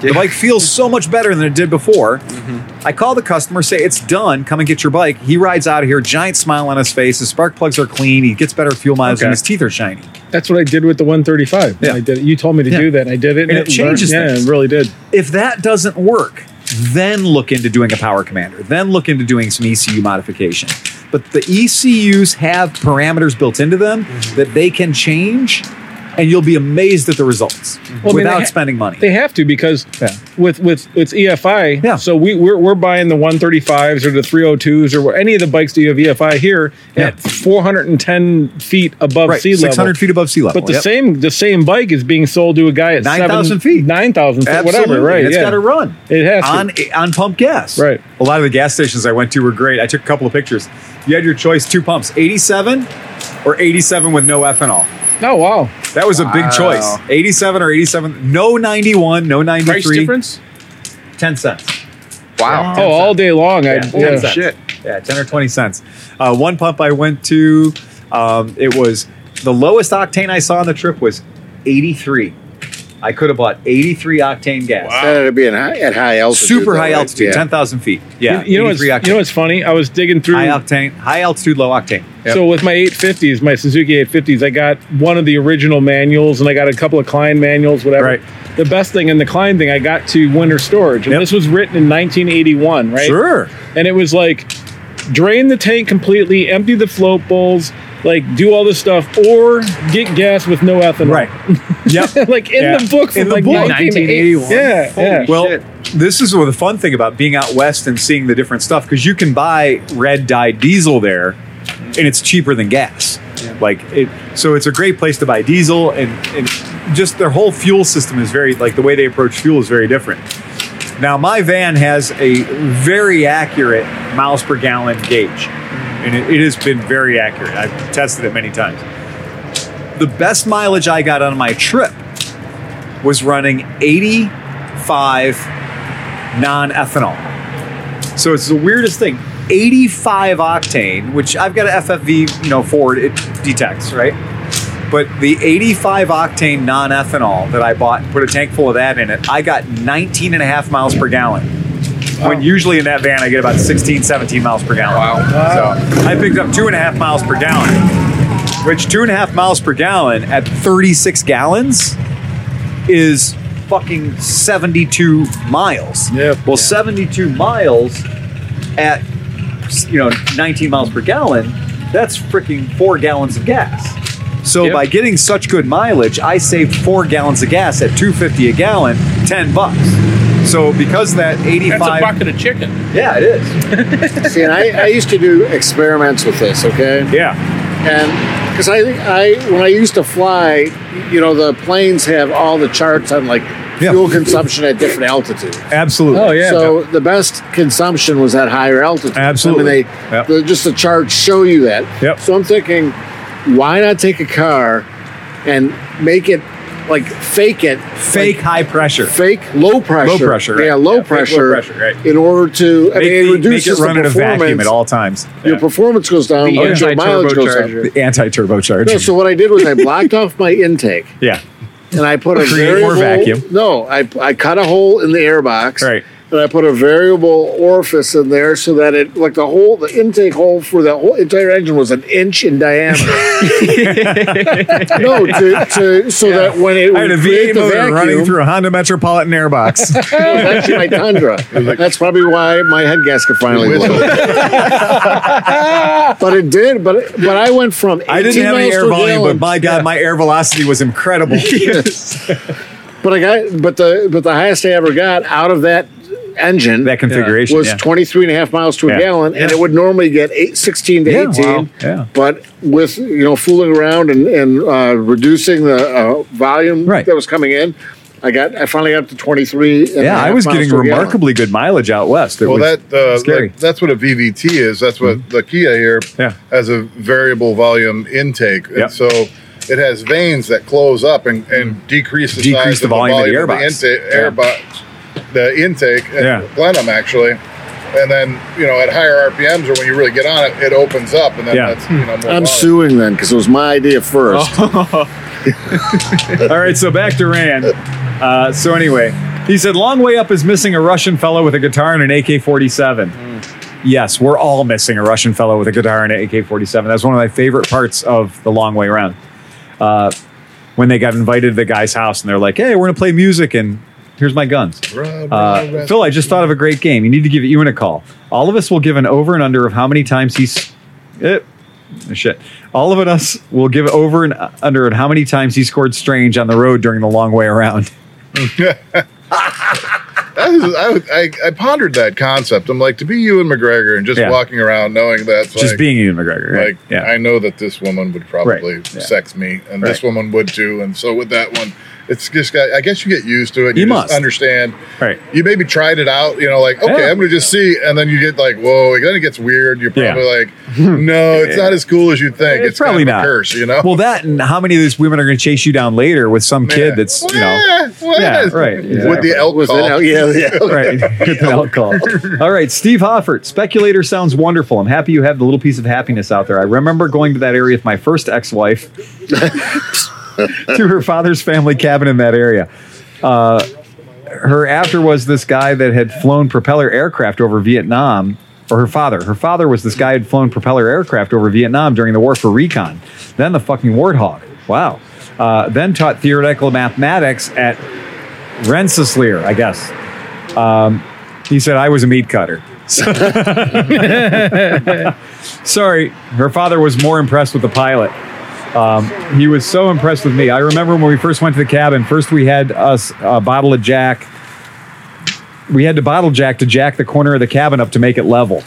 S1: The bike feels so much better than it did before. I call the customer, say it's done. Come and get your bike. He rides out of here, giant smile on his face. His spark plugs are clean. He gets better fuel mileage,
S2: Okay.
S1: and his teeth are shiny.
S2: That's what I did with the 135.
S1: Yeah.
S2: I did. It. You told me to
S1: Yeah.
S2: do that. And I did it.
S1: And it changes
S2: learned- Yeah,
S1: things.
S2: it really did.
S1: if that doesn't work, then look into doing a power commander. Then look into doing some ECU modification. E But the ECUs have parameters built into them that they can change and you'll be amazed at the results
S2: Well, I mean,
S1: without
S2: they ha-
S1: spending money.
S2: They have to because
S1: Yeah.
S2: with with with EFI.
S1: Yeah.
S2: So we we're, we're buying the 135s or the 302s or any of the bikes that you have EFI here
S1: Yeah.
S2: at 410 feet above
S1: right,
S2: sea level.
S1: 600 feet above sea level.
S2: But the
S1: Yep.
S2: same the same bike is being sold to a guy at
S1: 9,000
S2: seven-
S1: feet.
S2: 9,000 feet,
S1: Absolutely.
S2: whatever. Right.
S1: It's
S2: yeah.
S1: got to run.
S2: It has to.
S1: on on pump gas.
S2: Right.
S1: A lot of the gas stations I went to were great. I took a couple of pictures. You had your choice two pumps, 87 or 87 with no ethanol.
S2: Oh wow.
S1: That was a big choice. 87 or 87, no 91, no 93.
S4: Price difference?
S1: 10 cents.
S3: Wow.
S2: Oh, all day long. I,
S1: Yeah.
S2: yeah.
S1: Ten cents.
S3: shit.
S1: Yeah, 10 or 20 cents. Uh, one pump I went to, um, it was the lowest octane I saw on the trip was 83. I could have bought 83 octane gas.
S5: That had to be in high, at high altitude.
S1: Super
S5: though,
S1: high
S5: right?
S1: altitude,
S5: Yeah.
S1: 10,000 feet. Yeah,
S2: You know, what's,
S1: 83
S2: you
S1: octane.
S2: know what's funny? I was digging through.
S1: high octane, high altitude, low octane. Yep.
S2: So with my 850s, my Suzuki 850s, I got one of the original manuals and I got a couple of Klein manuals, whatever.
S1: Right.
S2: The best thing in the Klein thing, I got to winter storage. And
S1: Yep.
S2: this was written in 1981, right?
S1: Sure.
S2: And it was like drain the tank completely, empty the float bowls, like do all this stuff, or get gas with no ethanol.
S1: Right. Yep.
S2: [laughs] like in
S1: Yeah.
S2: the book from
S1: In the
S2: like
S1: book.
S2: 1981. Yeah. yeah.
S1: well, this is one of the fun thing about being out west and seeing the different stuff because you can buy red dye diesel there, and it's cheaper than gas. Like it, so it's a great place to buy diesel, and and just their whole fuel system is very like the way they approach fuel is very different. Now my van has a very accurate miles per gallon gauge, and it, it has been very accurate. I've tested it many times. The best mileage I got on my trip was running 85 non ethanol. So it's the weirdest thing. 85 octane, which I've got an FFV, you know, forward, it detects, right? But the 85 octane non ethanol that I bought, put a tank full of that in it, I got 19 and a half miles per gallon. When usually in that van, I get about 16, 17 miles per gallon. Wow. So I picked up two and a half miles per gallon, which two and a half miles per gallon at 36 gallons is fucking 72 miles.
S2: Yep.
S1: Well, 72 miles at you know 19 miles per gallon, that's freaking 4 gallons of gas. So
S2: Yep.
S1: by getting such good mileage, I saved 4 gallons of gas at 250 a gallon, 10 bucks. So because of that
S4: That's a
S1: 85
S4: bucket of chicken.
S1: Yeah, it is.
S5: See, and I, I used to do experiments with this, okay?
S1: Yeah.
S5: and because I think I when I used to fly, you know, the planes have all the charts on like
S1: Yeah.
S5: fuel consumption at different altitudes.
S1: Absolutely.
S2: Oh, yeah.
S5: so the best consumption was at higher altitudes. I
S1: Absolutely.
S5: mean, they
S1: Yep.
S5: the, just the charts show you that.
S1: Yep.
S5: So I'm thinking, why not take a car and make it like fake it,
S1: Fake high pressure.
S5: fake low pressure,
S1: Low pressure, right.
S5: yeah, low
S1: Yeah, fake low
S5: pressure,
S1: pressure, right.
S5: in order to I
S1: Make,
S5: mean, it
S1: the, make
S5: reduces
S1: it run
S5: the
S1: in a vacuum
S5: performance.
S1: at all times.
S5: Your
S1: Yeah.
S5: performance goes down,
S3: The
S5: but your mileage goes up.
S3: anti-turbocharger.
S1: The anti-turbocharger.
S5: No, so what I did was I blocked off my intake
S1: yeah.
S5: and I put a
S1: Create
S5: variable
S1: more vacuum.
S5: No, I, I cut a hole in the air box.
S1: Right.
S5: And I put a variable orifice in there so that it, like the whole, the intake hole for the whole entire engine was an inch in
S1: [laughs]
S5: diameter. no, to, to so that when it
S1: I had a
S5: would
S1: VA
S5: create the
S1: motor
S5: vacuum,
S1: running through a Honda Metropolitan airbox.
S5: [laughs] it was actually my Tundra. That's probably why my head gasket finally
S6: Whistle.
S5: blew. [laughs] but it did. But but I went from 18
S1: I didn't have any
S5: miles
S1: air
S5: per
S1: volume,
S5: gallon-
S1: but my God, my air velocity was
S5: [laughs]
S1: incredible.
S5: But I got but the but the highest I ever got out of that engine
S1: That configuration.
S5: was
S1: yeah.
S5: 23 and a half miles to a
S1: Yeah.
S5: gallon and it would normally get eight, 16 to
S1: Yeah,
S5: 18
S1: wow. Yeah.
S5: but with you know fooling around and, and uh, reducing the uh, volume
S1: Right.
S5: that was coming in I got I finally got up to 23 and a
S1: Yeah, I
S5: half
S1: was
S5: miles
S1: getting
S5: to a gallon.
S1: remarkably good mileage out west. It
S6: Well,
S1: was
S6: that uh,
S1: scary. Mm-hmm.
S6: like, that's what a VVT is. That's what the Kia here
S1: Yeah.
S6: has a variable volume intake,
S1: Yep. Mm-hmm.
S6: and so it has veins that close up and, and decrease the
S1: Decrease
S6: size
S1: the volume of the air box.
S6: intake, air
S1: Yeah.
S6: box, the intake, and
S1: Yeah.
S6: plenum actually. And then you know at higher RPMs or when you really get on it, it opens up, and then
S1: Yeah.
S6: that's you know more.
S5: I'm
S6: volume.
S5: suing then because it was my idea first
S1: All right, so back to Rand. Uh, so anyway, he said, "Long way up is missing a Russian fellow with a guitar and an AK-47."
S5: Hmm.
S1: Yes, we're all missing a Russian fellow with a guitar and an AK-47. That's one of my favorite parts of the long way round. Uh, when they got invited to the guy's house and they're like, "Hey, we're gonna play music and here's my guns."
S6: Rub, rub,
S1: Uh,
S6: rub.
S1: Phil, I just thought of a great game. You need to give Ewan a call. All of us will give an over and under of how many times he's. Eh, Shit. All of us will give over and under on how many times he scored strange on the road during the long way around. [laughs]
S6: I, was, I, was- I, I pondered that concept. I'm like, to be you and McGregor and just
S1: Yeah.
S6: walking around knowing that,
S1: Just
S6: like,
S1: being Ian McGregor. Right?
S6: like I know that this woman would probably
S1: Right, yeah.
S6: sex me, and this
S1: Right.
S6: woman would too, and so with that one, it's just got. I guess you get used to it.
S1: You
S6: just
S1: must.
S6: understand.
S1: Right.
S6: You maybe tried it out, you know, like okay,
S1: Yeah.
S6: I'm gonna just see, and then you get like, whoa, then it gets weird. You're
S1: [laughs] Yeah.
S6: probably like, no, it's not as cool as you think.
S1: It's
S6: It's, kind
S1: probably
S6: of a
S1: not.
S6: curse, you know.
S1: Well, that and how many of these women are going to chase you down later with some kid that's, you know.
S6: Yeah, well,
S1: Yeah, right,
S6: With
S1: exactly.
S6: the elk
S5: Was
S6: call.
S5: that out? Yeah, yeah.
S1: [laughs] right. Good call. All right, Steve Hoffert, speculator sounds wonderful. I'm happy you have the little piece of happiness out there. I remember going to that area with my first ex-wife to her father's family cabin in that area. Uh, her after was this guy that had flown propeller aircraft over Vietnam. Or her father. Her father was this guy who had flown propeller aircraft over Vietnam during the war for recon. Then the fucking warthog. Wow. Uh, then taught theoretical mathematics at Rensselaer, I guess. He said I was a meat cutter. [laughs] Sorry, her father was more impressed with the pilot. Um, he was so impressed with me. I remember when we first went to the cabin. First, we had us a bottle of Jack. We had to bottle Jack to jack the corner of the cabin up to make it level.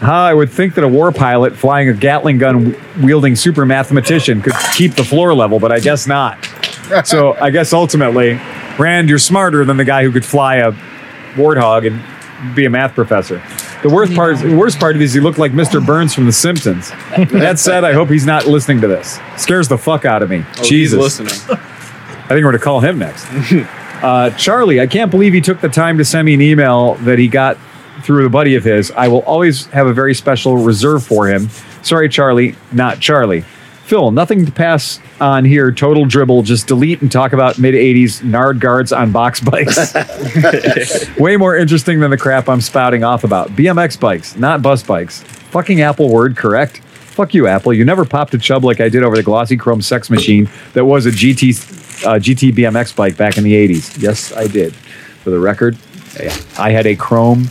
S1: How I would think that a war pilot flying a Gatling gun wielding super mathematician could keep the floor level, but I guess not. So I guess ultimately, Rand, you're smarter than the guy who could fly a warthog and be a math professor. The worst part, is, the worst part of it is he looked like Mr. Burns from The Simpsons. that said, I hope he's not listening to this. Scares the fuck out of me.
S3: Oh, he's
S1: Jesus,
S3: listening.
S1: I think we're gonna call him next. [laughs] uh, Charlie, I can't believe he took the time to send me an email that he got through a buddy of his. I will always have a very special reserve for him. Sorry, Charlie, not Charlie. Phil, nothing to pass on here. Total dribble. Just delete and talk about mid 80s Nard guards on box bikes. [laughs] Way more interesting than the crap I'm spouting off about. BMX bikes, not bus bikes. Fucking Apple word, correct? Fuck you, Apple. You never popped a chub like I did over the glossy chrome sex machine that was a GT uh, GT BMX bike back in the '80s. Yes, I did. For the record, I had a chrome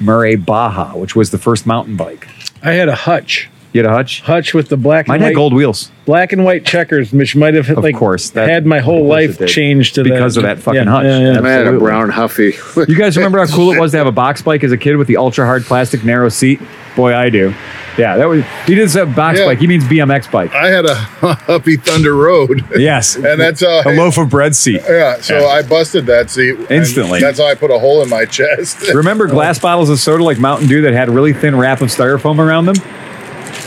S1: Murray Baja, which was the first mountain bike.
S2: I had a hutch.
S1: You had a hutch.
S2: Hutch with the black
S1: Mine
S2: and
S1: had
S2: white,
S1: gold wheels.
S2: black and white checkers, which might have
S1: Of
S2: like
S1: course, that-
S2: had my whole
S1: of course it
S2: life
S1: did.
S2: changed to
S1: Because
S2: that.
S1: of that fucking
S2: Yeah,
S1: hutch.
S2: yeah, yeah.
S5: I had a
S1: Absolutely.
S5: brown huffy.
S1: You guys remember how cool it was to have a box bike as a kid with the ultra hard plastic narrow seat? Boy, I do. Yeah, that was. He didn't say box
S6: Yeah.
S1: bike. He means BMX bike.
S6: [laughs] I had a [laughs] Huffy Thunder Road.
S1: Yes,
S6: And that's, uh,
S1: a loaf of bread seat.
S6: Yeah, so I busted that seat and
S1: Instantly.
S6: That's how I put a hole in
S1: [laughs]
S6: my chest.
S1: Remember glass bottles of soda like Mountain Dew that had really thin wrap of styrofoam around them?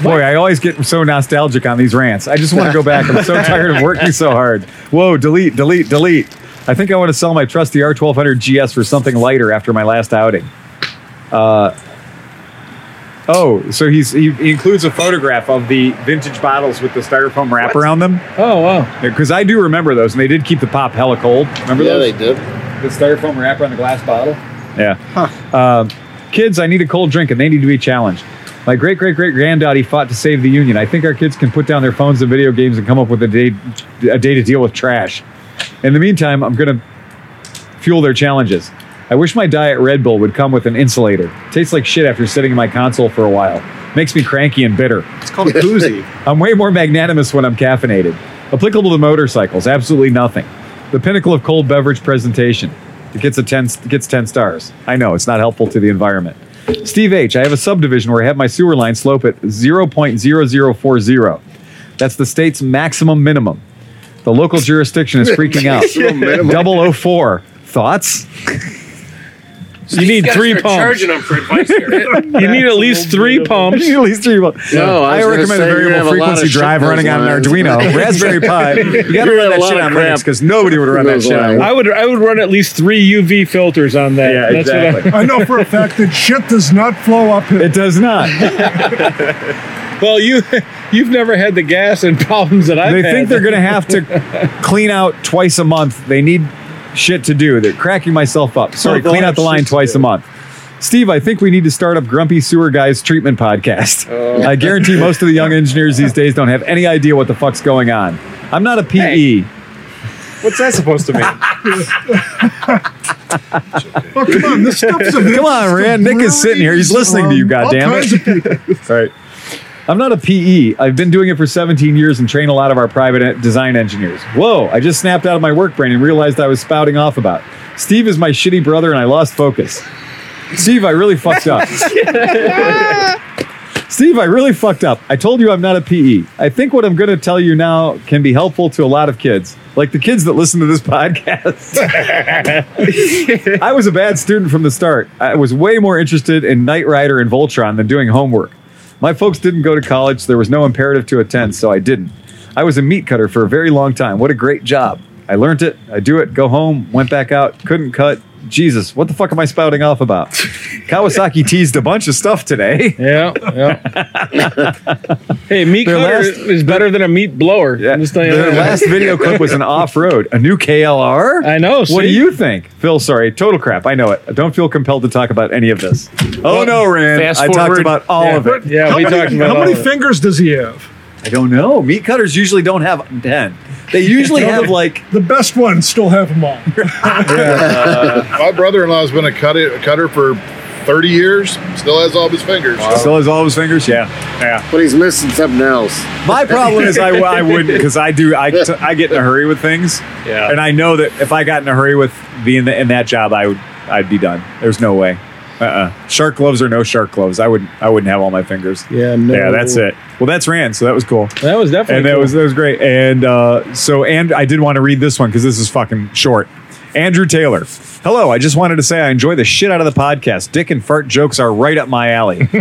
S1: Boy, I always get so nostalgic on these rants. I just want to go back. I'm so tired of working so hard. Whoa, delete, delete, delete. I think I want to sell my trusty R1200 GS for something lighter after my last outing. Uh, oh, so he's he, he includes a photograph of the vintage bottles with the styrofoam wrap around them.
S2: Oh wow!
S1: Because I do remember those, and they did keep the pop hella cold. Remember
S5: [laughs] yeah,
S1: those?
S5: they did.
S1: the styrofoam wrapper on the glass bottle. Yeah. Um, kids, I need a cold drink, and they need to be challenged. My great great great granddaddy fought to save the union. I think our kids can put down their phones and video games and come up with a day a day to deal with trash. In the meantime, I'm gonna fuel their challenges. I wish my diet Red Bull would come with an insulator. Tastes like shit after sitting in my console for a while. Makes me cranky and bitter.
S3: It's called a koozie.
S1: I'm way more magnanimous when I'm caffeinated. Applicable to motorcycles, absolutely nothing. The pinnacle of cold beverage presentation. It gets a ten it gets ten stars. I know it's not helpful to the environment. Steve H. I have a subdivision where I have my sewer line slope at 0.0040. That's the state's maximum minimum. The local jurisdiction is freaking out. Double 004. Thoughts?
S2: You need
S4: gotta
S2: three
S4: start
S2: pumps.
S4: Charging them for
S1: [laughs]
S4: advice here.
S2: You need at least three pumps.
S1: At least three mo-
S5: No, I
S1: I,
S5: was gonna
S1: recommend a
S5: say you're gonna have
S1: variable
S5: a lot
S1: frequency
S5: of shit
S1: drive
S5: those
S1: running on an
S5: lines. [laughs]
S1: Arduino, Raspberry Pi. You got to
S5: You're gonna
S1: run
S5: have
S1: that
S5: a lot
S1: shit
S5: of
S1: on
S5: crap
S1: Linux because nobody would run that
S5: those
S1: shit on
S5: lines.
S1: Linux.
S2: I would I would run at least three UV filters on that.
S1: Yeah,
S2: That's what I-
S1: exactly.
S7: [laughs] I know for a fact that shit does not flow up here.
S1: It does
S5: [laughs]
S1: not.
S2: well, you [laughs] you've never had the gas and [laughs] problems that I've
S1: they
S2: had.
S1: think they're going to have
S5: [laughs]
S1: to clean out twice a month. They need shit to do. They're cracking myself up. Sorry,
S2: Oh,
S1: clean
S2: God,
S1: out the line
S2: shit to
S1: twice a
S2: do.
S1: month. Steve, I think we need to start up Grumpy Sewer Guys Treatment
S5: [laughs]
S1: Podcast.
S5: Oh.
S1: I guarantee most of the young engineers these days don't have any idea what the fuck's going on. I'm not a E. PE.
S3: What's that supposed to mean?
S7: Oh, come on, this stuff's a Um,
S1: Come on, Rand. Nick is sitting here. He's listening to you,
S7: All
S1: goddamn
S7: kinds
S1: it.
S7: of people.
S1: All right. I'm not a PE. I've been doing it for 17 years and train a lot of our private e- design engineers. Whoa, I just snapped out of my work brain and realized I was spouting off about. Steve is my shitty brother and I lost focus. Steve, I really fucked up. Steve, I really fucked up. I told you I'm not a PE. I think what I'm going to tell you now can be helpful to a lot of kids, like the kids that listen to this [laughs] podcast. [laughs] I was a bad student from the start. I was way more interested in Knight Rider and Voltron than doing homework. My folks didn't go to college, so there was no imperative to attend, so I didn't. I was a meat cutter for a very long time. What a great job. I learned it, I do it, go home, went back out, couldn't cut. Jesus, what the fuck am I spouting off about? Kawasaki teased a bunch of stuff today.
S2: Yeah, yeah.
S1: [laughs]
S2: hey, meat
S1: Their
S2: cutter
S1: last-
S2: is better than a meat blower.
S1: Yeah.
S2: I'm just telling you
S1: Their
S2: that.
S1: last video clip was an off-road, a new KLR.
S2: [laughs] I know,
S1: What do
S2: see?
S1: you think, Phil? Sorry, total crap. I know it. I don't feel compelled to talk about any of this. Oh no, Rand!
S8: fast
S1: I talked
S8: forward.
S1: about all of it.
S2: Yeah,
S7: how
S2: we
S7: many,
S2: talking about
S7: how
S2: all
S7: many
S2: of
S1: Uh,
S2: it.
S7: fingers does he have?
S1: I don't know. Meat cutters usually don't have ten. They
S2: [laughs]
S1: usually
S3: [laughs]
S1: have like
S7: The best ones still have them all.
S6: [laughs] My brother-in-law's been a cutter, cutter for 30 years. Still has all of his fingers.
S1: still has all his fingers. Yeah, yeah.
S5: But he's missing something else.
S1: My problem is I, I wouldn't because I do I, t- I get in a hurry with things.
S2: Yeah.
S1: And I know that if I got in a hurry with being the, in that job, I would I'd be done. There's no way. Uh uh Shark gloves or no shark gloves. I wouldn't I wouldn't have all my fingers.
S2: Yeah, no.
S1: Yeah, that's it. Well, that's Rand, so that was cool.
S2: That was definitely.
S1: And that
S2: cool.
S1: was that was great. And uh, so, and I did want to read this one because this is fucking short. Andrew Taylor, hello. I just wanted to say I enjoy the shit out of the podcast. Dick and fart jokes are right up my alley.
S5: Oh,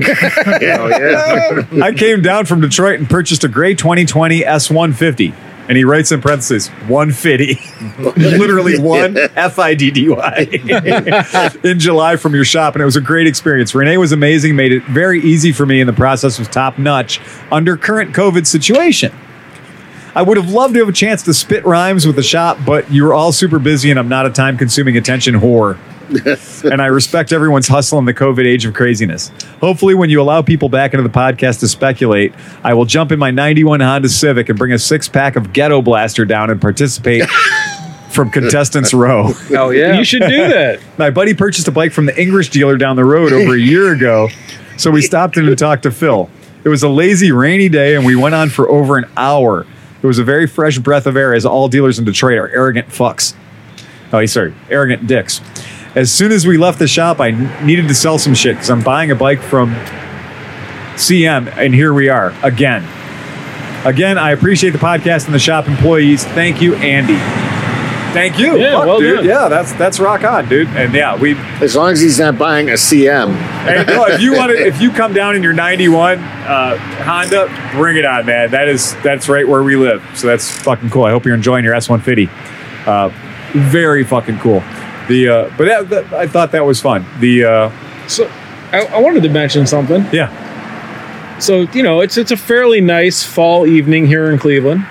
S5: yeah.
S1: I came down from Detroit and purchased a gray 2020 S150. And he writes in parentheses, 150. [laughs] Literally one F I D D Y in July from your shop. And it was a great experience. Renee was amazing, made it very easy for me, and the process was top notch under current COVID situation. I would have loved to have a chance to spit rhymes with the shop, but you were all super busy, and I'm not a time consuming attention whore and I respect everyone's hustle in the COVID age of craziness. Hopefully, when you allow people back into the podcast to speculate, I will jump in my 91 Honda Civic and bring a six pack of Ghetto Blaster down and participate from contestants' row.
S3: Oh yeah.
S2: You should do that.
S1: My buddy purchased a bike from the English dealer down the road over a year ago, so we stopped in and talked to Phil. It was a lazy, rainy day, and we went on for over an hour. It was a very fresh breath of air, as all dealers in Detroit are arrogant fucks. Oh, he's sorry, arrogant dicks. As soon as we left the shop, I n- needed to sell some shit because I'm buying a bike from CM, and here we are again. Again, I appreciate the podcast and the shop employees. Thank you, Andy. Thank you.
S2: Yeah, well
S1: dude.
S2: done.
S1: Yeah, that's that's rock on, dude. And yeah, we.
S5: As long as he's not buying a CM.
S1: Hey, no, if you want to, if you come down in your '91 uh, Honda, bring it on, man. That is that's right where we live. So that's fucking cool. I hope you're enjoying your S150. Uh, very fucking cool. The uh, but that, that, I thought that was fun. The uh,
S2: So, I, I wanted to mention something.
S1: yeah,
S2: So you know, it's it's a fairly nice fall evening here in Cleveland,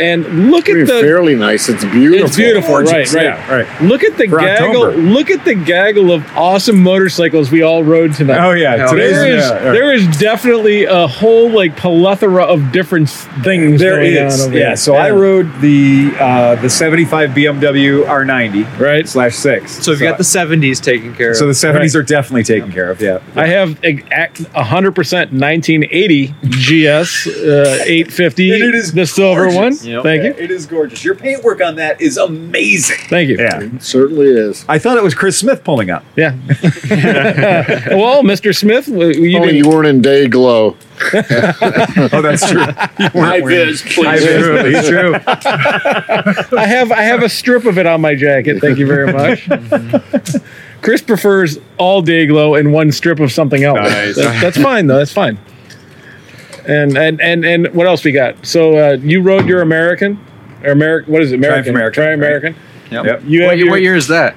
S2: and look
S5: I mean,
S2: at the
S5: fairly nice. It's beautiful.
S2: It's beautiful, right? Right.
S1: Yeah, right.
S2: Look at the
S1: For
S2: gaggle.
S1: October.
S2: Look at the gaggle of awesome motorcycles we all rode tonight.
S1: Oh yeah, today's
S2: There is,
S1: yeah, yeah.
S2: there is definitely a whole like plethora of different things.
S1: There
S2: going
S1: is,
S2: on over
S1: yeah.
S2: here.
S1: So I rode the uh, the '75 BMW R90
S2: Right.
S1: slash six.
S3: so we've got the '70s taken care of.
S1: so the '70s are definitely taken care of. Yeah,
S2: I have a a hundred percent 1980 GS uh, 850,
S1: And [laughs] it is
S2: the silver
S1: gorgeous.
S2: one. Thank you,
S1: It is gorgeous. Your paintwork on that is amazing.
S2: thank you.
S1: Yeah,
S5: Certainly is.
S1: I thought it was Chris Smith pulling up.
S2: Yeah. [laughs] well, Mr. Smith, w- you
S5: Only
S2: didn't-
S5: you weren't in day glow.
S1: Oh, that's true.
S4: High viz, please.
S1: Absolutely true.
S2: I have I have a strip of it on my jacket. Thank you very much. Chris prefers all day glow and one strip of something else.
S4: Nice.
S2: That- that's fine though. That's fine. And and and and what else we got? So uh, you rode your American, or American? What is it? American.
S1: American,
S2: Try American.
S3: Yep.
S1: Yep.
S2: You
S3: What,
S2: have your- Uh-huh.
S3: what year is that?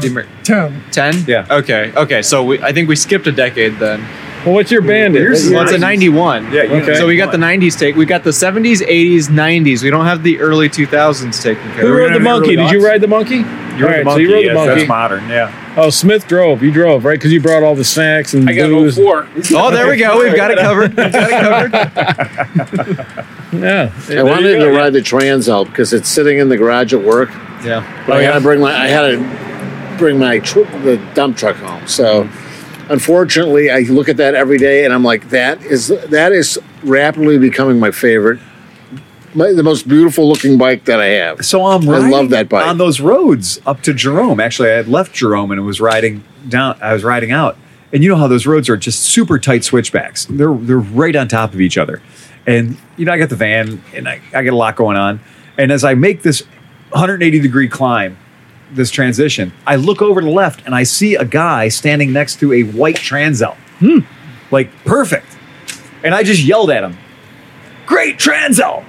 S3: The Amer-
S7: 10.
S3: Ten.
S1: Yeah.
S3: Okay. Okay. So we, I think we skipped a decade then.
S2: Well, what's your bandit?
S1: Here's-
S3: Well, it's a '91.
S1: Yeah, you-
S2: Okay.
S3: So we got the '90s take. We got the '70s, '80s, '90s. We don't have the early 2000s taken care
S2: Who
S3: of.
S1: We're
S2: rode
S1: gonna
S2: the
S1: be
S2: monkey?
S1: really
S2: Did you
S1: awesome.
S2: ride the monkey?
S1: You're
S2: All
S1: the
S2: right,
S1: monkey.
S2: So you rode the
S1: yes,
S2: monkey.
S1: That's modern. Yeah.
S2: Oh, Smith drove. You drove right because you brought all the snacks and
S4: I got
S2: booze.
S4: 04.
S3: Oh, there we go. We've got it covered. We've got it covered.
S2: Yeah. [laughs]
S5: I wanted to ride the Transalp because it's sitting in the garage at work.
S3: Yeah.
S2: Oh,
S5: But I had to bring my I had to bring my tr- the dump truck home. So unfortunately, I look at that every day, and I'm like, that is that is rapidly becoming my favorite, my, the most beautiful looking bike that I have.
S1: So I'm
S5: I
S1: riding
S5: love that bike.
S1: on those roads up to Jerome. Actually, I had left Jerome and was riding down. I was riding out, and you know how those roads are just super tight switchbacks. They're they're right on top of each other, and you know I got the van and I, I get a lot going on. And as I make this 180 degree climb, this transition, I look over to the left and I see a guy standing next to a white Transel,
S5: Hmm.
S1: like perfect. And I just yelled at him, "Great Transel!"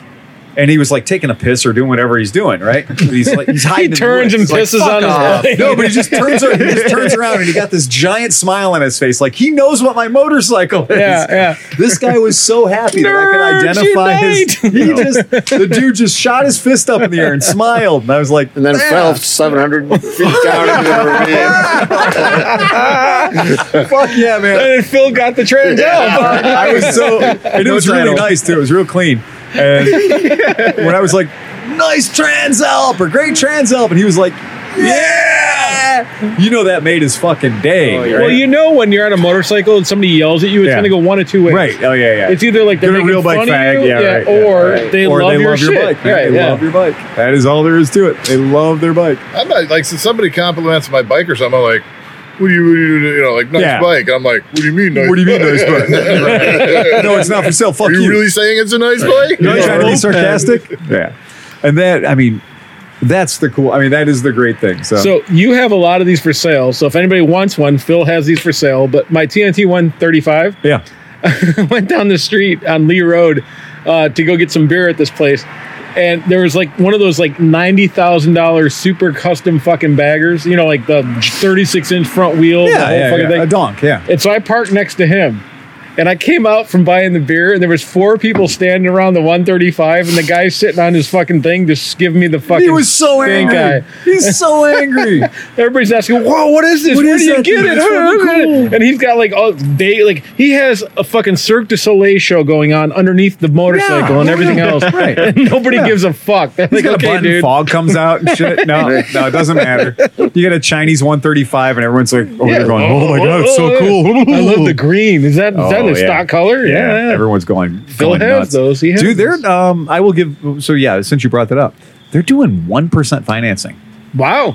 S1: and he was like taking a piss or doing whatever he's doing, right? But he's like he's hiding. in
S2: [laughs] He
S1: the
S2: turns and
S1: woods. He's
S2: pisses
S1: like,
S2: on his
S1: "Fuck off."
S2: leg.
S1: No, but he just turns around, he
S2: [laughs]
S1: just turns around and he got this giant smile on his face, like he knows what my motorcycle is.
S2: Yeah, yeah.
S1: This guy was so happy that I could
S2: Nerds
S1: identify his. [laughs] He just the dude just shot his fist up in the air and smiled, and I was like,
S5: And then
S1: "Yeah,
S5: fell 700 feet down into the ravine.
S6: [laughs]
S1: fuck yeah, man.
S2: And then Phil got the trans out.
S1: I was
S6: [laughs]
S1: so, and it was really nice too. It was real clean. And when I was like, "Nice trans help" or "Great trans help," and he was like, "Yeah," you know that made his fucking day. right?
S2: Well, you know when you're on a motorcycle and somebody yells at you, it's
S1: Yeah.
S2: going to go one of two ways.
S1: right? Oh yeah, yeah.
S2: It's either like they're
S1: You're a
S2: making
S1: real bike
S2: fun
S1: fag,
S2: of you,
S1: yeah, right, yeah,
S2: or they
S1: or
S2: love
S1: they
S2: your
S1: love your
S2: shit.
S1: bike. man.
S2: Right,
S1: they
S2: yeah.
S1: love your bike. That is all there is to it. They love their bike.
S6: I'm not like so somebody compliments my bike or something. I'm like, what do you, what do you, you know, like nice
S1: Yeah.
S6: bike. I'm like, what do you mean? Nice
S1: What do you mean
S6: bike?
S1: nice
S6: [laughs]
S1: bike? no, it's not for sale. Fuck
S6: Are you,
S1: you.
S6: really saying it's a nice bike?
S1: You're trying to be
S2: Moped.
S1: sarcastic.
S6: [laughs]
S1: yeah, and that I mean, that's the cool. I mean, that is the great thing. So,
S2: So you have a lot of these for sale. So if anybody wants one, Phil has these for sale. But my TNT 135
S1: yeah,
S2: [laughs] went down the street on Lee Road uh, to go get some beer at this place. And there was like one of those like ninety thousand dollars super custom fucking baggers, you know, like the thirty six inch front wheel, the
S1: yeah,
S2: whole
S1: yeah,
S2: fucking
S1: yeah.
S2: thing.
S1: a donk. Yeah.
S2: And so I parked next to him. And I came out from buying the beer, and there was four people standing around the 135, and the guy sitting on his fucking thing just giving me the fucking.
S1: He was so
S2: stink
S1: angry.
S2: eye.
S1: He's so [laughs] angry.
S2: Everybody's asking, "Whoa, what is this?
S1: What
S2: Where
S1: is
S2: do you
S1: that
S2: get
S1: thing?
S2: it?"
S1: It's fucking cool.
S2: And he's got like all day, like he has a fucking Cirque du Soleil show going on underneath the motorcycle
S1: Yeah,
S2: and
S1: yeah, [laughs]
S2: everything
S1: yeah,
S2: else.
S1: right.
S2: And nobody gives a fuck. They're
S1: He's
S2: like,
S1: got a
S2: okay,
S1: button.
S2: dude.
S1: Fog comes out and shit. No, no, it doesn't matter. You get a Chinese 135, and everyone's like, "Oh,
S2: Yeah.
S1: you're going, oh, my god, it's so
S2: oh,
S1: cool."
S2: I love the green. Is that is that
S1: Oh,
S2: the
S1: yeah.
S2: stock color? Yeah. yeah.
S1: everyone's going.
S2: Phil
S1: going
S2: has
S1: nuts.
S2: those. He has
S1: Dude,
S2: those.
S1: they're. Um, I will give. So yeah, since you brought that up, they're doing one percent financing.
S2: Wow.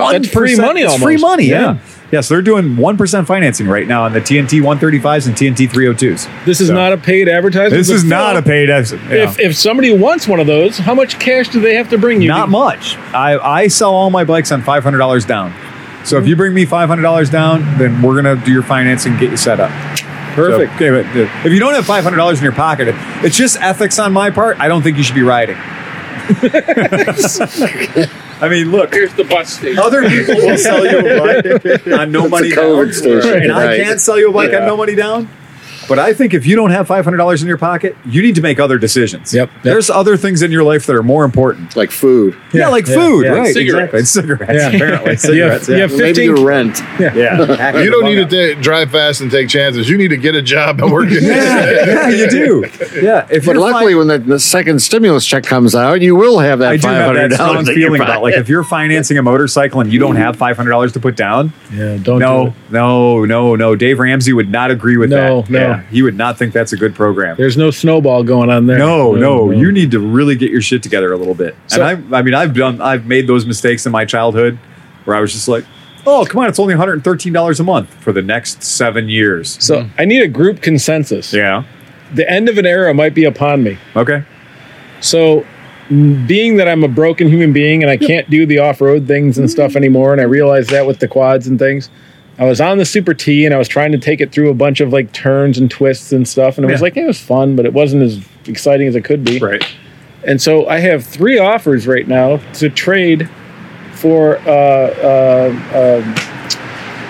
S1: One
S2: That's free
S1: percent-
S2: money
S1: it's
S2: almost.
S1: Free money. Yeah. yeah. so they're doing one percent financing right now on the TNT 135s and TNT 302s.
S2: This is
S1: So-
S2: not a paid advertisement.
S1: This
S2: but
S1: is not a
S2: Phil,
S1: paid exit.
S2: If, if somebody wants one of those, how much cash do they have to bring you?
S1: Not much. I, I sell all my bikes on five hundred dollars down. So if you bring me five hundred dollars down, then we're gonna do your financing, get you set up. So,
S2: Perfect.
S1: okay, but uh, if you don't have five hundred dollars in your pocket, it- it's just ethics on my part. I don't think you should be riding. [laughs] I mean, look,
S4: Here's the bus station.
S1: other people will sell you a
S2: [laughs]
S1: bike on no money
S5: COVID
S1: down,
S5: station
S1: and I
S5: tonight.
S1: can't sell you a bike on no money down. But I think if you don't have five hundred dollars in your pocket, you need to make other decisions.
S2: Yep, yep.
S1: There's other things in your life that are more important.
S5: like food.
S1: Yeah, like food,
S2: yeah.
S1: right?
S4: Cigarettes.
S1: Exactly. Cigarettes,
S2: Yeah.
S1: apparently. Cigarettes,
S2: you
S1: yeah.
S2: have
S5: Maybe
S2: 15
S5: your rent.
S2: [laughs]
S1: yeah.
S6: You don't need to ta- drive fast and take chances. You need to get a job and work.
S7: [laughs]
S6: it.
S1: Yeah, [laughs] yeah, you do. Yeah. If
S5: But
S1: you're
S5: luckily,
S1: fin-
S5: when the, the second stimulus check comes out, you will have
S1: I do
S5: that five
S1: have
S5: hundred
S1: that strong
S5: dollars.
S1: feeling about like if you're financing a motorcycle and you don't have five hundred dollars to put down.
S2: Yeah, don't do it.
S1: No, no, no, no. Dave Ramsey would not agree with
S2: No,
S1: that.
S2: no.
S1: he would not think that's a good program.
S2: There's no snowball going on there.
S1: No, no, you need to really get your shit together a little bit.
S2: So-
S1: and I, I mean, I've done, I've made those mistakes in my childhood where I was just like, oh, come on, it's only one hundred and thirteen dollars a month for the next seven years.
S2: So I need a group consensus.
S1: Yeah.
S2: The end of an era might be upon me.
S1: Okay.
S2: So, m- being that I'm a broken human being and I can't do the off road things and
S1: Mm-hmm.
S2: stuff anymore, and I realized that with the quads and things, I was on the Super T and I was trying to take it through a bunch of like turns and twists and stuff. And it was
S1: Yeah.
S2: like, it was fun, but it wasn't as exciting as it could be.
S1: Right.
S2: And so I have three offers right now to trade for uh, uh, um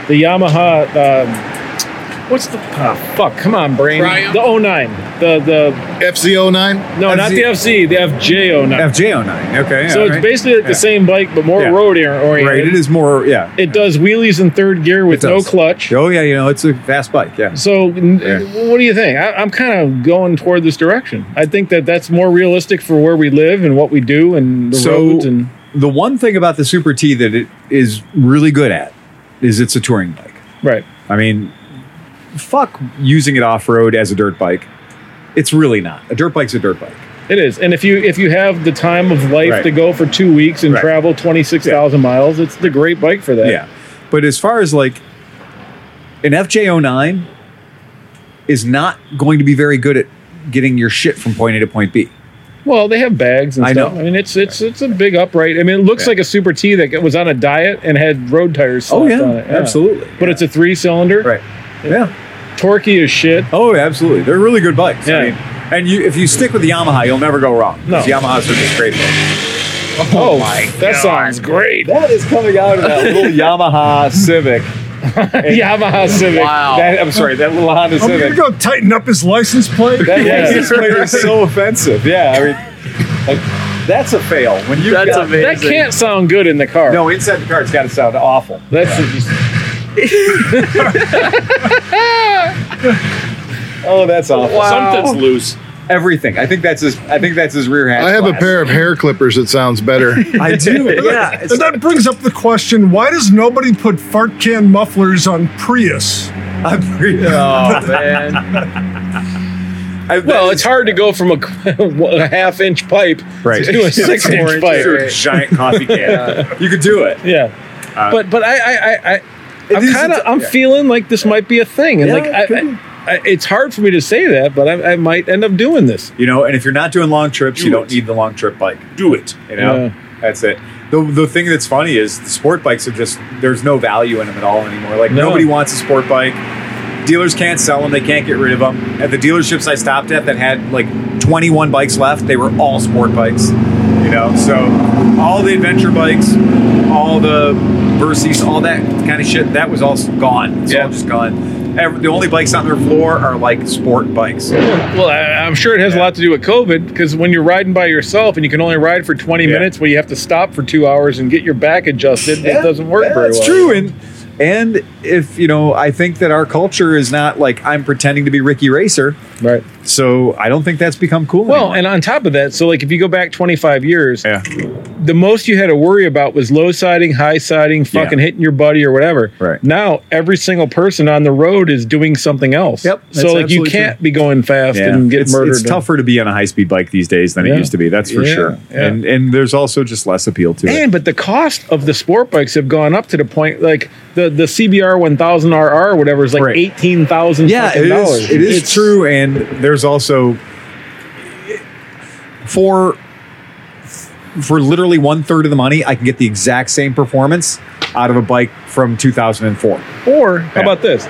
S2: the Yamaha. Um, what's the ah, fuck? Come on, brain.
S4: Triumph?
S2: The 09. The the
S6: FC09.
S2: no, not the FC. The FJ09.
S1: FJ09. Okay.
S2: so
S1: all
S2: it's
S1: right.
S2: basically like
S1: Yeah.
S2: the same bike, but more
S1: Yeah.
S2: road air oriented.
S1: Right. It is more. Yeah.
S2: It does wheelies in third gear with
S1: It
S2: no
S1: does.
S2: clutch.
S1: Oh yeah. You know, it's a fast bike. Yeah.
S2: So, n- what do you think? I, I'm kind of going toward this direction. I think that that's more realistic for where we live and what we do and the
S1: So-
S2: roads and
S1: The one thing about the Super T that it is really good at is it's a touring bike.
S2: right.
S1: I mean, fuck using it off road as a dirt bike. It's really not. A dirt bike's a dirt bike.
S2: It is, and if you if you have the time of life
S1: Right.
S2: to go for two weeks and
S1: Right.
S2: travel twenty six thousand miles, it's the great bike for that.
S1: Yeah. But as far as like an FJ09 is not going to be very good at getting your shit from point A to point B.
S2: Well, they have bags and
S1: I
S2: stuff.
S1: know.
S2: I mean, it's it's it's a big upright. I mean, it looks
S1: Yeah.
S2: like a Super T that was on a diet and had road tires.
S1: Oh
S2: slapped
S1: yeah,
S2: on it.
S1: absolutely.
S2: But it's a three cylinder,
S1: right. Yeah.
S2: torquey as shit.
S1: Oh, absolutely. They're really good bikes.
S2: Yeah.
S1: I mean, and you, if you stick with the Yamaha, you'll never go wrong.
S2: No.
S1: 'Cause Yamahas are just great. Bikes.
S2: Oh, my that
S1: [laughs]
S2: sounds great.
S1: That is coming out of [laughs] that little Yamaha Civic.
S2: Yamaha Civic.
S5: Wow.
S1: That, Oh. I'm sorry, that little Honda
S7: I'm gonna
S1: Civic.
S7: go tighten up his license plate.
S1: That
S2: Yeah.
S1: license plate is so offensive. Yeah, I mean, like, that's a fail. When you
S3: That's
S1: got,
S3: amazing.
S2: That can't sound good in the car.
S1: No, inside the car, it's got to sound awful.
S2: That's just,
S1: Oh, that's awful.
S4: Something's loose.
S1: Everything. I think that's his. I think that's his rear hatch.
S6: I have a
S1: glass.
S6: pair of hair clippers that sounds better.
S1: [laughs] I do. Yeah. It's,
S7: And that brings up the question: Why does nobody put fart can mufflers on Prius?
S1: [laughs] I'm [laughs] pretty,
S3: Oh man,
S1: I,
S2: well, it's hard to go from a, [laughs] a half inch pipe
S1: Right.
S2: to a six inch pipe.
S1: Sure, giant coffee [laughs] can. You could do it.
S2: Yeah,
S1: Uh,
S2: but but I I I, I
S1: It
S2: I'm
S1: is-
S2: kind of I'm
S1: yeah.
S2: feeling like this might be a thing, and
S1: Yeah,
S2: like
S1: it
S2: I,
S1: could be.
S2: I, I, it's hard for me to say that, but I, I might end up doing this.
S1: You know, and if you're not doing long trips,
S4: Do
S1: you don't
S4: it.
S1: need the long trip bike.
S4: Do it.
S1: You know,
S2: Yeah.
S1: that's it. The, the thing that's funny is the sport bikes are just there's no value in them at all anymore. Like
S2: No.
S1: nobody wants a sport bike. Dealers can't sell them. They can't get rid of them. At the dealerships I stopped at that had like 21 bikes left, they were all sport bikes. You know, so all the adventure bikes, all the Versys, all that kind of shit, that was all s- gone. It's
S2: Yeah.
S1: all just gone. Every, the only bikes on their floor are like sport bikes.
S2: Well, I, I'm sure it has a lot to do with COVID because when you're riding by yourself and you can only ride for 20
S1: Yeah.
S2: minutes, where you have to stop for two hours and get your back adjusted,
S1: Yeah,
S2: it doesn't work
S1: yeah,
S2: very
S1: it's
S2: well.
S1: true, and and if you know, I think that our culture is not like I'm pretending to be Ricky Racer,
S2: Right.
S1: so I don't think that's become cool.
S2: Well,
S1: anymore.
S2: and on top of that, so like if you go back 25 years,
S1: Yeah.
S2: the most you had to worry about was low siding, high siding, fucking
S1: Yeah.
S2: hitting your buddy or whatever.
S1: Right.
S2: Now every single person on the road is doing something else.
S1: Yep, that's
S2: So like you
S1: absolutely
S2: can't be going fast
S1: Yeah.
S2: and get
S1: it's,
S2: murdered. uh,
S1: it's tougher to be on a high speed bike these days than
S2: Yeah.
S1: it used to be. That's for
S2: Yeah,
S1: sure.
S2: yeah.
S1: And and there's also just less appeal to it.
S2: And but the cost of the sport bikes have gone up to the point like the the CBR 1000 RR or whatever is like
S1: Right.
S2: 18,000
S1: Yeah,
S2: fucking
S1: it
S2: dollars.
S1: is, it is
S2: It's-
S1: true, and there's also for for literally one third of the money, I can get the exact same performance out of a bike from 2004.
S2: Or how
S1: Yeah.
S2: about this?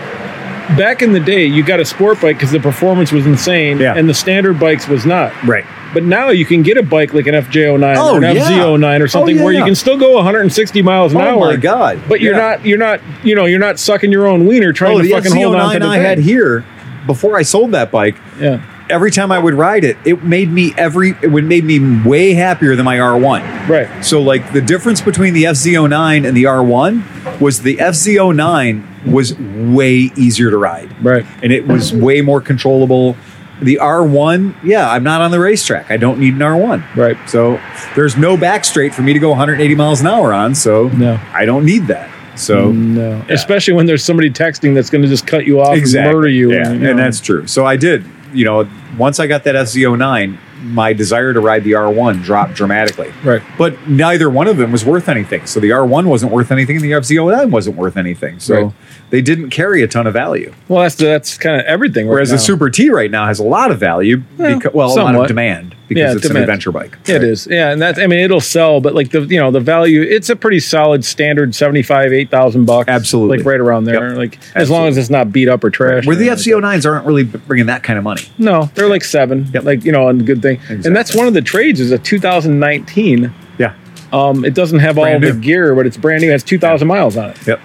S2: Back in the day, you got a sport bike because the performance was insane,
S1: Yeah.
S2: and the standard bikes was not.
S1: Right.
S2: But now you can get a bike like an FJ09
S1: Oh,
S2: or an
S1: yeah.
S2: FZ09 or something
S1: yeah,
S2: where you
S1: yeah.
S2: can still go 160 miles an
S1: oh
S2: hour.
S1: my god!
S2: But you're
S1: Yeah.
S2: not you're not you know you're not sucking your own wiener trying
S1: Oh,
S2: to
S1: the
S2: fucking hold on to
S1: FZ09
S2: the
S1: I
S2: thing.
S1: had here before I sold that bike.
S2: yeah,
S1: Every time I would ride it, it made me every it would made me way happier than my R1.
S2: right.
S1: So like the difference between the FZ09 and the R1 was the FZ09 was way easier to ride,
S2: Right.
S1: and it
S2: [laughs]
S1: was way more controllable. The R1, yeah, I'm not on the racetrack. I don't need an R1.
S2: Right.
S1: So there's no back straight for me to go 180 miles an hour on. So
S2: No. Mm.
S1: I don't need that. So
S2: No. Especially when there's somebody texting that's going to just cut you off
S1: exactly.
S2: and murder you.
S1: Yeah,
S2: you
S1: and
S2: know.
S1: that's true. So I did, you know, once I got that SZ09, my desire to ride the R1 dropped dramatically.
S2: Right.
S1: But neither one of them was worth anything. So the R1 wasn't worth anything, and the FZ09 wasn't worth anything. So
S2: Right.
S1: they didn't carry a ton of value.
S2: well, that's that's kind of everything. right
S1: Whereas
S2: now.
S1: the Super T right now has a lot of value, well, because, well a lot
S2: somewhat.
S1: of demand because
S2: Yeah,
S1: it's
S2: demand.
S1: an adventure bike.
S2: It is, yeah, and that's. I mean, it'll sell, but like the you know the value, it's a pretty solid standard seventy five eight thousand bucks,
S1: Absolutely.
S2: like right around there,
S1: Yep.
S2: like as long as it's not beat up or trash.
S1: Where the FZ09s aren't really bringing that kind of money.
S2: no, they're like seven,
S1: Yep.
S2: like you know, on good thing, and that's
S1: Exactly.
S2: one of the trades is a two thousand nineteen.
S1: Yeah.
S2: Um, it doesn't have all
S1: Brand
S2: the
S1: new.
S2: gear, but it's brand new. It has two thousand miles on it.
S1: Yep.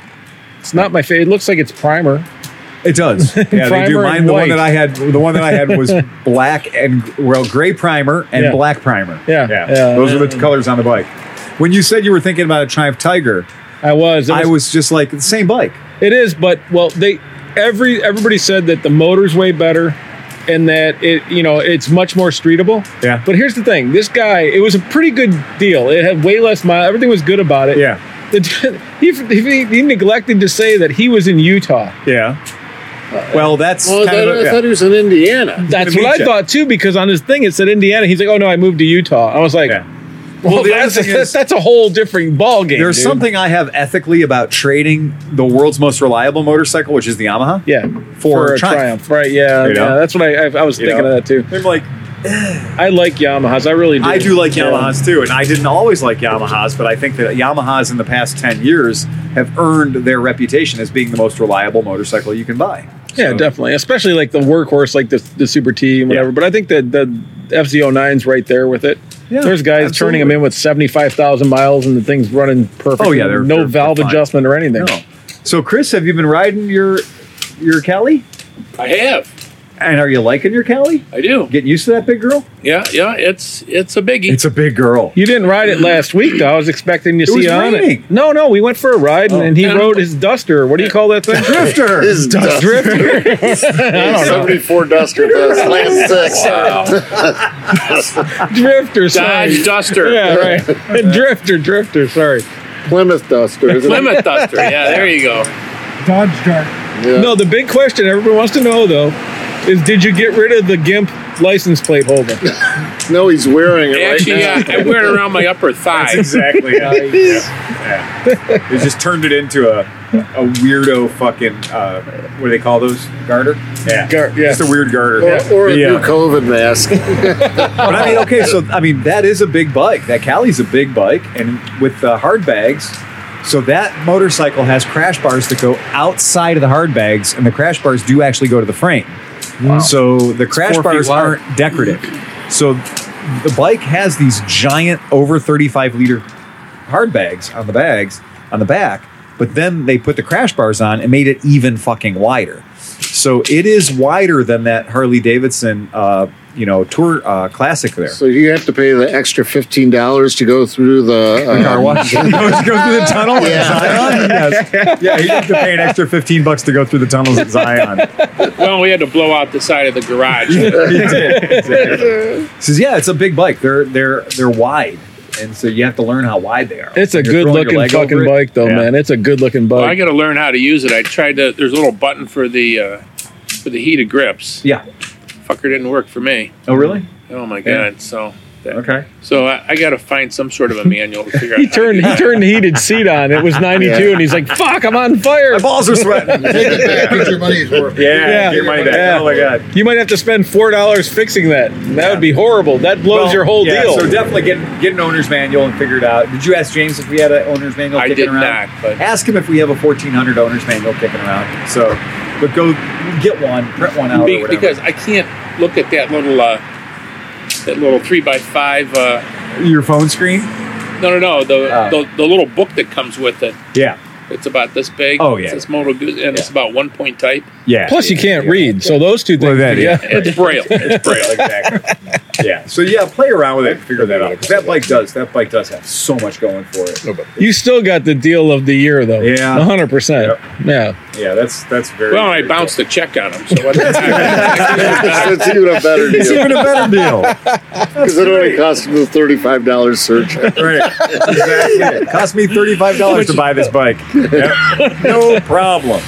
S2: It's not my favorite. It looks like it's primer.
S1: It
S2: [laughs]
S1: does. Yeah, they do.
S2: Primer
S1: Mine,
S2: and
S1: the
S2: white.
S1: one that I had, the one that I had
S2: [laughs]
S1: was black and well, gray primer and
S2: Yeah.
S1: black primer.
S2: Yeah,
S1: yeah.
S2: yeah.
S1: Those are the colors on the bike. When you said you were thinking about a Triumph Tiger,
S2: I was. It
S1: I was just like the same bike.
S2: It is, but well, they every everybody said that the motor's way better and that it you know it's much more streetable.
S1: Yeah.
S2: But here's the thing: this guy, it was a pretty good deal. It had way less mile. Everything was good about it. [laughs] The, he, he he neglected to say that he was in Utah.
S1: yeah. Well, that's
S5: Well, I
S1: kind
S5: thought,
S1: of a-
S5: I thought he was in Indiana.
S2: That's
S1: to
S2: what
S1: meet
S2: I
S1: you.
S2: thought too, because on his thing it said Indiana. He's like, "Oh no, I moved to Utah." I was like,
S1: Yeah.
S2: "Well,
S1: Well, the other
S2: that's,
S1: thing
S2: that's,
S1: is-
S2: that's a whole different ball game."
S1: There's
S2: dude.
S1: something I have ethically about trading the world's most reliable motorcycle, which is the Yamaha.
S2: yeah,
S1: For
S2: a
S1: Triumph.
S2: right? Yeah,
S1: You know?
S2: yeah. That's what I, I, I was
S1: You
S2: thinking
S1: know?
S2: of that too.
S1: I'm like,
S2: I like Yamahas. I really do.
S1: I do like
S2: Yeah.
S1: Yamahas too, and I didn't always like Yamahas, but I think that Yamahas in the past 10 years have earned their reputation as being the most reliable motorcycle you can buy.
S2: Yeah, definitely. Especially like the workhorse, like the, the Super T and whatever.
S1: Yeah.
S2: But I think that the FZ09's right there with it.
S1: Yeah,
S2: There's guys turning them
S1: absolutely.
S2: in with 75,000 miles and the thing's running perfect.
S1: Oh, yeah,
S2: and
S1: they're-
S2: no
S1: they're-
S2: valve
S1: they're fine.
S2: adjustment or anything.
S1: No. So, Chris, have you been riding your your Cali?
S4: I have.
S1: And are you liking your Cali?
S4: I do.
S1: Getting used to that big girl?
S4: Yeah, yeah. It's it's a biggie.
S1: It's a big girl.
S2: You didn't ride it last week, though. I was expecting to see
S1: was
S2: you on
S1: raining. Oh.
S2: it. No, no, we went for a ride and, and he
S4: And-
S2: rode his duster. What do you call that thing? [laughs]
S1: Drifter.
S5: His dust.
S2: Drifter.
S4: [laughs]
S5: Seventy-four duster bus last six.
S4: wow.
S2: Drifter. Sorry.
S4: Dodge Duster.
S2: Yeah, right. [laughs] drifter. Drifter. Sorry.
S5: Plymouth duster. Isn't it?
S4: Plymouth Duster. Yeah, there you go.
S7: Dodge Dart.
S5: Yeah.
S2: No, the big question everyone wants to know though is did you get rid of the GIMP license plate holder?
S5: No, he's wearing it
S4: Actually,
S5: right now.
S4: yeah, I wear it around my upper
S1: [laughs]
S4: thigh.
S2: [laughs]
S1: exactly. Yeah. yeah. yeah. It just turned it into a, a weirdo fucking, uh, what do they call those? Garter? Yeah.
S2: Gar- yeah.
S1: Just a weird garter.
S5: Or, or a
S1: Yeah.
S5: new COVID mask.
S1: But I mean, okay, so I mean that is a big bike. That Cali's a big bike, and with the hard bags, so that motorcycle has crash bars that go outside of the hard bags, and the crash bars do actually go to the frame. So the crash
S3: four feet
S1: bars
S3: wide.
S1: aren't decorative. So the bike has these giant over 35 liter hard bags on the bags on the back, but then they put the crash bars on and made it even fucking wider. So it is wider than that Harley Davidson, uh, you know, tour uh, classic there.
S5: so you have to pay the extra fifteen dollars to go through the um,
S1: Car wash. [laughs] you know, to go through the tunnel at
S5: Yeah. [laughs]
S1: Zion. Yes. Yeah, you have to pay an extra fifteen bucks to go through the tunnels at
S5: [laughs]
S1: Zion. [laughs]
S4: Well, we had to blow out the side of the garage.
S1: says, yeah, it's a big bike. They're they're they're wide, and so you have to learn how wide they are.
S2: It's
S1: You're
S2: a good
S1: throwing your
S2: looking
S1: leg over
S2: fucking
S1: it.
S2: bike though,
S1: Yeah.
S2: man. It's a good looking
S4: Well, I
S2: bike.
S4: got to learn how to use it. I tried to. There's a little button for the uh, for the heated grips.
S1: Yeah.
S4: Fucker didn't work for me.
S1: Oh, really?
S4: Oh my
S1: Yeah.
S4: god. So
S1: Okay.
S4: so I, I got to find some sort of a manual to figure
S2: [laughs]
S4: out.
S2: he
S4: how to
S2: turned he
S4: do that.
S2: turned the heated seat on.
S1: [laughs]
S2: It was 92
S5: Yeah.
S2: and he's like, "Fuck, I'm on fire."
S1: My balls are [laughs] sweating.
S6: Take it back. Get your money's
S5: [laughs]
S6: worth.
S2: Yeah.
S1: Get your money back.
S2: Yeah.
S1: Oh my god.
S2: [laughs] You might have to spend $4 fixing that. That would be horrible. That blows
S1: Well,
S2: your whole
S1: yeah,
S2: deal.
S1: So definitely get get an owner's manual and figure it out. Did you ask James if we had an owner's manual?
S4: I
S1: kicking
S4: did
S1: around?
S4: not, but-
S1: ask him if we have a fourteen hundred owner's manual kicking around. So, but go get one, print one out,
S4: Be-
S1: or whatever.
S4: because I can't look at that little uh, that little three by five. Uh,
S1: your phone screen.
S4: no, no, no. The,
S1: Oh.
S4: the the little book that comes with it.
S1: Yeah.
S4: It's about this big.
S1: Oh, yeah.
S4: It's this Moto Guzzi, and it's about one point type.
S1: Yeah.
S2: Plus you can't read. So those two
S1: Well, that-
S2: things. yeah.
S4: It's braille. It's braille.
S1: exactly. yeah. So yeah, play around with it, figure that out. 'Cause That bike does. That bike does have so much going for it.
S2: You still got the deal of the year though.
S1: Yeah.
S2: 100%. Yeah.
S1: Yeah, that's that's very.
S4: Well, I bounced a check on him. So what the heck?
S5: it's even a better
S1: It's
S5: deal
S1: even a better deal.
S5: because it only cost him the thirty-five dollars
S1: [laughs]
S5: surcharge.
S1: right. [laughs] Exactly. It cost me thirty five dollars to buy this bike. Yep. No problem.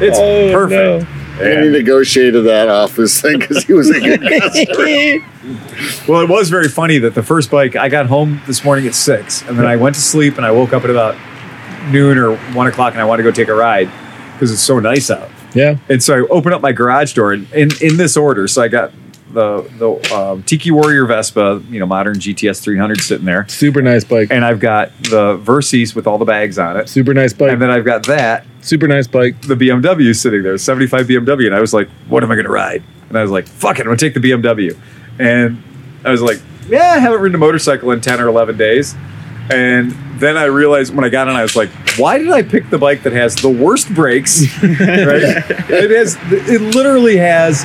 S1: It's
S2: Oh,
S1: perfect.
S5: And he
S1: Yeah.
S5: negotiated that off his thing because he was a good customer.
S1: Well, it was very funny that the first bike I got home this morning at six, and then I went to sleep, and I woke up at about noon or one o'clock, and I wanted to go take a ride because it's so nice out.
S2: Yeah.
S1: And so I opened up my garage door and in, in this order. So I got the the um, Tiki Warrior Vespa, you know, modern GTS 300 sitting there,
S2: Super nice bike.
S1: and I've got the Versys with all the bags on it,
S2: Super nice bike.
S1: and then I've got that
S2: Super nice bike.
S1: the BMW sitting there, 75 BMW, and I was like, what am I gonna ride? And I was like, fuck it, I'm gonna take the BMW. And I was like, yeah, I haven't ridden a motorcycle in 10 or 11 days. And then I realized when I got on, I was like, why did I pick the bike that has the worst brakes? right? It has, it literally has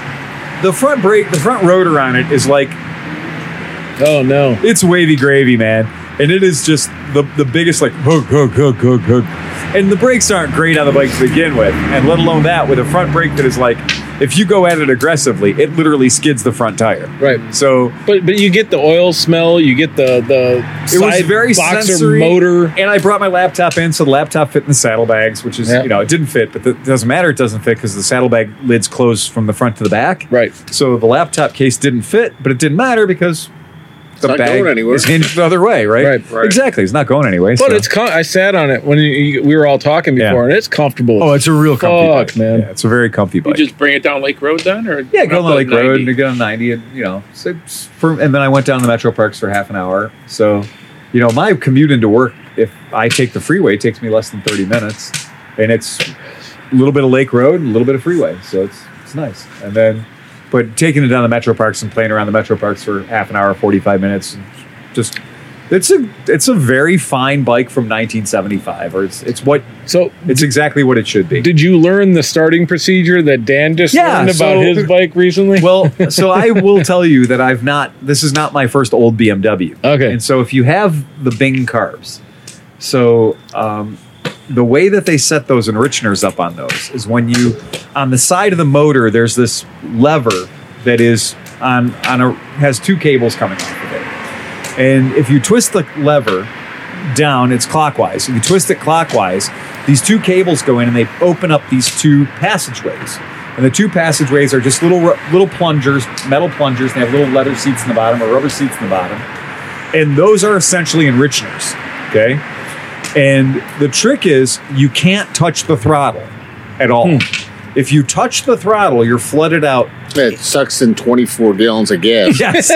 S1: the front brake, the front rotor on it is like
S2: Oh no.
S1: it's wavy gravy, man. And it is just the, the biggest like hook, hook, hook, hook, hook. And the brakes aren't great on the bike to begin with. And let alone that with a front brake that is like if you go at it aggressively, it literally skids the front tire.
S3: Right.
S1: So
S2: But but you get the oil smell, you get the the
S1: it
S2: side
S1: was very
S2: boxer
S1: sensory.
S2: motor.
S1: And I brought my laptop in, so the laptop fit in the saddlebags, which is
S5: Yeah.
S1: you know it didn't fit, but it doesn't matter. It doesn't fit because the saddlebag lids close from the front to the back.
S2: Right.
S1: So the laptop case didn't fit, but it didn't matter because the
S5: not
S1: bag
S5: going anywhere.
S1: is hinged the other way, right?
S2: Right,
S3: right.
S1: Exactly. It's not going anyway.
S2: But
S1: so-
S2: it's com- I sat on it when you, you, we were all talking
S1: Yeah.
S2: before, and it's comfortable.
S1: oh, it's a real comfy
S2: Fuck,
S1: bike,
S2: man.
S1: Yeah, it's a very comfy
S4: You
S1: bike.
S4: just bring it down Lake Road then, or
S1: yeah, go
S4: up
S1: on the Lake Road
S4: 90?
S1: and go on ninety, and you know, so it's for, and then I went down to Metro Parks for half an hour. So, you know, my commute into work, if I take the freeway, it takes me less than thirty minutes, and it's a little bit of Lake Road, and a little bit of freeway, so it's it's nice. And then, but taking it down to Metro Parks and playing around the Metro Parks for half an hour, forty five minutes, just. It's a it's a very fine bike from 1975, or it's it's what
S2: so
S1: it's exactly what it should be.
S2: did you learn the starting procedure that Dan just
S1: Yeah,
S2: learned about
S1: so-
S2: his bike recently?
S1: Well, so I will tell you that I've not. This is not my first old BMW.
S2: Okay.
S1: And so if you have the Bing carbs, so um, the way that they set those enricheners up on those is when you on the side of the motor there's this lever that is on on a has two cables coming off of it, and if you twist the lever down, it's clockwise. If you twist it clockwise, these two cables go in and they open up these two passageways. And the two passageways are just little ru- little plungers, metal plungers. They have little leather seats in the bottom or rubber seats in the bottom, and those are essentially enricheners. Okay, and the trick is you can't touch the throttle at all. If you touch the throttle, you're flooded out
S5: It sucks in 24 gallons of gas.
S1: [laughs] Yes,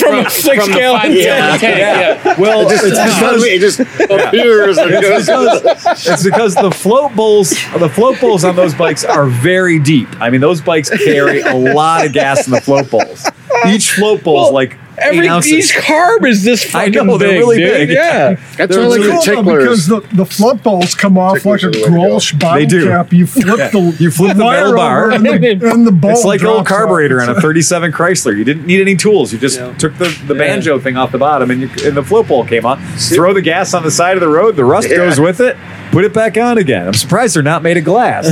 S2: from, a six
S4: from the
S2: gallon
S4: five gallon
S2: tank.
S4: tank. Yeah.
S1: Well,
S5: It just,
S1: it's because,
S5: it just appears and
S1: it's
S5: goes.
S1: because it's because the float bowls the float bowls on those bikes are very deep. I mean, those bikes carry a lot of gas in the float bowls. Each float bowl is
S2: Well,
S1: like
S2: Every
S1: eight ounces.
S2: each carb is this
S1: I
S2: fucking
S1: know, they're
S2: big,
S1: really
S2: dude.
S1: big.
S2: Yeah,
S5: That's
S1: They're
S5: why I like
S1: really
S5: the
S7: Cool, though, because
S5: ticklers.
S7: the, the flood balls come off like
S6: Ticklers
S7: a
S6: are the way to go.
S7: Grolsch bottle
S1: They do.
S7: cap. You flip
S1: Yeah.
S7: the
S1: [laughs] You flip the
S7: wire
S1: metal bar.
S7: over and the, and the ball
S1: it's like an old
S7: drops out.
S1: carburetor on
S7: It's
S1: a 37 Chrysler. You didn't need any tools. You just took the, the banjo thing off the bottom and, you, and the float bowl came on. Throw the gas on the side of the road. The rust
S5: Yeah.
S1: goes with it. Put it back on again. I'm surprised they're not made of glass,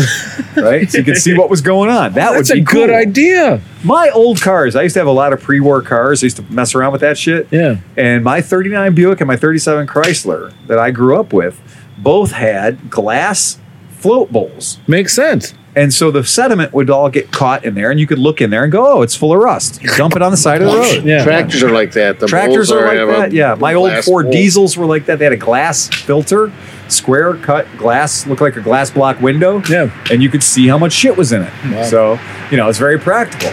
S1: right? So you can see what was going on. That would
S2: that's
S1: be
S2: a good
S1: cool.
S2: idea.
S1: My old cars, I used to have a lot of pre-war cars. I used to mess around with that shit.
S2: Yeah.
S1: And my 39 Buick and my 37 Chrysler that I grew up with both had glass float bowls.
S2: Makes sense.
S1: And so the sediment would all get caught in there and you could look in there and go, "Oh, it's full of rust." Dump it on the side of the road.
S2: Yeah.
S5: Tractors are like that. The
S1: Tractors
S5: bulls
S1: are
S5: have
S1: like
S5: a
S1: that. Yeah, my old
S5: glass
S1: Ford
S5: bowl.
S1: diesels were like that. They had a glass filter, square cut glass, looked like a glass block window.
S2: Yeah.
S1: and you could see how much shit was in it. So you know it's very practical.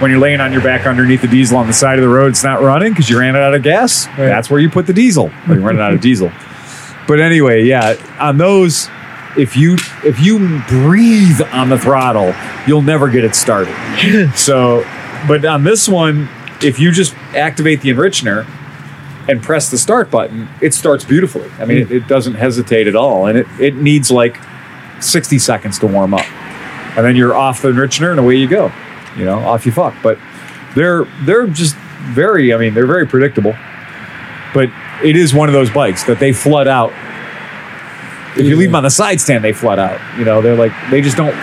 S1: When you're laying on your back underneath the diesel on the side of the road, it's not running because you ran out of gas. That's where you put the diesel. Or you're running out of diesel. But anyway, yeah, on those, if you if you breathe on the throttle, you'll never get it started. so, but on this one, if you just activate the enrichener and press the start button, it starts beautifully. I mean, it, it doesn't hesitate at all, and it it needs like sixty seconds to warm up, and then you're off the enrichener and away you go. You know, off you fuck. But they're they're just very. I mean, they're very predictable but it is one of those bikes that they flood out. If you leave them on the side stand, they flood out. You know, they're like they just don't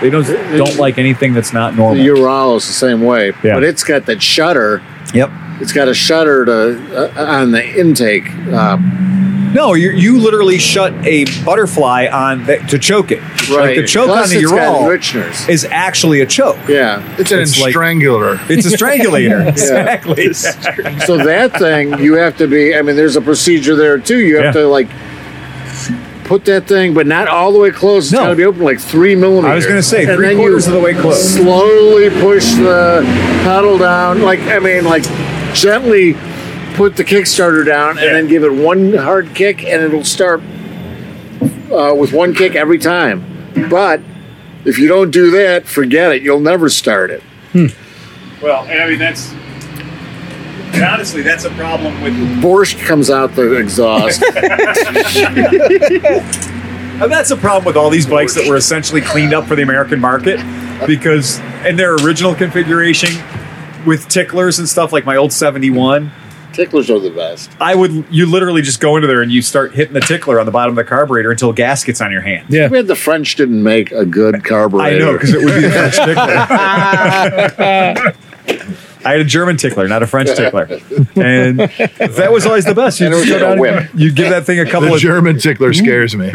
S1: they don't don't like anything that's not
S5: The
S1: normal.
S5: Uralo's the same way,
S1: Yeah.
S5: but it's got that shutter.
S1: Yep.
S5: It's got a shutter to uh, on the intake. Uh,
S1: No, you you literally shut a butterfly on that to choke it. Like
S5: right.
S1: the choke
S5: Plus
S1: on the
S5: it's got
S1: Ural
S5: enricheners.
S1: is actually a choke.
S5: Yeah.
S6: It's an
S1: It's like-
S6: strangulator.
S1: It's a
S5: [laughs]
S1: strangulator. Exactly.
S5: so that thing you have to be. I mean, there's a procedure there too. You have
S1: Yeah.
S5: to like put that thing, but not all the way close. It's
S1: No.
S5: got to be open like three millimeters.
S1: I was gonna say,
S5: And
S1: three
S5: then you
S1: quarters of the way close.
S5: Slowly push the pedal down. Like I mean, like gently put the Kickstarter down, and then give it one hard kick, and it'll start uh, with one kick every time. But if you don't do that, forget it. You'll never start it.
S1: Well, and I mean that's and honestly that's a problem with
S5: Borscht comes out the
S1: [laughs]
S5: exhaust.
S1: And Uh, that's a problem with all these bikes that were essentially cleaned up for the American market because in their original configuration with ticklers and stuff like my old 71,
S5: Ticklers are the best.
S1: I would. You literally just go into there and you start hitting the tickler on the bottom of the carburetor until gas gets on your hand.
S2: Yeah.
S5: Weird the French didn't make a good carburetor.
S1: I know because it would be a
S6: [laughs]
S1: French tickler. I had a German tickler, not a French tickler, and that was always the best. You
S5: And it was
S1: just go
S5: like a
S1: down
S5: whip.
S1: and you give that thing a couple
S6: The
S1: of
S6: German tickler scares me.
S1: yeah,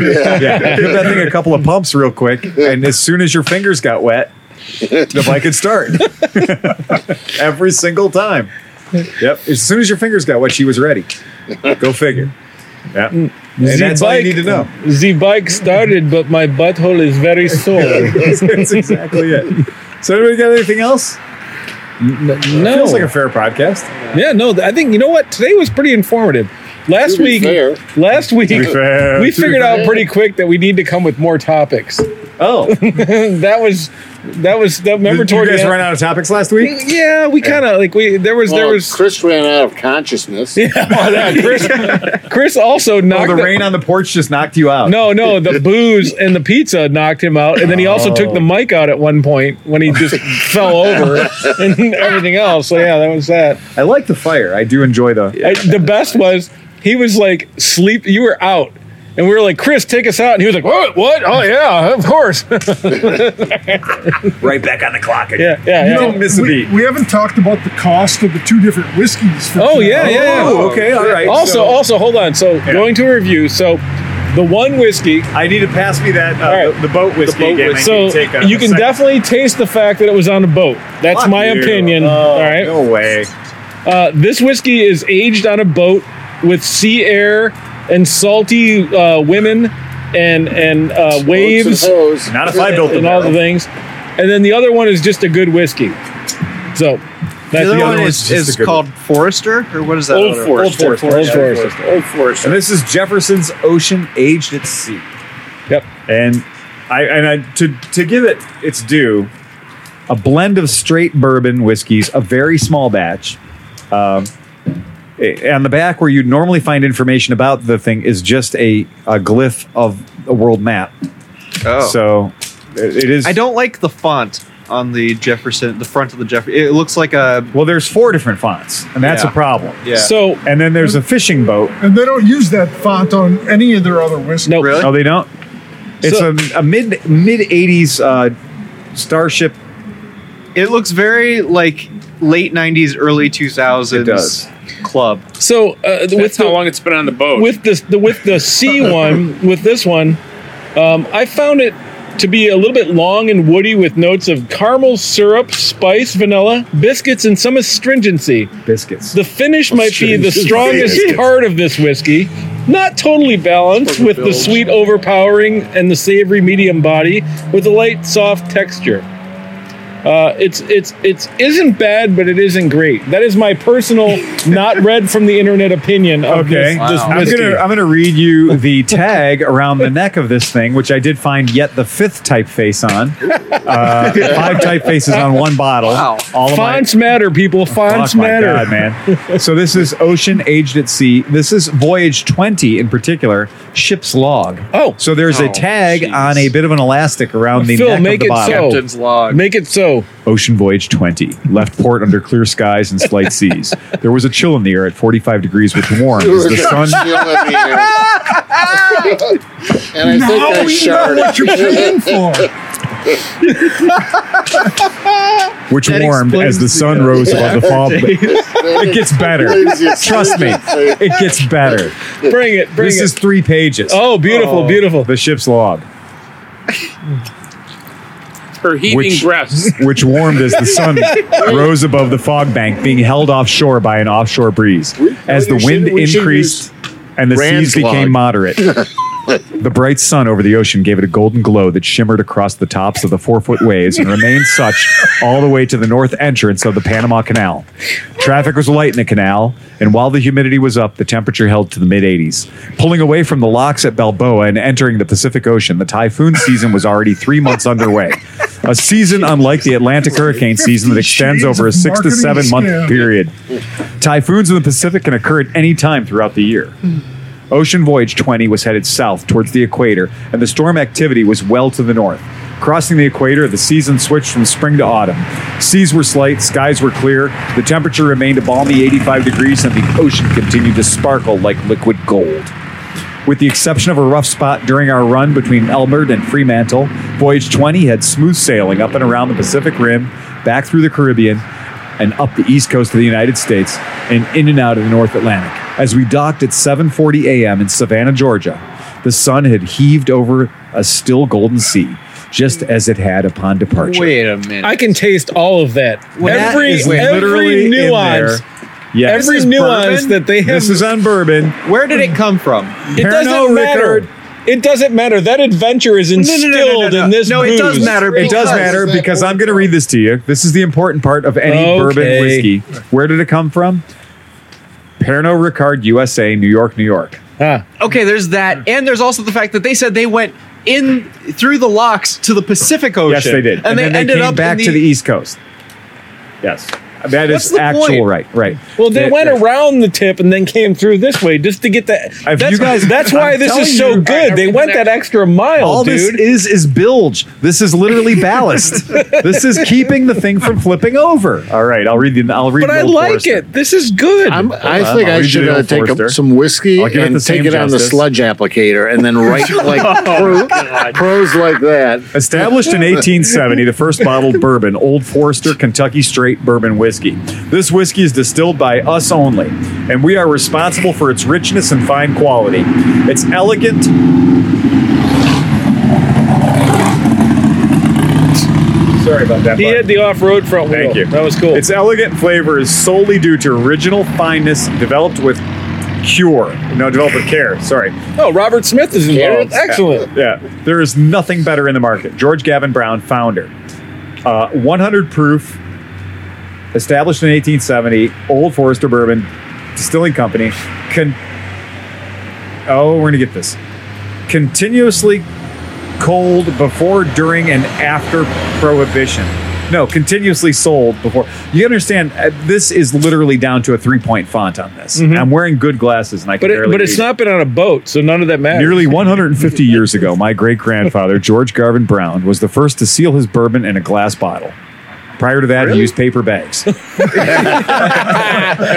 S1: give that thing a couple of pumps real quick, and as soon as your fingers got wet, the bike could
S5: [laughs]
S1: start every single time. Yep, as soon as your fingers got wet, she was ready. Go figure. Yeah, and that's all you need to know.
S2: The bike started, but my butthole is very sore.
S1: [laughs] that's exactly it. So, anybody got anything else?
S2: no.
S1: Feels like a fair podcast.
S2: yeah, no. th- I think you know what today was pretty informative. Last
S5: [laughs] To be
S2: week,
S5: fair.
S2: last week,
S1: be fair.
S2: we
S1: To be
S2: figured out
S5: fair.
S2: pretty quick that we need to come with more topics.
S1: [laughs] Oh,
S2: that was that was that. Remember,
S1: did you
S2: toward the
S1: guys
S2: end-
S1: ran out of topics last week?
S2: Yeah, we kind of like we there was there
S5: Well,
S2: was.
S5: Chris ran out of consciousness.
S2: Yeah, that- Chris, Chris also
S1: Oh,
S2: knocked
S1: the rain on the porch just knocked you out.
S2: No,
S1: [laughs]
S2: no, the booze and the pizza knocked him out, and then he also took the mic out at one point when he just fell over and everything else. So yeah, that was that.
S1: I like the fire. I do enjoy the.
S2: I- the best was he was like sleep. You were out, and we were like, Chris, take us out, and he was like, What? What? Oh yeah, of course. [laughs]
S1: Right back on the clock. Again.
S2: yeah, yeah,
S1: You
S2: yeah. [laughs]
S1: don't miss a
S7: We,
S1: beat.
S7: we haven't talked about the cost of the two different whiskeys. For
S2: Oh yeah, yeah. yeah.
S1: Oh, okay, all right.
S2: Also,
S1: So-
S2: also, hold on. So going to a review. So the one whiskey.
S1: I need to pass me that uh,
S2: right.
S1: the, the boat whiskey
S2: boat
S1: again. I
S2: So
S1: need to take a-
S2: you
S1: a
S2: can
S1: second.
S2: definitely taste the fact that it was on a boat. That's
S1: Fuck
S2: my
S1: you.
S2: opinion.
S1: Oh,
S2: all right.
S1: No way.
S2: Uh, this whiskey is aged on a boat with sea air and salty uh, women and and uh, waves
S5: Boats
S2: and
S5: and hoes.
S1: Not if I built the
S2: all the
S1: barrel.
S2: things. And then the other one is just a good whiskey. So
S3: The
S2: that's
S3: other
S1: other
S3: one
S1: one's
S3: is,
S1: just a
S3: is
S1: good
S3: called Forester, or what is that?
S4: Old
S3: other one?
S4: Forester.
S2: Old Forester. Old Forester.
S4: Old Forest.
S1: And this is Jefferson's Ocean Aged at Sea.
S2: Yep.
S1: And I and I to to give it its due, a blend of straight bourbon whiskeys, a very small batch. Um, eh, on the back where you would normally find information about the thing is just a, a glyph of a world map.
S3: Oh.
S1: So it it is.
S3: I don't like the font on the Jefferson, the front of the Jefferson. It looks like a
S1: Well, there's four different fonts, and that's
S3: Yeah.
S1: a problem.
S3: yeah.
S2: So
S1: And then there's a fishing boat.
S7: And they don't use that font on any of their other whiskeys.
S2: no,
S3: Really?
S1: Oh, they don't. It's
S2: So-
S1: a, a mid mid '80s uh, starship.
S3: it looks very like late '90s, early 2000s
S1: It does.
S3: club.
S2: so uh, with
S4: That's
S2: the,
S4: how long it's been on the boat.
S2: with this the with the [laughs] C one with this one, um, I found it to be a little bit long and woody with notes of caramel syrup, spice, vanilla, biscuits, and some astringency.
S1: Biscuits.
S2: The finish might be the strongest part of this whiskey. Not totally balanced with the sweet overpowering and the savory medium body with a light soft texture. Uh, it's it's it's isn't bad, but it isn't great. That is my [laughs] personal, not read from the internet opinion. Of
S1: Okay.
S2: this, this
S1: I'm
S2: whiskey.
S1: gonna I'm gonna read you the tag around the neck of this thing, which I did find yet the fifth typeface on. Uh, five typefaces on one bottle.
S3: Wow.
S1: All of Oh my
S2: Fonts matter, people. Fonts
S1: Oh, my
S2: matter.
S1: God, man. so this is Ocean Aged at Sea. This is Voyage 20 in particular, ship's log.
S2: Oh.
S1: So there's a
S3: Oh,
S1: tag
S3: jeez.
S1: on a bit of an elastic around the
S2: Phil,
S1: neck
S2: make
S1: of the
S2: it
S1: bottle.
S2: so.
S3: Captain's log.
S2: Make it so.
S1: Ocean Voyage 20 left port under clear skies and slight seas. There was a chill in the air at 45 degrees with warm as
S3: [laughs]
S1: the sun
S5: and I think I
S7: what
S5: [laughs]
S7: you're
S5: sharted.
S7: paying for.
S1: which
S3: That
S1: warmed as the
S3: explains
S1: sun rose above the fog. It gets better.
S5: Explains
S1: Trust me,
S5: it.
S1: it gets better.
S2: Bring it. Bring
S1: This
S2: it.
S1: is three pages.
S2: oh, beautiful,
S3: Oh.
S2: beautiful.
S1: The ship's log.
S4: her heaving
S1: Which-
S4: breasts.
S1: which warmed as the
S5: [laughs]
S1: sun rose above the fog bank, being held offshore by an offshore breeze. As the
S5: we should-
S1: wind
S5: we should
S1: increased and the
S5: Rand's
S1: seas became
S5: log.
S1: moderate, the bright sun over the ocean gave it a golden glow that shimmered across the tops of the four foot waves and remained such all the way to the north entrance of the Panama Canal. Traffic was light in the canal, and while the humidity was up, the temperature held to the mid 80s. Pulling away from the locks at Balboa and entering the Pacific Ocean, the typhoon season was already three months underway. A season unlike the Atlantic hurricane season that extends over a six to seven month period. Typhoons in the Pacific can occur at any time throughout the year. Ocean Voyage 20 was headed south towards the equator, and the storm activity was well to the north. Crossing the equator, the season switched from spring to autumn. Seas were slight, skies were clear, the temperature remained a balmy 85 degrees, and the ocean continued to sparkle like liquid gold. With the exception of a rough spot during our run between Elmerd and Fremantle, Voyage 20 had smooth sailing up and around the Pacific Rim, back through the Caribbean, and up the east coast of the United States and in and out of the North Atlantic. As we docked at 7:40 a.m. in Savannah, Georgia, the sun had heaved over a still golden sea, just as it had upon departure.
S3: Wait a minute.
S2: I can taste all of that.
S1: That
S2: every
S1: is
S2: every
S1: in there.
S2: nuance.
S1: Yes.
S2: Every
S1: This is
S2: nuance
S1: bourbon.
S2: that they have.
S1: This is on bourbon.
S3: Where did it come from?
S2: it doesn't
S1: Pernod
S2: matter.
S1: Ricard.
S2: It doesn't matter. That adventure is instilled in this.
S3: No, it does
S2: booze.
S3: matter.
S1: It does
S3: because-
S1: matter because I'm going to read this to you. This is the important part of any
S2: Okay.
S1: bourbon whiskey. Where did it come from? Pernod Ricard, USA, New York, New York.
S2: Ah,
S3: Okay, there's
S1: Mm.
S3: that, and there's also the fact that they said they went in through the locks to the Pacific Ocean.
S1: Yes, they did.
S3: Oh, and, they,
S1: then
S3: ended
S1: came
S3: up
S1: back
S3: in
S1: to the East Coast. Yes, that
S3: What's
S1: is
S3: the
S1: actual
S3: point?
S1: right. Right.
S2: well, they
S1: That-
S2: went
S1: that-
S2: around the tip and then came through this way just to get that.
S1: If
S2: that's,
S1: you guys-
S2: that's why
S1: I'm
S2: this
S1: telling
S2: is so
S1: you-
S2: good. They went that extra mile,
S1: All this
S2: dude.
S1: is is bilge. This is literally
S3: [laughs]
S1: ballast. this is keeping the thing from flipping over. All right, I'll read the. I'll read.
S2: but I
S1: Will
S2: like
S1: Forrester.
S2: it. This is good.
S5: I'm, I
S1: on,
S5: think
S1: I'll read
S5: I
S1: you
S5: should
S1: the
S5: uh,
S1: old
S5: take
S1: Forester.
S5: a, some whiskey
S1: I'll give it
S5: and
S1: the
S5: take
S1: same
S5: it on the
S1: justice. Oh,
S5: sludge applicator and
S1: [laughs]
S5: then write like pro, pros like that.
S9: [laughs]
S1: Established in 1870, the first bottled bourbon, Old Forester Kentucky Straight Bourbon Whiskey. This whiskey is distilled by us only, and we are responsible for its richness and fine quality. It's elegant. Sorry about that.
S9: He
S1: bud.
S9: had the off-road front wheel.
S1: Thank you.
S9: That was cool.
S1: Its elegant flavor is solely due to original fineness developed with cure. No, developed with care. Sorry.
S2: oh, Robert Smith is involved. Excellent.
S1: [laughs] Yeah, there is nothing better in the market. George Gavin Brown, founder. Uh, 100 proof, established in 1870, Old Forester Bourbon Distilling Company. Con- oh, we're going to get this. Continuously cold before, during, and after Prohibition. No, continuously sold before. You understand, uh, this is literally down to a three point font on this. I'm wearing good glasses and I can
S9: Mm-hmm. but it,
S1: barely
S9: but it's
S1: read.
S9: not been on a boat, so none of that matters.
S1: Nearly 150 years ago, my great grandfather, George Garvin Brown, was the first to seal his bourbon in a glass bottle. Prior to that, he used paper bags.
S4: and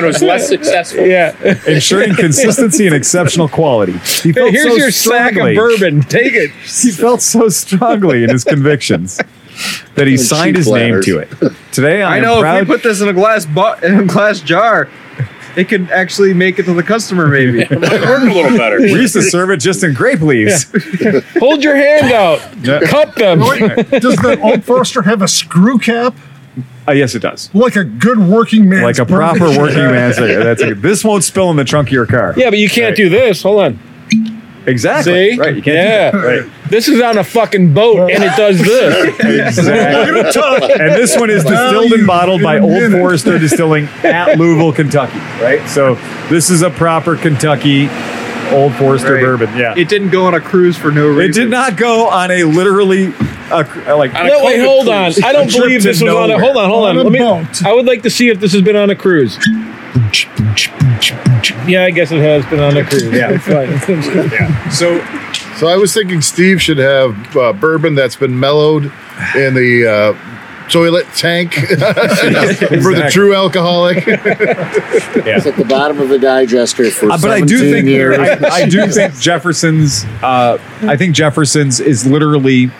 S4: was less successful.
S9: Yeah.
S1: Ensuring consistency and exceptional quality. He felt
S2: Here's
S1: so
S2: your sack
S1: strongly,
S2: of bourbon. Take it.
S1: He felt so strongly in his convictions that he signed
S5: cheap
S1: his
S5: letters.
S1: name to it. Today, I,
S3: I
S1: am
S3: know
S1: proud.
S3: if we put this in a glass bu- [laughs] in a glass jar, it could actually make it to the customer.
S1: [laughs]
S3: Maybe
S4: It worked a little better.
S1: we used to serve it just in grape leaves.
S2: Hold your hand out. Cup them.
S7: Does that old Forester have a screw cap
S1: Uh, yes, it does.
S7: like a good working man?
S1: Like a proper working man's. That's a, this won't spill in the trunk of your car.
S2: Yeah, but you can't do this. Hold on.
S1: exactly.
S2: See?
S1: Right, you can't. do
S2: yeah.
S1: Right.
S2: This is on a fucking boat and it does this.
S1: Exactly. and this one is distilled and bottled by Old Forester Distilling at Louisville, Kentucky. Right. So this is a proper Kentucky Old Forester
S3: Right.
S1: bourbon. Yeah. It,
S3: it didn't go on a cruise for no reason.
S1: did not go on a literally a, cr- like.
S4: On a
S2: No, wait,
S4: COVID
S2: hold on.
S4: cruise.
S2: I don't
S1: A trip
S2: believe
S1: to
S2: this was on a
S1: nowhere.
S2: hold on, hold on.
S7: On a
S2: Let
S7: boat.
S2: me I would like to see if this has been on a cruise. Yeah, I guess it has been on a cruise.
S1: Yeah.
S2: It's
S1: [laughs]
S2: fine. [laughs]
S1: so
S6: So I was thinking Steve should have uh, bourbon that's been mellowed in the uh, toilet
S7: [laughs]
S6: tank [laughs] for the
S1: Exactly.
S6: true alcoholic. [laughs]
S5: It's at the bottom of the digester for
S1: Uh, but I
S5: 17
S1: do think
S5: years.
S1: I, I do think Jefferson's. Uh, I think Jefferson's is literally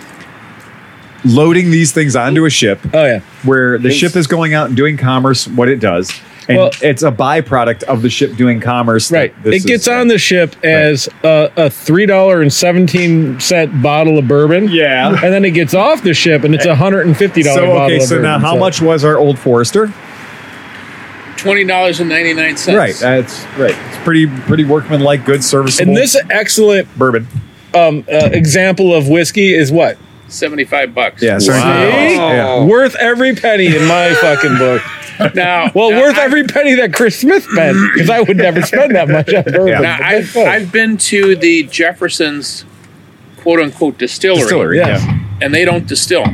S1: loading these things onto a ship
S2: Oh yeah.
S1: where the ship is going out and doing commerce, what it does, and
S2: Well-
S1: it's a byproduct of the ship doing commerce. that
S2: Right.
S1: this
S2: It gets
S1: is-
S2: on the ship as a, a three dollar and seventeen cent bottle of bourbon.
S1: Yeah.
S2: And then it gets off the ship and it's a hundred and fifty dollar
S1: So
S2: bottle
S1: okay,
S2: of
S1: so
S2: bourbon.
S1: now how much was our old Forester?
S4: Twenty dollars and ninety nine cents.
S1: Right, Uh, that's right. It's pretty pretty workmanlike, good serviceable.
S2: and this excellent
S1: bourbon,
S2: um, uh, example of whiskey is what?
S4: seventy five bucks.
S1: yeah, so-
S2: See?
S7: Oh.
S1: yeah.
S2: Worth every penny in
S7: [laughs]
S2: my fucking book.
S4: Now,
S2: Well,
S4: now
S2: worth
S4: I-
S2: every penny that Chris Smith spent because I would never spend that much on bourbon.
S1: Yeah.
S4: Now,
S2: But
S4: I've,
S2: that's
S4: I've been to the Jefferson's quote unquote distillery,
S1: distillery.
S2: Yes.
S1: Yeah,
S4: and they don't distill.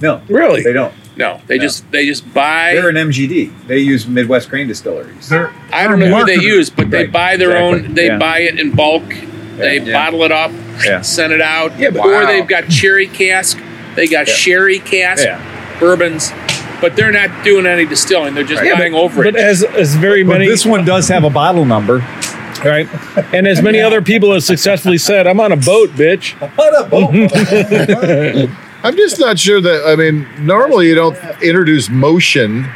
S1: no,
S2: Really?
S1: they don't.
S4: No, they just they just buy.
S1: They're an MGD. They use Midwest grain distilleries.
S4: I don't know who they use, but they
S1: Right,
S4: buy their
S1: exactly,
S4: own. They
S1: yeah.
S4: buy it in bulk. They
S1: Yeah.
S4: bottle it up,
S1: Yeah.
S4: send it out,
S2: Yeah, but-
S4: or
S2: Wow.
S4: they've got cherry cask They got sherry cask
S1: Yeah.
S4: bourbons, but they're not doing any distilling. They're just buying over it.
S2: But as as very
S1: But
S2: many
S1: this one does have a bottle number.
S2: right, and as many other people have successfully said, I'm on a boat, bitch.
S1: What a boat.
S6: I'm just not sure that. I mean, normally you don't introduce motion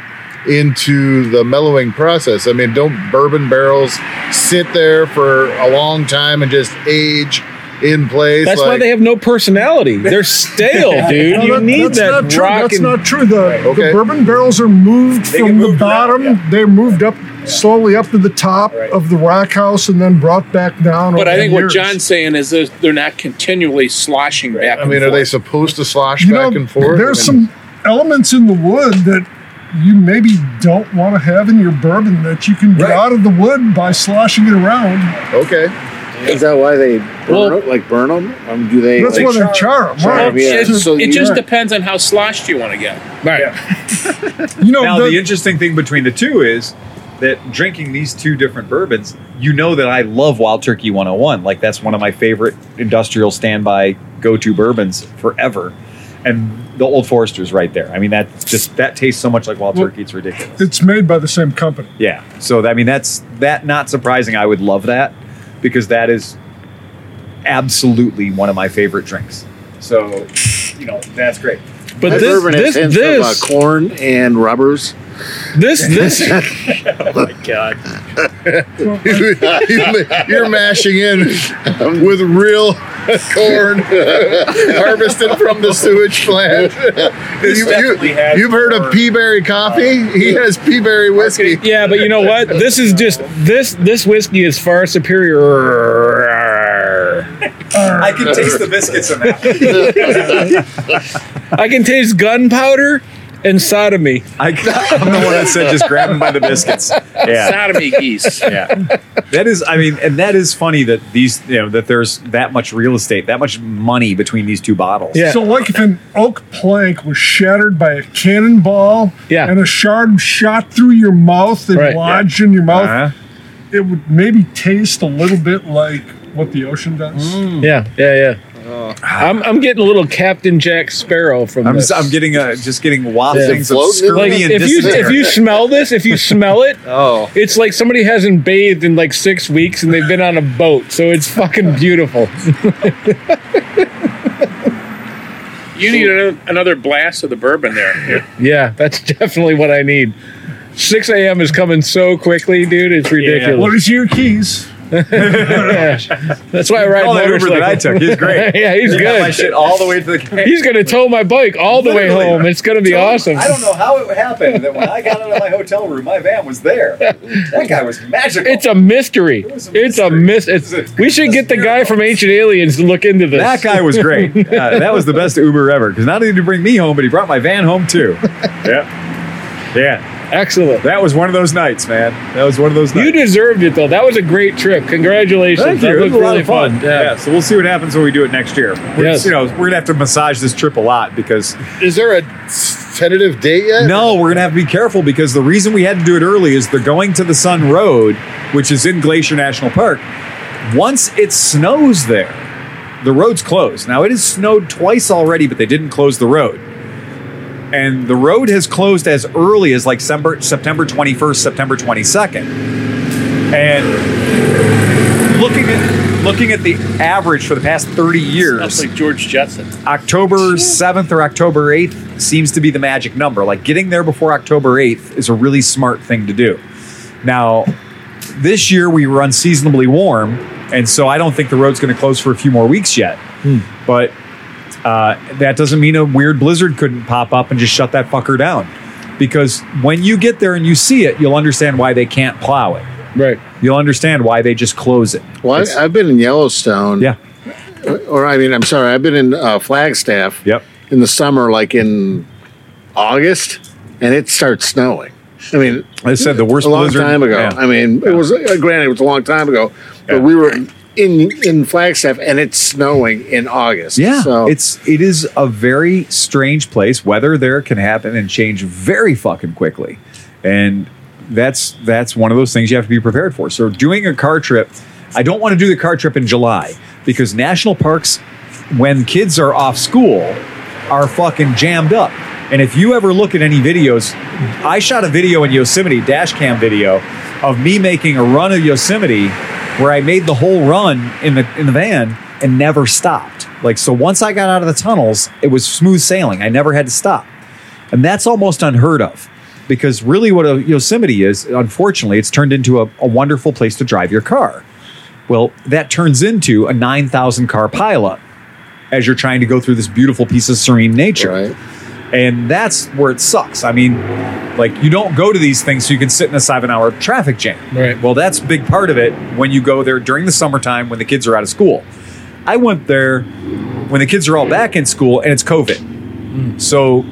S6: into the mellowing process. I mean, don't bourbon barrels sit there for a long time and just age in place?
S2: That's why
S6: like-
S2: they have no personality. They're
S7: [laughs]
S2: stale, dude.
S7: No,
S2: you
S7: that-
S2: need
S7: that's
S2: that
S7: not true.
S2: rock
S7: That's
S2: and
S7: not true. The,
S6: Okay.
S7: the bourbon barrels are moved
S1: get
S7: from the
S1: moved around,
S7: bottom.
S1: yeah.
S7: They're moved up slowly up to the top of the rock house and then brought back down.
S4: But
S7: over
S4: I think what
S7: years.
S4: John's saying is they're, they're not continually sloshing back.
S6: I
S4: and
S6: mean, are they
S4: forth.
S6: supposed to slosh
S7: you
S6: back
S7: know,
S6: and forth?
S7: There's
S6: I mean,
S7: some elements in the wood that you maybe don't want to have in your bourbon that you can get
S1: Right.
S7: out of the wood by sloshing it around.
S6: Okay.
S5: Is that why they burn it, like burn them? Um, do they?
S7: That's
S5: like,
S7: why they char 'em,
S5: char
S7: right.
S5: 'em, yeah.
S4: It,
S5: So
S4: it
S5: you-
S4: just depends on how sloshed you want to get.
S7: You know,
S1: Now,
S7: the-
S1: the interesting thing between the two is that drinking these two different bourbons, you know that I love Wild Turkey 101. Like, that's one of my favorite industrial standby go to bourbons forever. And the Old Forester's right there. I mean, that just that tastes so much like Wild Turkey, it's ridiculous.
S7: it's made by the same company.
S1: Yeah. So, I mean, that's that not surprising. I would love that because that is absolutely one of my favorite drinks. So, you know, that's great.
S2: but
S5: that
S2: this
S5: bourbon
S2: this
S5: has hints of uh,
S2: this,
S5: corn and rubbers.
S2: this this
S7: [laughs]
S6: You- you- [laughs] You're mashing in with real corn harvested from the sewage plant. You,
S1: definitely has Uh,
S6: have heard of
S1: more,
S6: peaberry coffee? he has peaberry whiskey.
S2: Yeah, but you know what? This is just this this whiskey is far superior.
S1: I can taste
S3: [laughs]
S1: the biscuits in that.
S2: I can taste gunpowder and sodomy.
S1: I, [laughs] I'm the one that said just grab him by the biscuits. Yeah,
S4: Sodomy geese.
S1: yeah. That is, I mean, and that is funny that these, you know, that there's that much real estate, that much money between these two bottles.
S2: Yeah.
S7: So, like if an oak plank was shattered by a cannonball
S2: Yeah.
S7: and a shard shot through your mouth and
S2: Right,
S7: lodged in your mouth,
S1: Uh-huh.
S7: it would maybe taste a little bit like what the ocean does.
S2: Yeah, yeah, yeah.
S1: Oh.
S2: I'm, I'm getting a little Captain Jack Sparrow from
S1: I'm,
S2: this.
S1: s am getting uh just getting wafting of
S5: Floating in
S1: scurvy
S2: like
S1: and
S2: if you if
S1: dysentery.
S2: you smell this, if you smell
S1: [laughs]
S2: it,
S3: Oh,
S2: it's like somebody hasn't bathed in like six weeks and they've been on a boat, so it's fucking beautiful.
S4: You need another, another blast of the bourbon there.
S2: Yeah, that's definitely what I need. 6 a.m. is coming so quickly, dude. It's ridiculous.
S7: What is your keys?
S2: That's why I ride
S1: all that Uber
S2: motorcycle.
S1: that I took, he's
S2: [laughs]
S1: great.
S2: yeah, he's
S1: He got my
S2: good.
S1: shit all the way to the. camp.
S2: He's gonna tow my bike [laughs] all the way
S1: Literally.
S2: home. It's gonna be awesome.
S1: I don't know how it happened that when I got out of my hotel room, my van was
S2: [laughs]
S1: there. That guy was magical.
S2: It's a mystery.
S1: was a
S2: It's a mis.
S1: mystery. It was
S2: It's,
S1: a-
S2: we should get the guy from Ancient Aliens to look into this.
S1: that guy was [laughs] great. Uh, that was the best Uber ever because not only did he bring me home, but he brought my van home [laughs] too. Yeah, yeah.
S2: Excellent.
S1: That was one of those nights, man. That was one of those nights.
S2: You deserved it though. That was a great trip. Congratulations.
S1: Thank you. It
S2: That
S1: was
S2: looked
S1: a lot
S2: really
S1: of fun.
S2: Yeah.
S1: Yeah. So we'll see what happens when we do it next year. We're,
S2: Yes.
S1: You know, we're gonna have to massage this trip a lot because
S6: Is there a tentative date yet?
S1: no, we're gonna have to be careful because the reason we had to do it early is they're going to the Sun Road, which is in Glacier National Park. Once it snows there, the road's closed. Now it has snowed twice already, but they didn't close the road. And the road has closed as early as like September, September 21st, September 22nd. And looking at looking at the average for the past 30
S4: That's
S1: years,
S4: like George Jetson.
S1: October 7th or October 8th seems to be the magic number. Like getting there before October 8th is a really smart thing to do. Now, this year we were unseasonably warm, and so I don't think the road's going to close for a few more weeks yet. But uh, that doesn't mean a weird blizzard couldn't pop up and just shut that fucker down. Because when you get there and you see it, you'll understand why they can't plow it.
S2: Right.
S1: You'll understand why they just close it.
S5: Well, I- I've been in Yellowstone.
S1: Yeah.
S5: Or I mean, I'm sorry, I've been in uh, Flagstaff.
S1: Yep.
S5: in the summer, like in August, and it starts snowing. I mean,
S1: I said the worst
S5: a long
S1: blizzard
S5: time ago.
S1: Yeah.
S5: I mean, it was uh, granted it was a long time ago, but
S1: Yeah.
S5: we were in in Flagstaff, and it's snowing in August.
S1: Yeah,
S5: so
S1: it's it is a very strange place. Weather there can happen and change very fucking quickly, and that's that's one of those things you have to be prepared for. So doing a car trip, I don't want to do the car trip in July because national parks, when kids are off school, are fucking jammed up. And if you ever look at any videos, I shot a video in Yosemite, dash cam video, of me making a run of Yosemite where I made the whole run in the in the van and never stopped. Like so once I got out of the tunnels, it was smooth sailing. I never had to stop. And that's almost unheard of because really what a Yosemite is, unfortunately, it's turned into a, a wonderful place to drive your car. Well, that turns into a 9,000 car pileup as you're trying to go through this beautiful piece of serene nature.
S5: Right.
S1: And that's where it sucks. I mean, like you don't go to these things so you can sit in a seven hour traffic jam.
S8: Right.
S1: Well, that's a big part of it when you go there during the summertime when the kids are out of school. I went there when the kids are all back in school and it's COVID.
S4: Hmm.
S1: So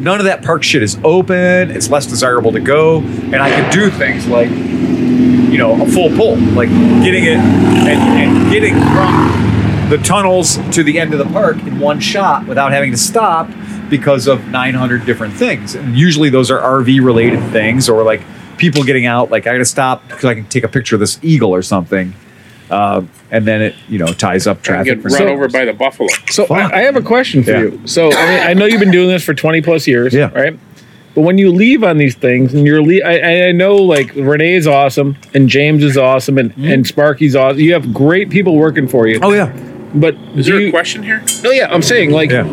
S1: none of that park shit is open. It's less desirable to go. And I could do things like, you know, a full pull, like getting it and, and getting from the tunnels to the end of the park in one shot without having to stop because of 900 different things. And usually those are RV related things or like people getting out, like I gotta stop because I can take a picture of this eagle or something. Uh, and then it, you know, ties up
S4: I
S1: traffic.
S4: get
S1: for
S4: run
S1: some-
S4: over by the buffalo.
S8: So I, I have a question for
S1: Yeah.
S8: you. So I, mean, I know you've been doing this for 20 plus years,
S1: Yeah.
S8: right? But when you leave on these things, and you're le- I, I know like Renee is awesome, and James is awesome, and,
S4: Hmm?
S8: and Sparky's awesome. You have great people working for you.
S1: Oh yeah,
S8: But
S4: Is there
S8: you,
S4: a question here?
S8: No, yeah, I'm saying like,
S1: yeah.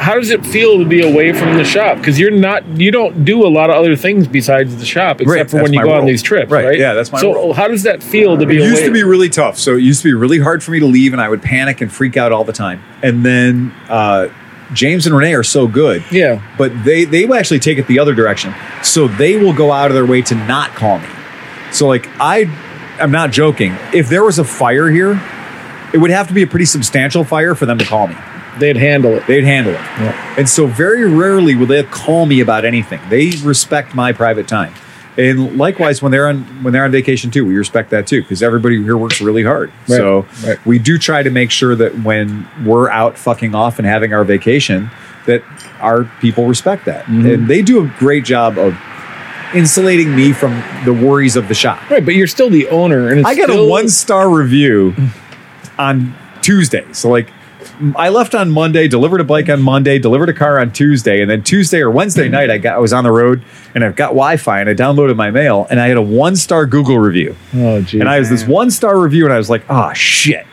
S8: how does it feel to be away from the shop? Because you're not, you don't do a lot of other things besides the shop, except
S1: Right,
S8: for
S1: that's
S8: when you
S1: my
S8: go on
S1: role.
S8: these trips,
S1: Right,
S8: right?
S1: yeah, that's my
S8: So
S1: role.
S8: how does that feel to be
S1: It
S8: away?
S1: used to be really tough. So it used to be really hard for me to leave, and I would panic and freak out all the time. And then uh, James and Renee are so good,
S8: yeah,
S1: but they they will actually take it the other direction. So they will go out of their way to not call me. So like I, I'm not joking. If there was a fire here, it would have to be a pretty substantial fire for them to call me.
S8: they'd handle it.
S1: They'd handle it. And so very rarely will they call me about anything. They respect my private time. And likewise, when they're on when they're on vacation too, we respect that too because everybody here works really hard. so
S8: right.
S1: we do try to make sure that when we're out fucking off and having our vacation, that our people respect that.
S8: Mm-hmm.
S1: And they do a great job of insulating me from the worries of the shop.
S8: Right, but you're still the owner, and it's
S1: I got a
S8: still-
S1: one star review on Tuesday. So like I left on Monday, delivered a bike on Monday, delivered a car on Tuesday, and then Tuesday or Wednesday night I got I was on the road and I've got Wi-Fi and I downloaded my mail and I had a one star Google review.
S8: Oh, geez.
S1: And I was this one star review, and I was like, oh shit.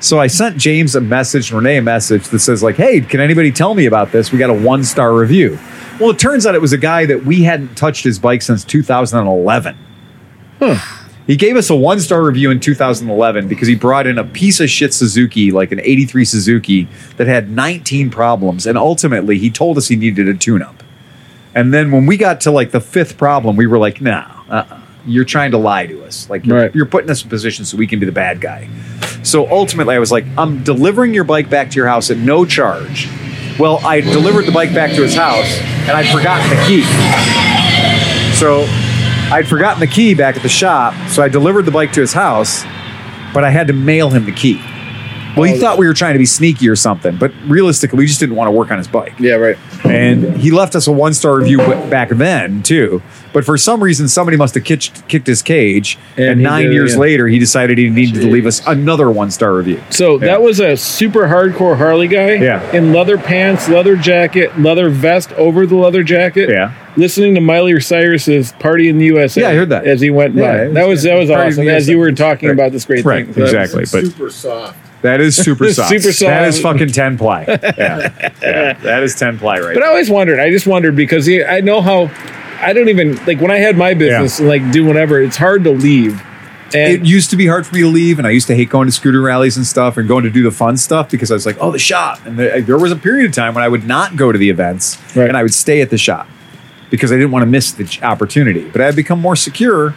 S1: So I sent James a message, Renee a message that says like, hey, can anybody tell me about this? We got a one star review. Well, it turns out it was a guy that we hadn't touched his bike since 2011. He gave us a one star review in 2011 because he brought in a piece of shit Suzuki, like an 83 Suzuki, that had 19 problems. And ultimately, he told us he needed a tune up. And then when we got to like the fifth problem, we were like, no, uh-uh. you're trying to lie to us. Like, you're,
S8: Right.
S1: you're putting us in position so we can be the bad guy. So ultimately, I was like, I'm delivering your bike back to your house at no charge. Well, I delivered the bike back to his house and I'd forgotten the key. So I'd forgotten the key back at the shop. So I delivered the bike to his house, but I had to mail him the key. Well,
S8: Oh.
S1: he thought we were trying to be sneaky or something, but realistically, we just didn't want to work on his bike
S8: yeah, right.
S1: and he left us a one star review w- back then too. But for some reason, somebody must have kitched, kicked his cage, and,
S8: And he
S1: nine
S8: did,
S1: years
S8: yeah.
S1: later, he decided he needed to leave us another one star review.
S8: So
S1: Yeah.
S8: that was a super hardcore Harley guy.
S1: Yeah.
S8: In leather pants, leather jacket, leather vest over the leather jacket.
S1: Yeah.
S8: Listening to Miley Cyrus's "Party in the USA."
S1: Yeah, I heard that.
S8: as he went by.
S1: Yeah, it was-
S8: that was that was
S1: Party in
S8: awesome.
S1: the
S8: As you were
S1: USA.
S8: talking
S1: Right.
S8: about this great
S1: Right,
S8: thing. So that was-
S1: exactly. But
S5: Super soft.
S1: that is
S8: [laughs]
S1: super soft.
S8: Super
S1: That
S8: soft.
S1: is fucking
S8: [laughs]
S1: ten ply. Yeah. yeah, that is ten ply right.
S8: But I always wondered. I just wondered because yeah, I know how. I don't even like when I had my business and like do whatever. It's hard to leave.
S1: it
S8: And
S1: used to be hard for me to leave, and I used to hate going to scooter rallies and stuff, and going to do the fun stuff because I was like, "Oh, the shop." And there, there was a period of time when I would not go to the events,
S8: Right.
S1: and I would stay at the shop because I didn't want to miss the ch- opportunity. But I've become more secure,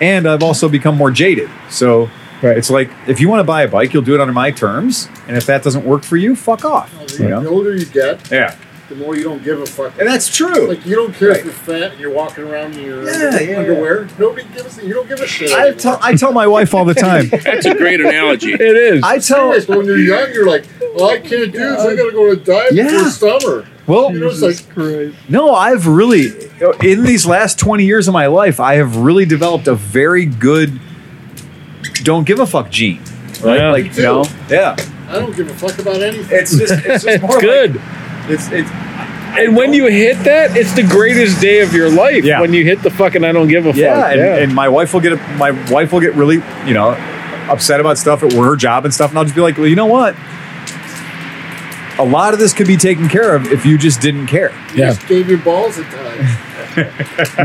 S1: and I've also become more jaded. So
S8: Right.
S1: it's like if you want to buy a bike, you'll do it under my terms, and if that doesn't work for you, fuck off.
S5: The,
S1: you
S5: the
S1: know?
S5: older you get,
S1: Yeah,
S5: the more you don't give a fuck.
S1: and that's true.
S5: Like you don't care
S1: Right.
S5: if you're fat and you're walking around in your
S1: Yeah, yeah, yeah.
S5: underwear. Nobody gives a, you don't give a shit.
S1: I tell I tell my wife all the time.
S4: That's a great analogy.
S8: it is.
S2: [laughs]
S1: I tell
S5: Serious, when you're young, you're like, well, I can't do this. I gotta go to diet
S1: Yeah.
S5: for summer.
S1: well
S5: You know, it's like
S1: No, I've really, in these last 20 years of my life, I have really developed a very good don't give a fuck gene. Right?
S8: Yeah.
S1: Like, you know? Yeah.
S5: I don't give a fuck about anything. [laughs]
S1: It's just, it's just more
S8: It's good.
S1: Like, It's it's
S2: And when you hit that, it's the greatest day of your life.
S1: Yeah.
S2: When you hit the fucking I don't give a
S1: yeah,
S2: fuck.
S1: and, and my wife will get my wife will get really you know upset about stuff at her job and stuff, and I'll just be like, well, you know what? A lot of this could be taken care of if you just didn't care.
S2: Yeah.
S5: Just gave your balls a time.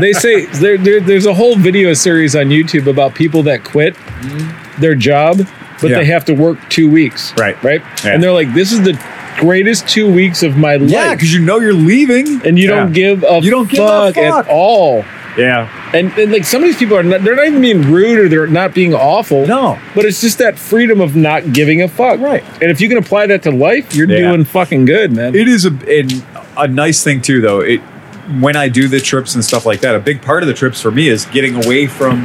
S2: [laughs] they say there, there, there's a whole video series on YouTube about people that quit
S5: Mm-hmm.
S2: their job, but
S1: Yeah.
S2: they have to work two weeks.
S1: Right.
S2: Right.
S1: Yeah.
S2: And they're like, this is the greatest two weeks of my
S1: Yeah,
S2: life.
S1: because you know you're leaving,
S2: And you don't
S1: Yeah.
S2: give a
S1: You don't give a
S2: fuck
S1: fuck.
S2: at all.
S1: Yeah,
S2: And, and like some of these people are not, they're not even being rude or they're not being awful.
S1: no,
S2: But it's just that freedom of not giving a fuck.
S1: Right.
S2: And if you can apply that to life, you're
S1: Yeah.
S2: doing fucking good, man.
S1: it is a and a nice thing too, though. It when I do the trips and stuff like that, a big part of the trips for me is getting away from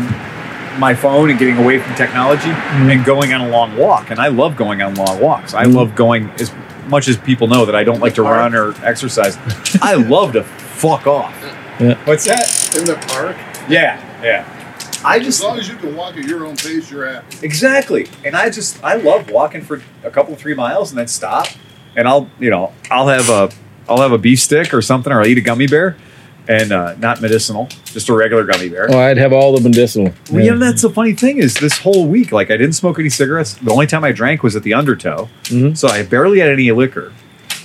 S1: my phone and getting away from technology and going on a long walk. And I love going on long walks. I love going as much as people know that I don't like to run or exercise. I love to fuck off.
S2: Yeah.
S1: What's that?
S5: In the park?
S1: Yeah, yeah. I just
S6: As long as you can walk at your own pace, you're happy.
S1: Exactly. And I just I love walking for a couple three miles and then stop. And I'll you know I'll have a I'll have a beef stick or something or I'll eat a gummy bear, and uh, not medicinal, just a regular gummy bear.
S2: oh, I'd have all the medicinal.
S1: Well, you know, that's the funny thing is this whole week, like I didn't smoke any cigarettes. The only time I drank was at the undertow.
S2: Mm-hmm.
S1: So I barely had any liquor.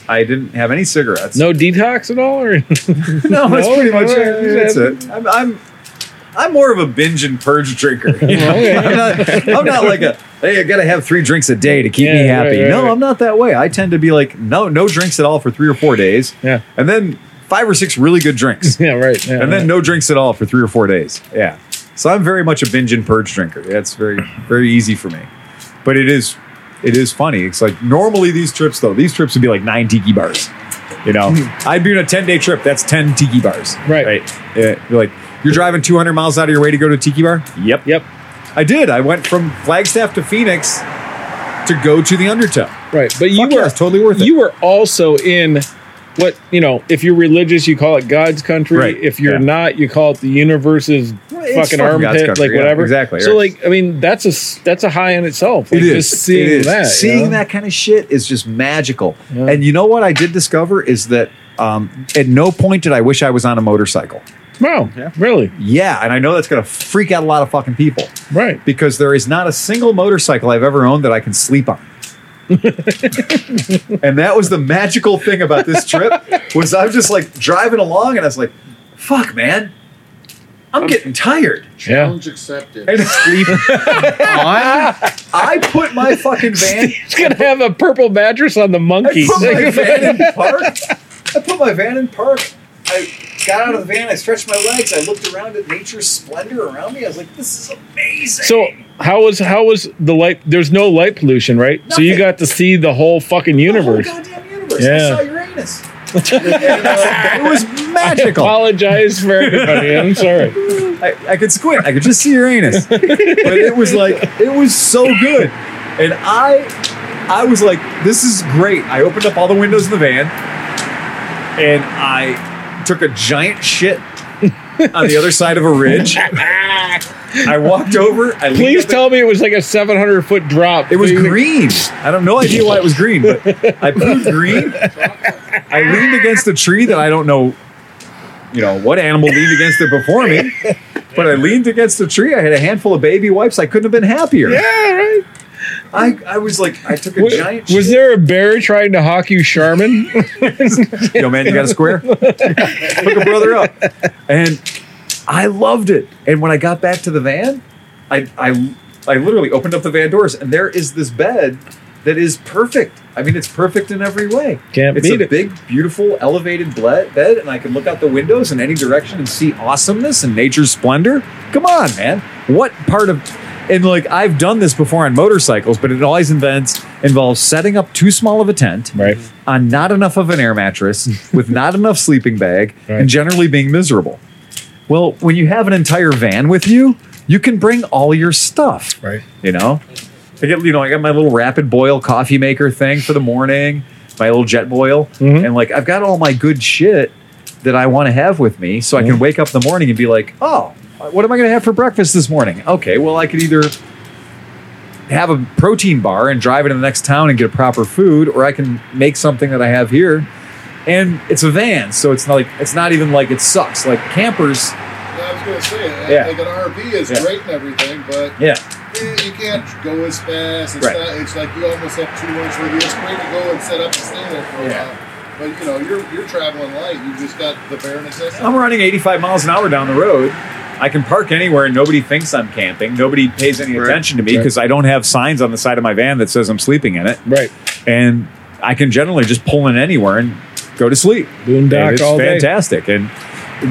S1: I didn't have any cigarettes.
S2: No detox at all? Or? [laughs]
S1: [laughs] no, that's
S2: no,
S1: pretty much
S2: no,
S1: it. That's it. I'm, I'm, I'm more of a binge and purge drinker. [laughs] you know? I'm, not, I'm not like a, hey, I got to have three drinks a day to keep me
S2: Yeah, right,
S1: happy.
S2: right,
S1: no,
S2: right.
S1: I'm not that way. I tend to be like, no, no drinks at all for three or four days.
S2: Yeah.
S1: And then five or six really good [laughs] drinks.
S2: yeah, right. Yeah,
S1: and
S2: right.
S1: then no drinks at all for three or four days. Yeah. So I'm very much a binge and purge drinker. That's very very easy for me. But it is it is funny. It's like normally these trips though, these trips would be like nine tiki bars. You know, I'd be on a 10 day trip. That's 10 tiki bars.
S2: Right.
S1: Yeah, you're like, you're driving 200 miles out of your way to go to a tiki bar? Yep.
S2: Yep.
S1: I did. I went from Flagstaff to Phoenix to go to the Undertow.
S2: Right. But you
S1: Fuck yeah,
S2: were
S1: it's totally worth it.
S2: You were also in what, you know, if you're religious, you call it God's country.
S1: Right,
S2: If you're
S1: yeah.
S2: not, you call it the universe's
S1: Well, it's fucking
S2: fucking
S1: God's
S2: armpit,
S1: country,
S2: like
S1: yeah,
S2: whatever.
S1: exactly,
S2: So,
S1: right.
S2: like, I mean, that's a s- that's a high in itself. Like,
S1: It is.
S2: just seeing
S1: It is.
S2: that. you
S1: Seeing
S2: know?
S1: that kind of shit is just magical. And you know what I did discover is that um, at no point did I wish I was on a motorcycle.
S2: Wow. Really?
S1: Yeah, and I know that's going to freak out a lot of fucking people
S2: Right.
S1: because there is not a single motorcycle I've ever owned that I can sleep
S2: [laughs]
S1: on. and that was the magical thing about this trip was I'm just like driving along and I was like, "Fuck, man, I'm getting tired."
S2: Yeah.
S5: Challenge accepted.
S1: And [laughs] sleep I put my fucking van
S2: It's going to have a purple mattress on the
S1: I
S2: monkey.
S1: put my van in park. I put my van in park. I got out of the van. I stretched my legs. I looked around at nature's splendor around me. I was like, "This is amazing."
S2: [laughs] So how was how was the light? There's no light pollution, right? So you
S1: Nothing.
S2: got to see the whole fucking universe.
S1: the whole goddamn universe.
S2: Yeah.
S1: I saw Uranus. it was magical.
S2: Apologize for everybody. I'm sorry.
S1: I, I could squint. I could just see Uranus. but it was like it was so good, and I, I was like, "This is great." I opened up all the windows in the van, and I took a giant shit on the other side of a ridge. I walked over. I leaned
S2: Please
S1: up
S2: tell me it was like a 700 foot drop.
S1: It was
S2: Please.
S1: green. I don't no idea why it was green, but
S2: [laughs]
S1: I proved green. I leaned against a tree that I don't know, you know, what animal leaned against it before me. But I leaned against a tree. I had a handful of baby wipes. I couldn't have been happier.
S2: Yeah, right.
S1: I, I was like, I took a
S2: Wa-
S1: giant.
S2: was
S1: shit.
S2: there a bear trying to hawk you Charmin?
S1: Yo, man, you got a
S2: [laughs]
S1: square? Hook a brother up. And I loved it. And when I got back to the van, I, I, I literally opened up the van doors, and there is this bed that is perfect. I mean, it's perfect in every way.
S2: Can't
S1: it's
S2: beat
S1: a
S2: it.
S1: big, beautiful, elevated ble- bed, and I can look out the windows in any direction and see awesomeness and nature's splendor. Come on, man. What part of and like I've done this before on motorcycles, but it always invents, involves setting up too small of a tent
S2: Right.
S1: on not enough of an air mattress [laughs] with not enough sleeping bag
S2: Right.
S1: and generally being miserable. Well, when you have an entire van with you, you can bring all your stuff.
S6: Right.
S1: You know, I get you know I got my little rapid boil coffee maker thing for the morning, my little jet boil, and like I've got all my good shit that I want to have with me, so I can wake up in the morning and be like, oh, what am I going to have for breakfast this morning? Okay, well I could either have a protein bar and drive it to the next town and get a proper food, or I can make something that I have here and it's a van, so it's not like it's not even like it sucks. Like campers,
S6: I was going to say,
S1: Yeah.
S6: like an RV is
S1: Yeah.
S6: great and everything, but
S1: yeah,
S6: eh, you can't go as fast. It's,
S1: Right.
S6: not, it's like you almost have too much room. It's great to go and set up and stay there for a
S1: Yeah.
S6: while. But you know, you're you're traveling light. You just got the bare necessities.
S1: I'm running 85 miles an hour down the road. I can park anywhere and nobody thinks I'm camping. Nobody pays any attention to me because I don't have signs on the side of my van that says I'm sleeping in it.
S2: [laughs] Right.
S1: And I can generally just pull in anywhere and go to sleep. And
S2: Boondock
S1: it's
S2: all day.
S1: fantastic. And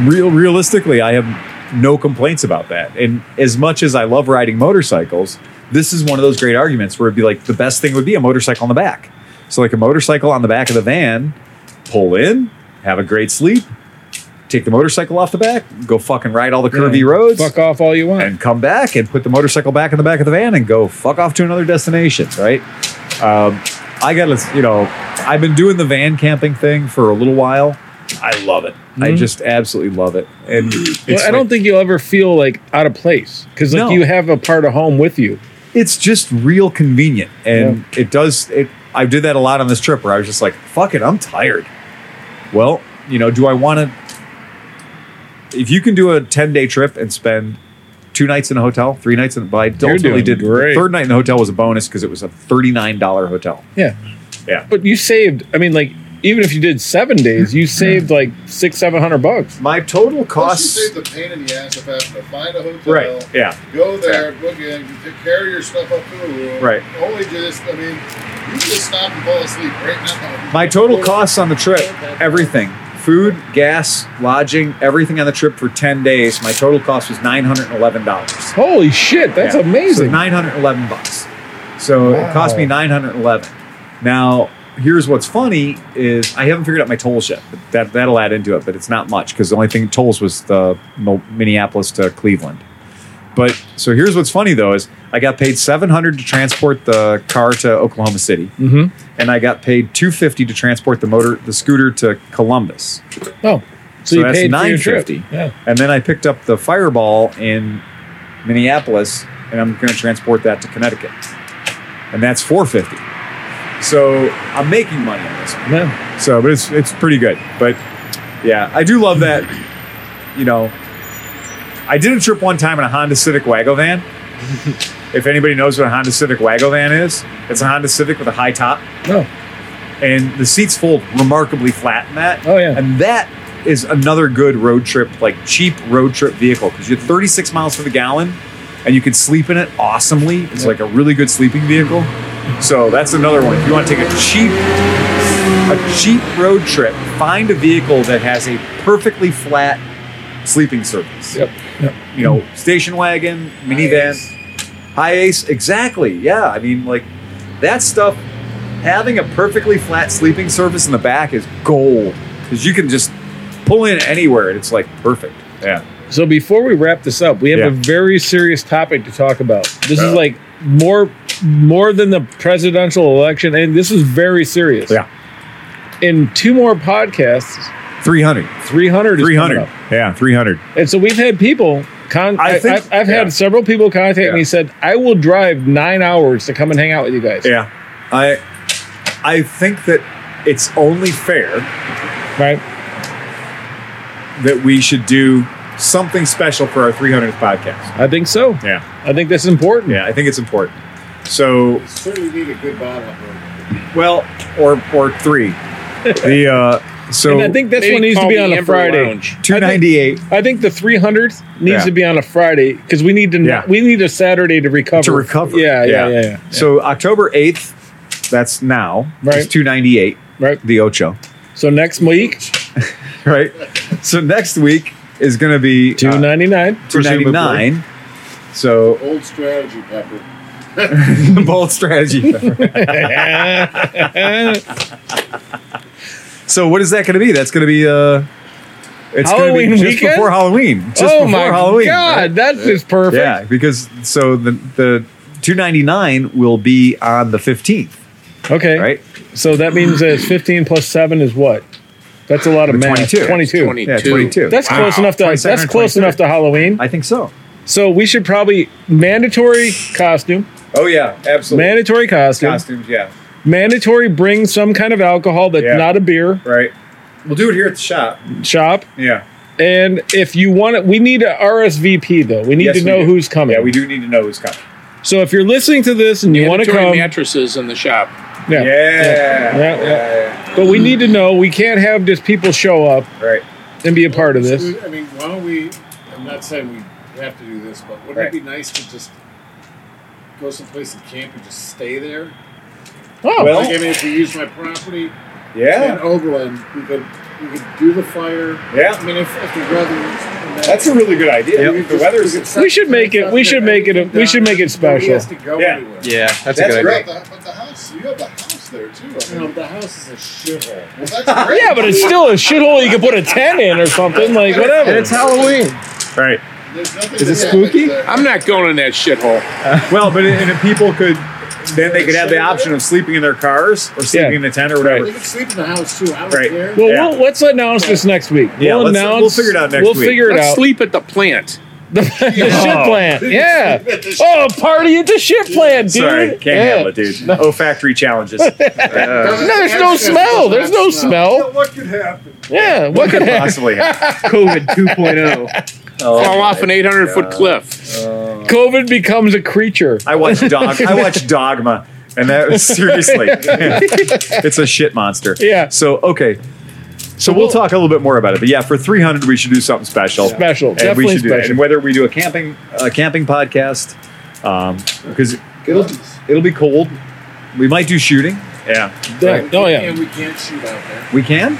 S1: real realistically, I have no complaints about that. And as much as I love riding motorcycles, this is one of those great arguments where it'd be like the best thing would be a motorcycle on the back. So like a motorcycle on the back of the van, pull in, have a great sleep, take the motorcycle off the back, go fucking ride all the curvy roads.
S2: Fuck off all you want.
S1: And come back and put the motorcycle back in the back of the van and go fuck off to another destination, right? Um, I gotta, you know, I've been doing the van camping thing for a little while. I love it. I just absolutely love it. And it's
S2: Mm-hmm. Well, I
S1: like-
S2: don't think you'll ever feel like out of place because like
S1: No.
S2: you have a part of home with you.
S1: it's just real convenient and it does it i did that a lot on this trip where i was just like fuck it i'm tired well you know do i want to if you can do a 10 day trip and spend two nights in a hotel three nights in but i ultimately
S2: doing
S1: did
S2: great.
S1: third night in the hotel was a bonus because it was a $39 hotel
S2: Yeah.
S1: Yeah.
S2: But you saved. I mean, like even if you did seven days, you saved like six, seven hundred bucks.
S1: my total
S6: Plus, you
S1: cost
S6: save the pain in the ass of having to find a hotel.
S1: right yeah
S6: Go there, book in, you take- carry your stuff up to the room.
S1: Right.
S6: Only just, I mean, you can just stop and fall asleep right now.
S1: My total costs on the trip, everything, food, gas, lodging, everything on the trip for 10 days, my total cost was $911.
S2: Holy shit, that's
S1: Yeah. So
S2: amazing.
S1: 911 bucks. So it cost me 911. Now, here's what's funny is I haven't figured out my tolls yet. But that that'll add into it, but it's not much because the only thing tolls was the Mo- Minneapolis to Cleveland. But so here's what's funny though is I got paid 700 to transport the car to Oklahoma City, mm-hmm. and I got paid 250 to transport the motor the scooter to Columbus.
S2: oh, so,
S1: So
S2: you
S1: that's
S2: paid for your trip.
S1: 950.
S2: Yeah.
S1: And then I picked up the Fireball in Minneapolis, and I'm going to transport that to Connecticut, and that's 450. So I'm making money on this. one.
S2: yeah.
S1: So, but it's it's pretty good. But yeah, I do love that. You know, I did a trip one time in a Honda Civic
S2: [laughs]
S1: Wagovan. if anybody knows what a Honda Civic Wagovan is, it's a Honda Civic with a high top
S2: No.
S1: and the seats fold remarkably flat in that.
S2: Oh, yeah.
S1: and that is another good road trip, like cheap road trip vehicle because you're 36 miles to the gallon, and you can sleep in it awesomely. It's like a really good sleeping vehicle. So that's another one. If you want to take a cheap, a cheap road trip, find a vehicle that has a perfectly flat sleeping surface.
S2: Yep. Yep.
S1: You know, station wagon, minivan, high ace. Exactly. Yeah. I mean, like that stuff having a perfectly flat sleeping surface in the back is gold because you can just pull in anywhere and it's like perfect. Yeah.
S2: So before we wrap this up, we have
S1: Yeah.
S2: a very serious topic to talk about. This is like more more than the presidential election, and this is very serious.
S1: Yeah.
S2: In two more podcasts,
S1: 300.
S2: 300 is 300.
S1: 300. Yeah. 300.
S2: And so we've had people. Con-
S1: I
S2: I
S1: think-
S2: have I've
S1: yeah.
S2: had several people contact me said, "I will drive nine hours to come and hang out with you guys."
S1: Yeah. I, I think that it's only fair
S2: Right?
S1: that we should do something special for our 300th podcast.
S2: I think so.
S1: Yeah.
S2: I think that's important.
S1: Yeah. I think it's important. So
S5: Certainly need a good bottle of bourbon.
S1: Well, or or three. the uh, so
S2: And I think this
S4: Maybe
S2: one needs to
S4: call
S2: be
S4: the
S2: on a
S4: Amber
S2: Friday.
S4: Lounge.
S1: two ninety eight
S2: I think the 300th needs
S1: Yeah.
S2: to be on a Friday because we need to
S1: Yeah.
S2: we need a Saturday to recover.
S1: to recover.
S2: Yeah, yeah, yeah, yeah.
S1: So October eighth, that's now.
S2: Right.
S1: It's two ninety eight.
S2: Right.
S1: The ocho. [laughs]
S2: So next week,
S1: Right. so next week is going to be uh,
S2: two ninety nine.
S1: two ninety nine. So [laughs]
S5: Old strategy, Pepper.
S1: bold
S2: [laughs]
S1: strategy. so what is that going to be? That's going to be uh, it's going to be
S2: Halloween
S1: just
S2: weekend?
S1: before Halloween. Just
S2: oh
S1: before
S2: my
S1: Halloween.
S2: god,
S1: right?
S2: that's just perfect.
S1: Yeah, because so the the 299 will be on the 15th,
S2: Okay,
S1: right?
S2: So that means that it's fifteen plus seven is what? That's a lot of math.
S1: 22. Yeah, 22.
S2: That's close enough to
S1: 27
S2: that's
S1: or
S2: close
S1: 23.
S2: enough to Halloween.
S1: I think so.
S2: So we should probably mandatory costume,
S1: Oh yeah, absolutely.
S2: mandatory costume,
S1: Costumes, yeah.
S2: mandatory bring some kind of alcohol that's
S1: Yeah.
S2: not a beer.
S1: Right. We'll do it here at the shop.
S2: shop.
S1: Yeah.
S2: And if you want it, we need a RSVP though. We need
S1: Yes,
S2: to
S1: we
S2: know
S1: do.
S2: who's coming.
S1: Yeah, we do need to know who's coming.
S2: so if you're listening to this and you want to
S4: Mandatory
S2: come,
S4: mattresses in the shop.
S2: yeah.
S1: Yeah. Yeah.
S2: Yeah, But we need to know. We can't have just people show up
S1: Right.
S2: and be a part of this.
S5: I mean, why don't we? I'm not saying we have to do this, but wouldn't
S1: Right.
S5: it be nice to just go someplace and camp and just stay there?
S2: Oh,
S1: Well-
S5: Like, I mean, if we use my property in
S1: Yeah.
S5: Overland, we could we could do the fire.
S1: Yeah.
S5: I mean, if, if the weather.
S1: That's a really good idea. The weather's
S2: We should make it- we should make it a- we should make it special.
S5: Has to go
S1: Yeah.
S5: anywhere.
S3: Yeah, that's, a
S1: That's
S3: good
S1: great.
S3: idea.
S6: But the, but the house, you have the house there too. I
S5: You
S6: mean,
S5: know, the house is a shithole.
S6: well, that's great.
S2: yeah, but it's still a shithole. You can put a tent in or something like
S3: And
S2: whatever.
S3: it's Halloween.
S1: right.
S6: There's nothing
S3: Is it
S6: that happens
S3: spooky?
S6: there.
S4: I'm not going in that shithole.
S1: Well, but and if people could, then they could have the option of sleeping in their cars or sleeping
S2: Yeah.
S1: in a tent or whatever.
S5: They can sleep in the house too. I don't
S1: Right.
S5: care.
S2: Well,
S1: Yeah.
S2: we'll let's announce this next week.
S1: Yeah,
S2: we'll
S1: let's-
S2: announce.
S1: we'll figure it out next
S2: We'll
S1: week.
S2: figure it
S4: Let's
S2: out.
S4: sleep at the plant.
S2: [laughs] the
S1: [laughs]
S2: shit plant. Yeah. Oh, party at the shit plant, dude.
S1: Sorry, can't
S2: Yeah.
S1: handle it, dude. Olfactory
S2: [laughs]
S1: challenges.
S2: No, there's no smell. There's no smell.
S10: What could happen?
S2: Yeah. What could
S1: could
S2: happen?
S1: possibly
S2: [laughs]
S1: happen.
S3: COVID
S2: oh.
S3: 2.0.
S4: Fall off an 800 foot cliff.
S2: COVID becomes a creature.
S1: I watched dog. [laughs] I watched Dogma, and that was seriously, [laughs] it's a shit monster.
S2: Yeah.
S1: So okay. So we'll,
S2: we'll-
S1: talk a little bit more about it, but yeah, for 300 we should do something special.
S2: Special.
S1: and
S2: Definitely
S1: we should do that.
S2: special.
S1: And whether we do a camping a camping podcast, because it'll it'll be cold. We might do shooting. Yeah,
S2: Yeah. Oh yeah.
S5: And we can't shoot out there.
S1: we can.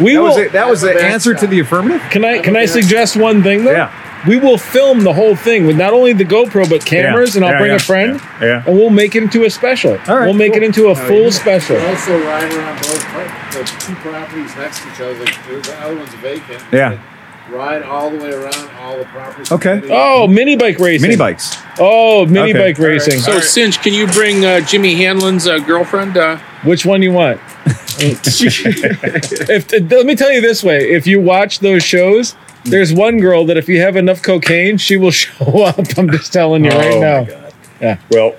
S2: We
S1: That was
S2: will.
S1: it. That was
S5: That's
S1: the
S5: a bad
S1: answer to
S5: shot.
S1: the affirmative.
S2: Can I can I suggest one thing though?
S1: Yeah.
S2: We will film the whole thing with not only the GoPro but cameras,
S1: Yeah.
S2: and I'll
S1: Yeah,
S2: bring
S1: yeah,
S2: a friend,
S1: Yeah. yeah.
S2: and we'll make it into a special.
S1: All right,
S2: we'll make
S1: cool.
S2: it into a full special.
S5: We also ride around both pro- the two properties next to each other. The the other one's vacant.
S1: Yeah.
S5: Ride all the way around all the properties.
S1: Okay.
S2: Oh, mini bike racing.
S1: Mini bikes.
S2: Oh, mini
S1: Okay.
S2: bike racing.
S4: So, Cinch, can you bring uh, Jimmy Hanlon's uh, girlfriend? Uh,
S2: [laughs] Which one
S1: [laughs]
S2: you want? if let me tell you this way, if you watch those shows, there's one girl that if you have enough cocaine, she will [laughs] show up. I'm just telling you right
S1: Oh,
S2: now.
S1: Well,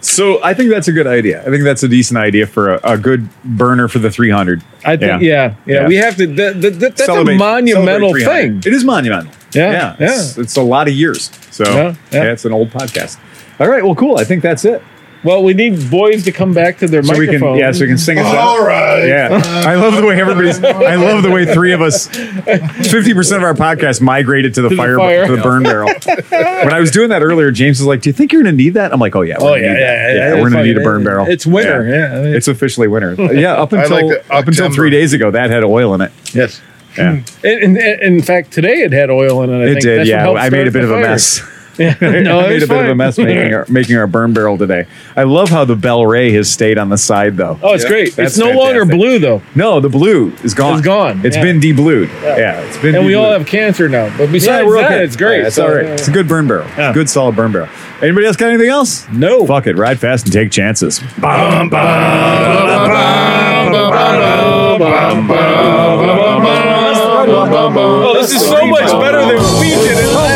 S1: so I think that's a good idea. I think that's a decent idea for a, a good burner for the 300.
S2: I think yeah. yeah,
S1: Yeah.
S2: We have to. That, that, that- that's
S1: Celebrate-
S2: a monumental
S1: celebrate 300.
S2: thing.
S1: It is monumental.
S2: Yeah, yeah.
S1: It's, it's a lot of years. So
S2: Yeah, yeah.
S1: yeah, it's an old podcast. All right. Well, cool. I think that's it.
S2: Well, we need boys to come back to their
S1: So we
S2: microphone.
S1: can, yeah, so we can sing us out.
S6: right.
S1: Yeah, I love the way everybody's. I love the way three of us, fifty percent of our podcast migrated to the
S2: the
S1: fire,
S2: fire.
S1: to the burn barrel. when I was doing that earlier, James was like, "Do you think you're going to need that?" I'm like, "Oh yeah, we're
S2: Oh
S1: gonna
S2: yeah,
S1: need
S2: yeah,
S1: that.
S2: yeah,
S1: we're
S2: it's
S1: going to need a
S2: fine.
S1: burn barrel.
S2: It's winter. Yeah,
S1: It's officially winter. [laughs] Yeah, up
S6: I like
S1: until
S6: the
S1: up until
S6: October.
S1: three days ago, that had oil in it.
S2: yes.
S1: Yeah.
S2: And, and, and in fact, today it had oil in it.
S1: it
S2: I Hmm. think.
S1: did.
S2: That's what
S1: Yeah,
S2: helped
S1: I
S2: start
S1: made a bit
S2: the
S1: of a
S2: fire.
S1: mess.
S2: [laughs]
S1: [laughs]
S2: No,
S1: I
S2: it
S1: made
S2: was
S1: a bit of a
S2: fine.
S1: mess making
S2: [laughs]
S1: our making our burn barrel today. I love how the Bel Ray has stayed on the side though.
S2: Oh, it's great.
S1: That's
S2: it's no longer
S1: fantastic.
S2: blue though,
S1: No, the blue is gone.
S2: It's gone,
S1: It's
S2: yeah.
S1: been deblued. Yeah. it's been.
S2: and we all
S1: deblued.
S2: have cancer now. But
S1: Yeah,
S2: besides
S1: we're
S2: that,
S1: okay.
S2: it's great.
S1: Yeah, it's
S2: So,
S1: all right.
S2: yeah.
S1: It's a good burn barrel.
S2: Yeah.
S1: Good solid burn barrel. Anybody else got anything else?
S2: No.
S1: Fuck it. Ride fast and take chances.
S2: Oh, this is so much better than we did it.